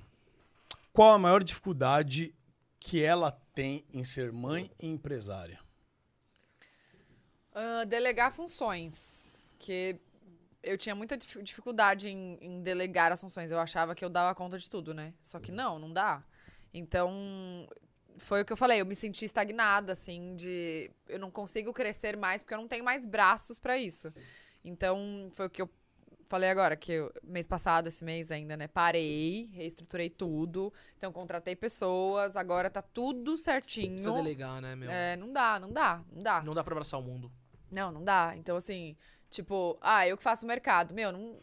Qual a maior dificuldade que ela tem em ser mãe e empresária? Ah, delegar funções. Que eu tinha muita dif- dificuldade em, em delegar as funções. Eu achava que eu dava conta de tudo, né? Só que não, não dá. Então, foi o que eu falei. Eu me senti estagnada, assim, de. Eu não consigo crescer mais porque eu não tenho mais braços pra isso. Então, foi o que eu falei agora, que eu- mês passado, esse mês ainda, né? Parei, reestruturei tudo. Então, contratei pessoas. Agora tá tudo certinho. Precisa delegar, né, meu? É, não dá, não dá, não dá. Não dá pra abraçar o mundo. Não, não dá. Então, assim, tipo, ah, eu que faço o mercado. Meu, não,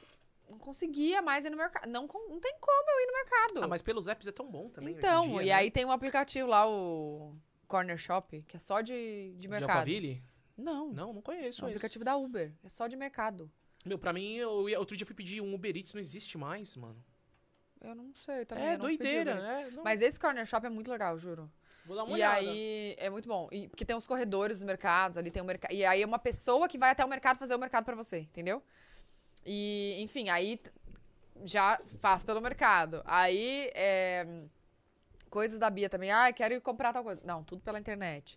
não conseguia mais ir no mercado. Não, con- não tem como eu ir no mercado. Ah, mas pelos apps é tão bom também. né, Então, hoje em dia, e né? aí tem um aplicativo lá, o Corner Shop, que é só de, de De mercado. Alphaville? Não. Não, não conheço É um esse. aplicativo da Uber. É só de mercado. Meu, pra mim, eu ia- outro dia eu fui pedir um Uber Eats, não existe mais, mano. Eu não sei também. É eu não pedi doideira, Uber Eats. é, não- Mas esse corner shop é muito legal, juro. Vou dar uma e olhada. aí é muito bom. E, porque tem os corredores dos mercados, ali tem o mercado. E aí é uma pessoa que vai até o mercado fazer o mercado pra você, entendeu? E, enfim, aí t- já faz pelo mercado. Aí é, coisas da Bia também. Ah, quero ir comprar tal coisa. Não, tudo pela internet.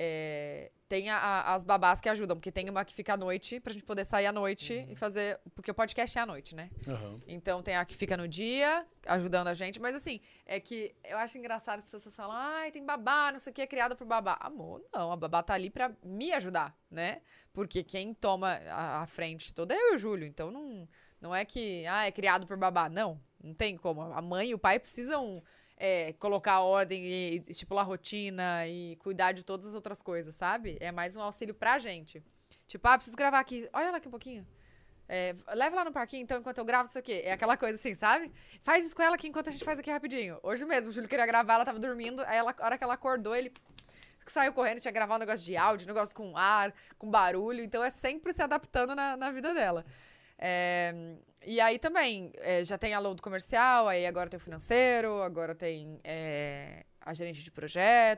É, tem a- a- as babás que ajudam, porque tem uma que fica à noite, pra gente poder sair à noite Uhum. e fazer. Porque o podcast é à noite, né? Aham. Então tem a que fica no dia, ajudando a gente. Mas assim, é que eu acho engraçado que as pessoas falam, ai, tem babá, não sei o que, é criada por babá. Amor, não, a babá tá ali pra me ajudar, né? Porque quem toma a, a frente toda é eu e o Júlio. Então não, não é que, ah, é criado por babá. Não, não tem como. A mãe e o pai precisam é, colocar a ordem e estipular rotina e cuidar de todas as outras coisas, sabe? É mais um auxílio pra gente. Tipo, ah, preciso gravar aqui. Olha lá aqui um pouquinho. É, leva lá no parquinho, então, enquanto eu gravo, não sei o quê. É aquela coisa assim, sabe? Faz isso com ela aqui enquanto a gente faz aqui rapidinho. Hoje mesmo, o Júlio queria gravar, ela tava dormindo. Aí, ela, a hora que ela acordou, ele saiu correndo, tinha que gravar um negócio de áudio, um negócio com ar, com barulho. Então, é sempre se adaptando na, na vida dela. É, e aí também, é, já tem a load comercial, aí agora tem o financeiro, agora tem é, a gerente de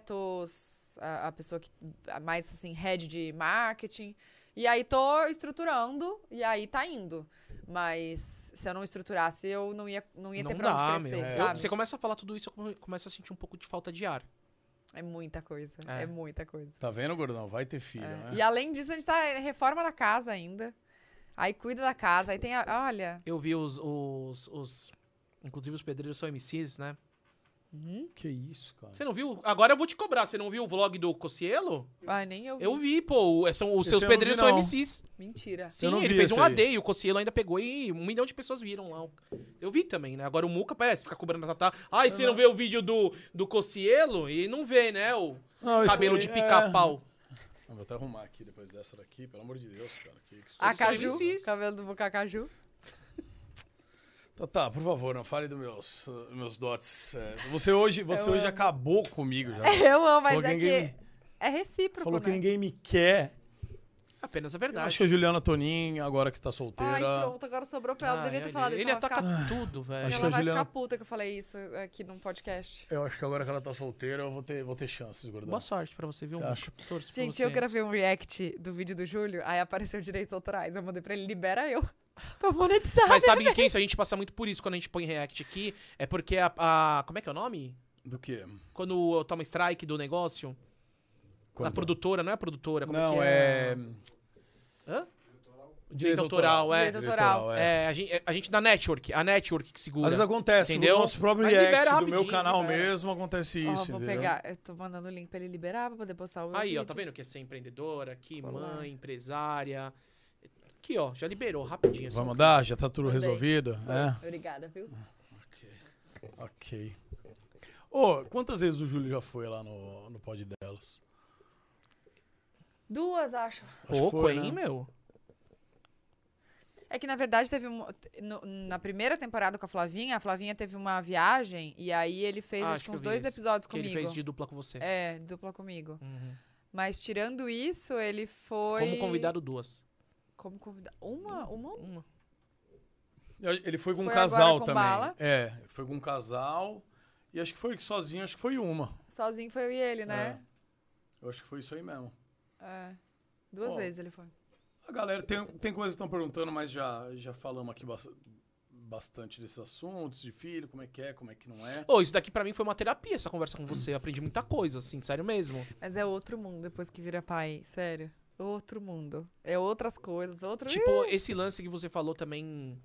projetos, a, a pessoa que a mais, assim, head de marketing. E aí tô estruturando e aí tá indo. Mas se eu não estruturasse, eu não ia, não ia Não ter pra dá, onde meu. crescer, Eu- sabe? você começa a falar tudo isso, eu come- começo a sentir um pouco de falta de ar. É muita coisa, É. é muita coisa. Tá vendo, gordão? Vai ter filho, né? É. E além disso, a gente tá reforma na casa ainda. Aí cuida da casa, aí tem a, olha, Eu vi os, os, os- Inclusive os pedreiros são MCs, né? hum? Que isso, cara. Você não viu? Agora eu vou te cobrar. Você não viu o vlog do Cocielo? Ai, nem eu vi. Eu vi, pô. o- São, os Esse seus eu não vi, pedreiros não. são MCs. Mentira. Sim, Eu não ele vi fez um esse aí. AD e o Cocielo ainda pegou e um milhão de pessoas viram lá. Eu vi também, né? Agora o Muca parece fica cobrando a Tatá. Ah, e você não vê o vídeo do, do Cocielo? E não vê, né? O Não, esse cabelo aí de é- pica-pau. Eu Vou até arrumar aqui depois dessa daqui, pelo amor de Deus, cara. Que é que a Caju, situação. cabelo do Boca Caju. Tá, tá, por favor, não fale dos meus, eh, meus dotes. É, Você hoje, você Eu hoje amo. acabou comigo já. Eu amo, Falou mas é ninguém que é recíproco, Falou que né? ninguém me quer. Apenas a Eu verdade. acho que a Juliana Tonin, agora que tá solteira. Ai, pronto, agora sobrou pra ela. Ah, devia olha, ter falado isso. ele ela vai ataca ficar- tudo, velho. Ah, Acho que ela a vai Juliana- ficar puta que eu falei isso aqui num podcast. Eu acho que agora que ela tá solteira, eu vou ter, vou ter chances, gordão. Boa sorte pra você, viu, Você Muca? acha? Torço pra Gente, você. eu gravei um react do vídeo do Júlio, aí apareceu direitos autorais. Eu mandei pra ele, libera eu. Pra eu monetizar. Mas sabe o que é isso? A gente passa muito por isso quando a gente põe react aqui. É porque a. a- como é que é o nome? Do quê? Quando eu tomo strike do negócio. Da Quando? produtora, não é a produtora? Como Não, que é. Hã? Direito Direito autoral, é. Direito autoral, é. É, a, gente, a gente da network, a network que segura. Às vezes acontece, entendeu? no nosso próprio Mas libera react, do rapidinho, meu canal libera. mesmo, acontece Ó, isso, vou entendeu? pegar. Eu tô mandando o link pra ele liberar pra poder postar o Aí, ó, vídeo. tá vendo que é ser empreendedora, aqui, Olá. mãe, empresária. Aqui, ó, já liberou rapidinho. assim. Vai mandar? Já tá tudo Mandei. resolvido? É. Obrigada, viu? Ok. Ô, quantas vezes o Júlio já foi lá no, no pod delas? Duas, acho. que Pouco, foi, hein, né? meu? É que, na verdade, teve um. no- na primeira temporada com a Flavinha, a Flavinha teve uma viagem e aí ele fez Ah, acho acho que que uns eu vi dois esse, episódios que ele comigo. fez de dupla com você. É, dupla comigo. Uhum. Mas tirando isso, ele foi. Como convidado Um. duas. Como convidado. Uma? Uma? Uma. Ele foi com um Foi agora casal com também. bala. É, foi com um casal. E acho que foi sozinho, acho que foi uma. Sozinho foi eu e ele, É. né? Eu acho que foi isso aí mesmo. É. Duas Ó. vezes ele foi. A galera, tem, tem coisas que estão perguntando, mas já, já falamos aqui bas- bastante desses assuntos, de filho, como é que é, como é que não é. Ô, isso daqui pra mim foi uma terapia, essa conversa com você. Eu aprendi muita coisa, assim, sério mesmo. Mas é outro mundo depois que vira pai, sério. Outro mundo. É outras coisas, outro. Tipo, Ih! esse lance que você falou também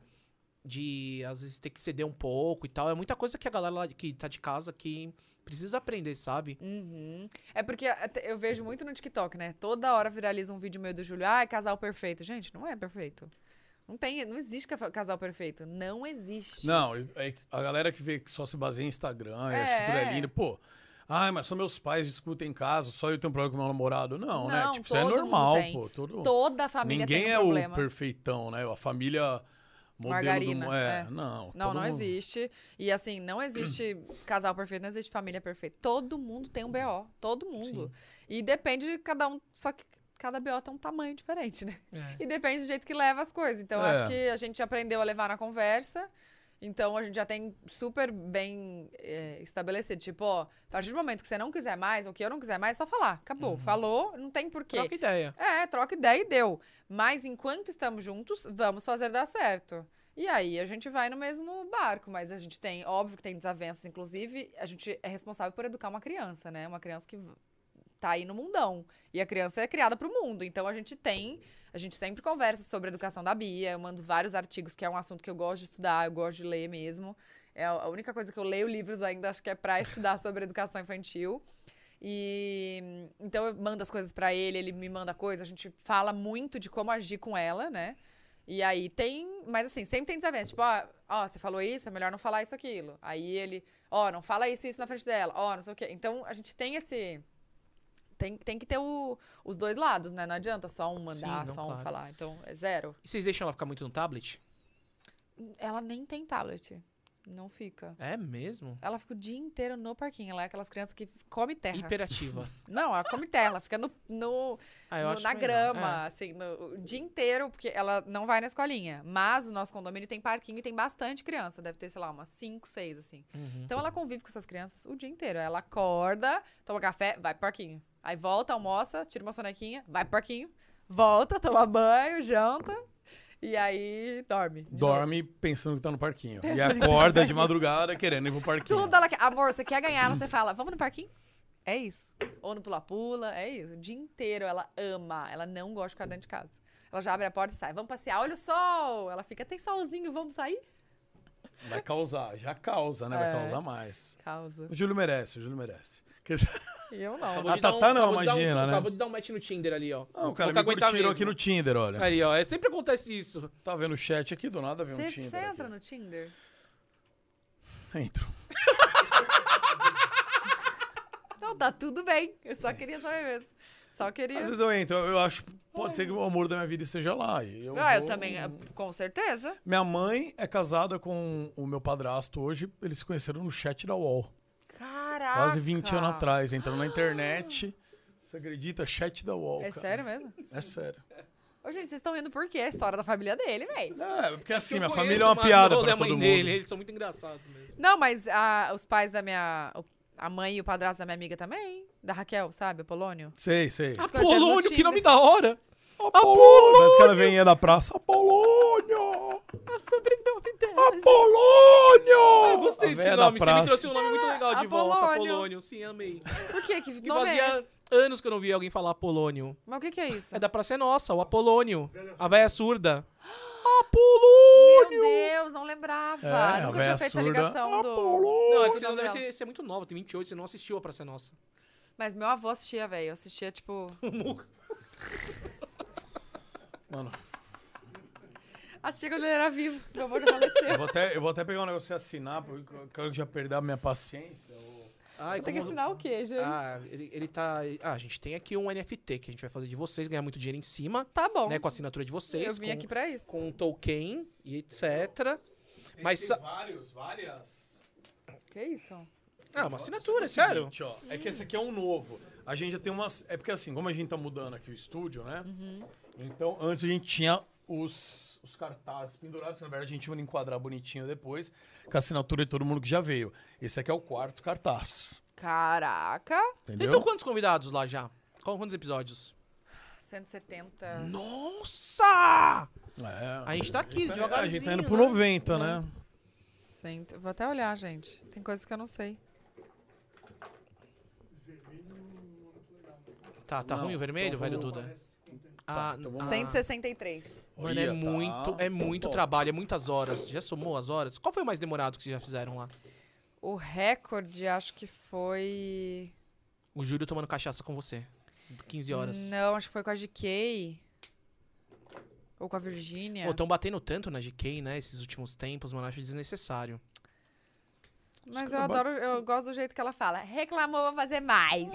de às vezes ter que ceder um pouco e tal, é muita coisa que a galera lá que tá de casa que precisa aprender, sabe? Uhum. É porque até eu vejo muito no TikTok, né? Toda hora viraliza um vídeo meu do Júlio. Ah, é casal perfeito. Gente, não é perfeito. Não tem, não existe ca- casal perfeito. Não existe. Não, e- é que a galera que vê que só se baseia em Instagram, e acha que tudo É. é lindo, pô. Ai, mas só meus pais discutem em casa, só eu tenho problema com meu namorado. Não, né? Não, Tipo, isso é todo mundo normal, tem. pô. Todo... Toda a família Ninguém tem um é problema. o perfeitão, né? A família modelo do Margarina. mundo. É, é. não. Não, todo não mundo- existe. E assim, não existe casal perfeito, não existe família perfeita. Todo mundo tem um BO. Todo mundo. E depende de cada um. Só que cada BO tem um tamanho diferente, né? É. E depende do jeito que leva as coisas. Então, eu É. acho que a gente aprendeu a levar na conversa. Então, a gente já tem super bem é, estabelecido. Tipo, ó, a partir do momento que você não quiser mais, ou que eu não quiser mais, é só falar. Acabou. Uhum. Falou, não tem porquê. Troca ideia. É, troca ideia e deu. Mas enquanto estamos juntos, vamos fazer dar certo. E aí a gente vai no mesmo barco, mas a gente tem, óbvio que tem desavenças, inclusive, a gente é responsável por educar uma criança, né? Uma criança que v- tá aí no mundão. E a criança é criada pro mundo. Então a gente tem, a gente sempre conversa sobre a educação da Bia, eu mando vários artigos, que é um assunto que eu gosto de estudar, eu gosto de ler mesmo. É a a única coisa que eu leio livros ainda, acho que é pra estudar sobre educação infantil. E então eu mando as coisas pra ele, ele me manda coisa, a gente fala muito de como agir com ela, né? E aí tem, mas assim, sempre tem desavença, tipo, ó, ó, você falou isso, é melhor não falar isso aquilo. Aí ele, ó, não fala isso isso na frente dela. Ó, não sei o quê. Então a gente tem esse tem, tem que ter o- os dois lados, né? Não adianta só um mandar, Sim, não, só um claro. falar. Então, é zero. E vocês deixam ela ficar muito no tablet? Ela nem tem tablet. Não fica. É mesmo? Ela fica o dia inteiro no parquinho. Ela é aquelas crianças que come terra. Hiperativa. Não, ela come terra, ela fica no, no- Ah, eu no- acho na melhor, grama, é. assim, no- o dia inteiro, porque ela não vai na escolinha. Mas o nosso condomínio tem parquinho e tem bastante criança. Deve ter, sei lá, umas 5, 6, assim. Uhum. Então ela convive com essas crianças o dia inteiro. Ela acorda, toma café, vai pro parquinho. Aí volta, almoça, tira uma sonequinha, vai pro parquinho, volta, toma banho, janta. E aí dorme. de novo. Dorme pensando que tá no parquinho. E Pensando que tá no acorda de parquinho. madrugada querendo ir pro parquinho. Tudo ela quer. Amor, você quer ganhar ela, você fala, vamos no parquinho? É isso. Ou no pula-pula, é isso. O dia inteiro ela ama. Ela não gosta de ficar dentro de casa. Ela já abre a porta e sai. Vamos passear, olha o sol. Ela fica, tem solzinho, vamos sair? Vai causar, já causa, né? Vai É. causar mais. Causa. O Júlio merece, o Júlio merece. Quer dizer, E eu não. Acabou A de dar um- Tatá não, acabou de dar imagina, né? Acabou de dar um match no Tinder ali, ó. Não, cara, Vou me aguentar curtiram mesmo. aqui no Tinder, olha. Aí, ó, é, sempre acontece isso. Tá vendo o chat aqui, do nada vem um Você Tinder. entra no Tinder? Entro. Não, tá tudo bem. Eu só queria saber mesmo. Só queria. Às vezes eu entro, eu acho, pode ser que o amor da minha vida esteja lá. e Eu, ah, eu vou- um também, eh, com certeza. Minha mãe é casada com o meu padrasto hoje, eles se conheceram no chat da UOL. Caraca. Quase 20 anos atrás, entrando na internet. Você acredita? Chat da UOL. É cara. sério mesmo? É sério. Ô, gente, vocês estão rindo por quê? A história da família dele, véi. É, porque assim, Eu minha conheço família é uma mano, piada o pra da mãe todo mundo. dele, eles são muito engraçados mesmo. Não, mas a- os pais da minha. o- A mãe e o padrasto da minha amiga também. Da Raquel, sabe? Apolônio. Sei, sei. As coisas no Apolônio, que nome Tinder. da hora! Apolônio! Mas o cara vem da praça. Apolônio! É o sobrenome dela. Apolônio! Ah, Eu A gostei desse véia da nome, você me praça. trouxe um nome muito legal de volta, Apolônio. Apolônio. Sim, amei. Por quê? Que Que nome é fazia esse? anos que eu não via alguém falar Apolônio. Mas o que, que é isso? É da Praça é Nossa, o Apolônio. A véia surda. Meu Deus, não lembrava. É, a Nunca véia tinha feito surda. a ligação do. Não, é que você, do não deve dela. ter, você é muito nova, tem 28, você não assistiu a Praça é Nossa. Mas meu avô assistia, velho. Eu assistia, tipo. Mano, assistia quando ele era vivo. Meu avô já faleceu. eu vou, até, eu vou até pegar um negócio e assinar, porque eu quero já perder a minha paciência. ou- Ai, Tem que como- assinar o quê, gente? Ah, ele, ele tá. Ah, a gente tem aqui um NFT que a gente vai fazer de vocês, ganhar muito dinheiro em cima. Tá bom. Né, com a assinatura de vocês. Eu vim com, aqui pra isso. Com um token e etc. Mas. Tem sa- vários, várias. Que isso? Ah, uma assinatura, é sério. Gente, ó, é que esse aqui é um novo. A gente já tem umas. É porque assim, como a gente tá mudando aqui o estúdio, né? Uhum. Então, antes a gente tinha os, os cartazes pendurados. Na verdade, a gente ia enquadrar bonitinho depois, com a assinatura de todo mundo que já veio. Esse aqui é o quarto cartaz. Caraca. Eles Entendeu? estão quantos convidados lá já? Qual- Quantos episódios? 170. Nossa! É, A gente tá aqui, A gente tá indo devagarzinho, pro né? 90, né? Cento... Vou até olhar, gente. Tem coisas que eu não sei. Tá, tá Não, ruim o vermelho, então velho vamos- Duda? Tá, Ah, então não. 163. Mano, é Olha, tá. muito, é muito Bom. trabalho, é muitas horas. Já somou as horas? Qual foi o mais demorado que vocês já fizeram lá? O recorde, acho que foi. O Júlio tomando cachaça com você. 15 horas. Não, acho que foi com a GK. Ou com a Virgínia. Pô, tão batendo tanto na GK, né? Esses últimos tempos, mano, acho desnecessário. Mas eu cara bate- adoro, eu gosto do jeito que ela fala. Reclamou, vou fazer mais.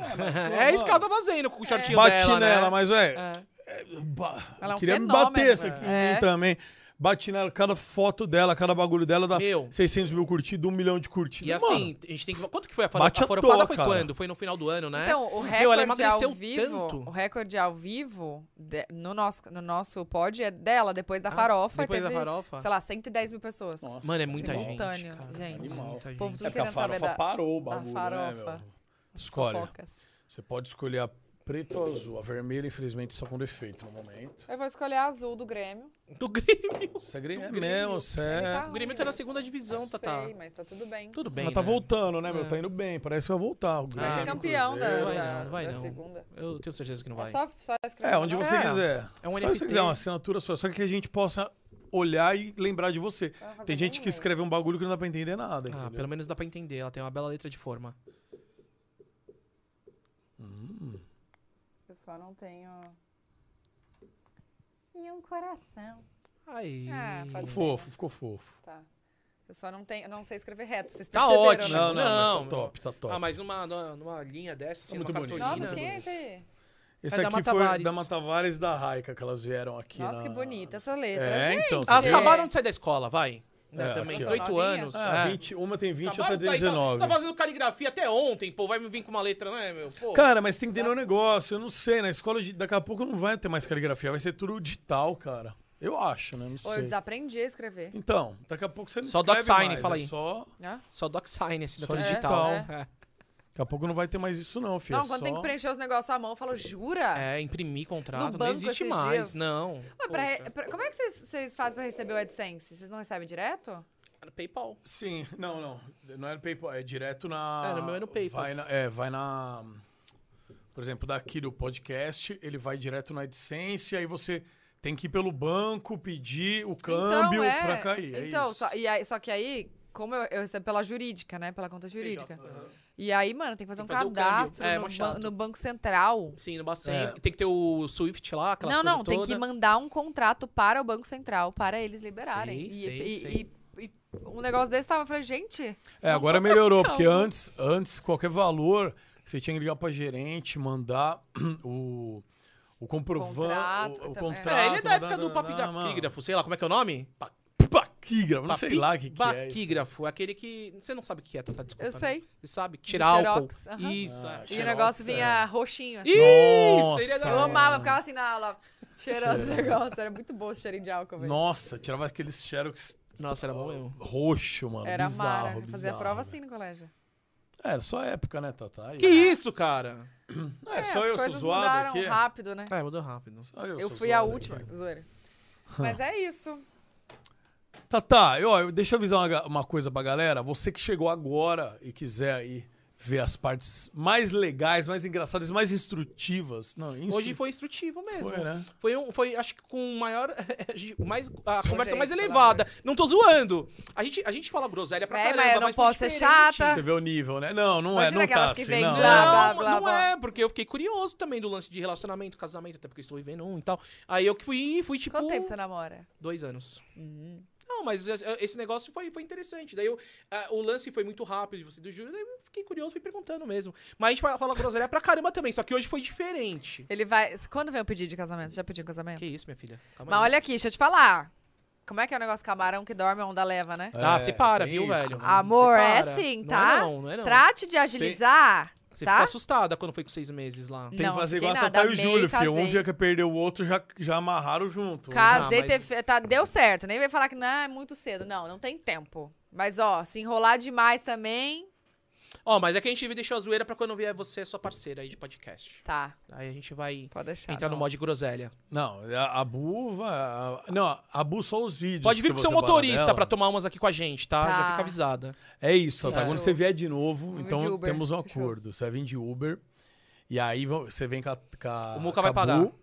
É, isso que ela tá fazendo com o shortinho Bati dela, né? nela, mas, Tipo, ué, É. Ba- Ela é um queria me fenômeno, bater isso né? aqui em É. mim também. bati nela, cada foto dela, cada bagulho dela dá 600 mil curtidas, um milhão de curtidas. E assim, a gente tem que. Quanto que foi a farofada? Bate à a farofada toa, foi cara. quando? Foi no final do ano, né? Então, o Meu, ela recorde emagreceu ao vivo, tanto. o recorde ao vivo de- no nosso no nosso pod é dela depois da farofa, Ah, depois da teve, farofa. sei lá, 110 mil pessoas. Mano, é muita gente, Simultâneo, gente. O É povo tudo porque a querendo saber farofa da parou o da bagulho, farofa. né, meu? Escolhe. Fofocas. Você pode escolher a preta ou a azul. A vermelha, infelizmente, está com defeito no momento. Eu vou escolher a azul do Grêmio. Do Grêmio. Você é Grêmio, é mesmo, você é... O Grêmio tá na segunda divisão, Tatá. Sei, mas tá tudo bem. Tudo bem. Mas tá né? voltando, né, meu? É. Tá indo bem, parece que vai voltar. Ah, O Grêmio, ser campeão da- Cruzeiro. Vai da- não, vai da não. segunda. Eu tenho certeza que não É vai. só, só escrever. É, onde uma você nota. quiser. É um Só se você NFT. quiser, uma assinatura sua. Só que a gente possa olhar e lembrar de você. Tem gente que escreve um bagulho que não dá pra entender nada, Ah, entendeu? pelo menos dá pra entender. Ela tem uma bela letra de forma. Eu só não tenho. E um coração. Aí. Ah, pode ser, fofo, né? ficou fofo. Tá. Eu só não tenho, eu não sei escrever reto, vocês Tá perceberam, ótimo. né? Não, não, mas tá top, tá top. Ah, mas numa, numa, numa linha dessa, assim, muito numa bonito. cartolina. Nossa, quem é esse aí? Esse É da aqui foi Matavares. da Matavares e da Raica que elas vieram aqui. Nossa, na- que bonita essa letra, É, gente. então, Elas Sim. Ah, acabaram de sair da escola, vai. Né, É, também, aqui, ó. 18 Novinhas? anos. Ah, é. 20 uma tem 20, outra Acabaram de tem sair, tá- 19. Tá, fazendo caligrafia até ontem, pô. Vai me vir com uma letra, né, meu? Pô. Cara, mas tem que Tá. entender um negócio. Eu não sei, na escola de- daqui a pouco não vai ter mais caligrafia, vai ser tudo digital, cara. Eu acho, né? Não Ou eu sei. desaprendi a escrever. Então, daqui a pouco você não Só escreve Doc Sign, mais, fala é aí. Só... Né? Só doc sign, assim, Só da digital. digital. É. Daqui a pouco não vai ter mais isso, não, filho. é Não, quando só... tem que preencher os negócios à mão, eu falo, jura? É. É, imprimir No contrato, não banco existe esses mais, dias. não. Ué, pra re- pra- como é que vocês, vocês fazem pra receber o AdSense? Vocês não recebem direto? é PayPal. Sim, não, não. Não é no PayPal, é direto na. É, no meu é no PayPal. Vai na, é, vai na. Por exemplo, daqui do podcast, ele vai direto na AdSense, aí você tem que ir pelo banco, pedir o câmbio é- pra cair. é Então, isso. só, e aí- só que aí, como eu, eu recebo pela jurídica, né? Pela conta jurídica. aham. E aí, mano, tem que fazer Tem um que fazer o câmbio. cadastro É, no, mó ban- chato. no Banco Central. Sim, no bacen. É. Tem que ter o Swift lá, aquelas não, não, coisas tem que todas. mandar um contrato para o Banco Central, para eles Sei, liberarem. e, sei, e- sei. e- e um negócio desse tava, eu falei, gente. É, tá agora melhorou, porque antes, antes, qualquer valor, você tinha que ligar pra gerente, mandar o. O comprovante, Contrato, o, o então, é. contrato. É, ele é da época do nananana, tá. Papigrafo, sei lá, como é que é o nome? Paquígrafo, não sei lá o que, que é. isso. Paquígrafo, é aquele que. Você não sabe o que é, Tata, desculpa. Eu sei. Né? Você sabe? Do Tirar álcool. Xerox, aham. Isso. é. E o negócio vinha roxinho. assim. Nossa! seria da Eu hora. amava, ficava assim na aula, cheirando o Cheirando. negócio. Era muito bom esse cheirinho de álcool, velho. Nossa, tirava aqueles xerox. Nossa, era bom mesmo. Roxo, mano. Era bizarro, mara. Eu Fazia bizarro. prova assim no colégio. É, era só época, né, Tata? Que isso, cara? É, só eu as sou coisas zoado mudaram aqui. rápido, né? É, mudou rápido. eu Eu sou fui a zoado última, aqui. zoeira. Mas é isso. Tata, eu, ó, eu- deixa eu avisar uma, ga- uma coisa pra galera. Você que chegou agora e quiser aí ver as partes mais legais, mais engraçadas, mais instrutivas. Não, instru... Hoje foi instrutivo mesmo. Foi, né? Foi, um, foi acho que com o maior. mais, a conversa gente, mais pelo elevada. Não tô zoando. A gente, a gente fala groselha pra Véi, mas caramba, eu não foi posso ser diferente. chata. Você vê o nível, né? Não, não Ah. Imagina é, não tá aquelas que assim, vêm não. blá, não. blá, Não, blá, não blá. é, porque eu fiquei curioso também do lance de relacionamento, casamento, até porque estou vivendo um e tal. Aí eu que fui, fui tipo. Quanto tempo você namora? Dois anos. Uhum. Não, mas eh, eh, esse negócio foi, foi interessante. Daí eu, ah, o lance foi muito rápido, você do Júlio, daí eu fiquei curioso, fui perguntando mesmo. Mas a gente fala, fala groselha pra caramba também, só que hoje foi diferente. Ele vai. Quando vem o pedido de casamento? Você já pediu em casamento? Que isso, minha filha? Calma É. Mas aí. olha aqui, deixa eu te falar. Como é que é o negócio camarão que dorme a onda leva, né? Tá, se para, tem viu, isso, velho? né? Amor, Se é para. assim, Não é tá? não, não é não. Trate de agilizar, Você tá? ficou assustada quando foi com seis meses lá. Tem Não, que fazer fiquei igual a nada, Tatá e o amei, Júlio, filho. Um casei. via que perdeu o outro, já, já amarraram junto. Casei, teve- tá, deu certo. Nem vai falar que não é muito cedo. Não, não tem tempo. Mas, ó, se enrolar demais também, Ó, mas é que a gente deixou a zoeira pra quando vier você, sua parceira aí de podcast. tá. Aí a gente vai deixar, entrar no não. mod groselha. Não, a, a Bu vai. a- não, a Bu só os vídeos. Pode vir com que seu você é para motorista dela. pra tomar umas aqui com a gente, tá? Tá. Já fica avisada. É isso, Tatá. Fechou. Quando você vier de novo, Vamos de então Uber. temos um acordo. Você vai vir de Uber. E aí vo- você vem com a. com a- O Muca com a vai pagar. Bu,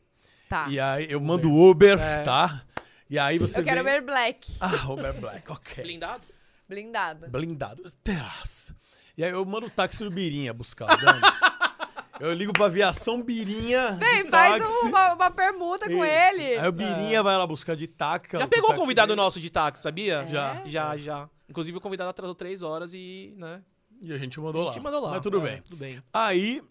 Tá. E aí eu mando Uber, É. tá? E aí você. Eu quero vem... ver Black. Ah, Uber Black, ok. É Blindado? Blindado. Blindado. Terraço. E aí eu mando o táxi do Birinha buscar. dane-se. eu ligo pra aviação Birinha. de Vem, faz táxi. um- uma, uma permuta Isso. com ele. Aí o Birinha vai lá buscar de táxi. É. Já com pegou o táxi convidado dele. nosso de táxi, sabia? É? Já. Já, já. Inclusive o convidado atrasou três horas e, né? E a gente mandou A lá. gente mandou lá. Mas tudo É, bem. tudo bem. Aí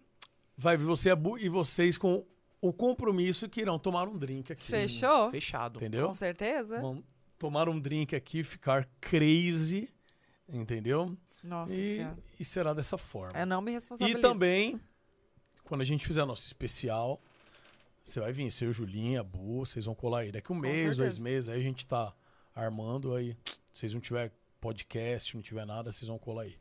vai vir você e a Bu- e vocês com o compromisso que irão tomar um drink aqui. Fechou? Fechado. Entendeu? Com certeza? Vamos tomar um drink aqui, ficar crazy, entendeu? Nossa e, Senhora. e será dessa forma. É, Eu não me responsabilizo. E também, quando a gente fizer nosso especial, você vai vir, seu Julinha, Bu, vocês vão colar aí. Daqui um mês, dois certeza. meses, aí a gente tá armando aí. Vocês não tiver podcast, não tiver nada, vocês vão colar aí.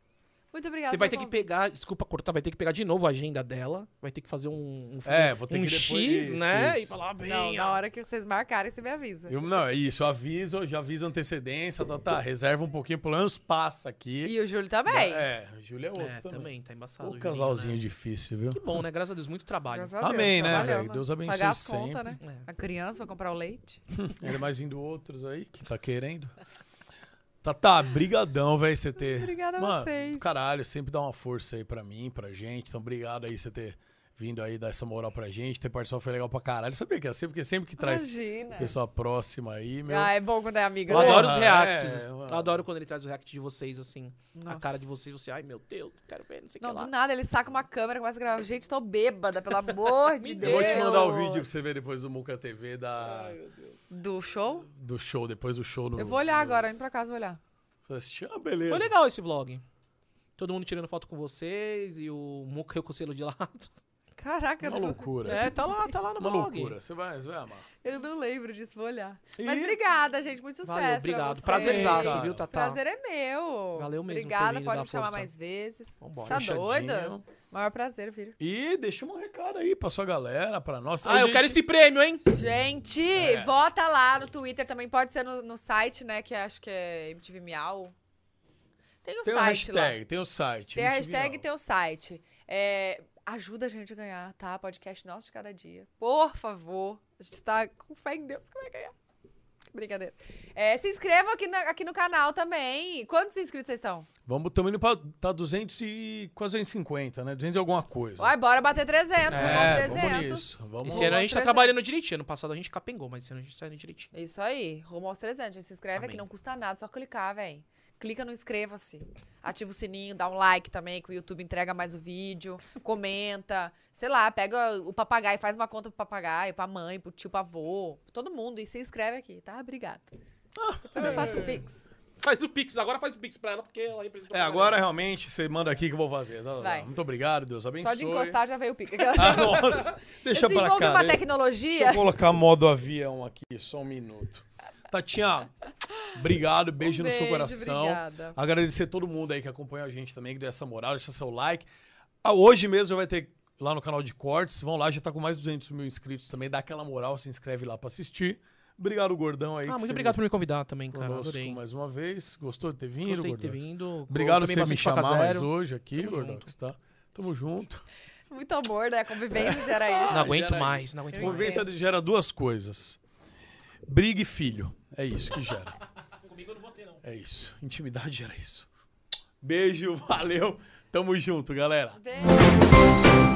Muito obrigada. Você vai ter pelo que pegar, desculpa cortar, vai ter que pegar de novo a agenda dela, vai ter que fazer um, um, É, vou ter que um depois- X, isso, né? E isso. falar bem. Não, é na ó. hora que vocês marcarem, você me avisa. Eu, não, é isso, eu aviso, eu já aviso antecedência, tá, tá, reserva um pouquinho, pelo menos passa aqui. E o Júlio também. É, o Júlio é outro É, também. também, tá embaçado. O casalzinho né? difícil, viu? Que bom, né? Graças a Deus, muito trabalho. Graças a Deus, Amém, né, trabalhando. velho? Deus abençoe Pagar as sempre. É. contas, né? A criança vai comprar o leite. Ainda mais vindo outros aí que tá querendo. Tá, tá, brigadão, velho, você ter... Obrigada a Mano, vocês. do Caralho, sempre dá uma força aí pra mim, pra gente. Então, obrigado aí você ter vindo aí, dar essa moral pra gente. Ter participado foi legal pra caralho. Sabia que é assim? Porque sempre que traz Imagina. pessoa próxima aí, meu... Ah, é bom quando é amiga. Eu né? adoro os Porra, reacts. é, eu mano. adoro quando ele traz o react de vocês, assim. A Nossa. cara de vocês, você, ai meu Deus, quero ver, não sei o que Não, do lá. nada, ele saca uma câmera e começa a gravar. Gente, tô bêbada, pelo amor de Eu Deus. vou te mandar o vídeo pra você ver depois do Muca TV, da, Do show? do show, depois do show. No, Eu vou olhar agora, indo pra casa, vou olhar. Você assistiu? Ah, beleza. Foi legal esse vlog. Todo mundo tirando foto com vocês e o Muca eu com o selo de lado. Caraca, eu Uma não- loucura. É, tá lá, tá lá no Uma blog. loucura. Você vai, você vai amar. eu não lembro disso, vou olhar. Mas obrigada, gente, muito sucesso. Valeu, pra obrigado. vocês. Prazerzaço, viu, Tatá? Prazer é meu. Valeu mesmo por Obrigada, vir, pode dar me chamar força. mais vezes. Vambora. Tá Fechadinho. doida? Maior prazer, filho. E deixa um recado aí pra sua galera, pra nós. Ah, eu quero esse prêmio, hein? Gente, É. vota lá no Twitter também. Pode ser no, no site, né? Que acho que é MTV Miau. Tem o Tem o site lá. hashtag, tem o site. Tem a MTV hashtag e Now. tem o site. É, ajuda a gente a ganhar, tá? Podcast nosso de cada dia. Por favor. A gente tá com fé em Deus que vai ganhar. Brincadeira. É, se inscrevam aqui, na- aqui no canal também. Quantos inscritos vocês estão? Vamos, estamos indo pra tá 200 e quase 250, né? 200 e alguma coisa. Vai, bora bater 300. É, vamos é aos 300. vamos nisso. Vamos Esse ano a gente tá Vamos trabalhando direitinho. Ano passado a gente capengou, mas esse ano a gente tá indo direitinho. É Isso aí, rumo aos 300. gente. Se inscreve aqui, não custa nada, só clicar, velho. Clica no inscreva-se. Ativa o sininho, dá um like também, que o YouTube entrega mais o vídeo. Comenta. Sei lá, pega o papagaio, faz uma conta pro papagaio, pra mãe, pro tio, pra avô. pra Todo mundo. E se inscreve aqui, tá? Obrigada. Ah, Depois eu faço o Pix. Faz o Pix, agora faz o Pix pra ela, porque ela representou. É, agora realmente você manda aqui que eu vou fazer. Tá, tá, tá. Vai. Muito obrigado, Deus abençoe. Só de encostar já veio o Pix. Ah, nossa, deixa eu pra desenvolvi cá. uma né? Deixa tecnologia. eu colocar modo avião aqui, só um minuto. Tatiana, obrigado, beijo, no seu Um beijo, coração. obrigada. Agradecer todo mundo aí que acompanhou a gente também, que deu essa moral, deixa seu like. Ah, hoje mesmo já vai ter lá no canal de cortes, vão lá, já tá com mais de 200 mil inscritos também, dá aquela moral, se inscreve lá pra assistir. Obrigado, Gordão aí. Ah, que muito você obrigado por veio me convidar também, cara. conosco Adorei. mais uma vez. Gostou de ter vindo, Gostei de ter Gordão? vindo. Obrigado por Tomei você me bastante Coca chamar mais Zero. hoje aqui, Tamo Gordão, junto. que está. Tamo junto. Muito amor, né? A convivência gera É. isso. Não aguento Gera mais, isso. não aguento Convivência mais. gera duas coisas. Briga e filho. É isso que gera. Comigo eu não vou ter, não. É isso. Intimidade gera isso. Beijo, valeu. Tamo junto, galera. Beijo.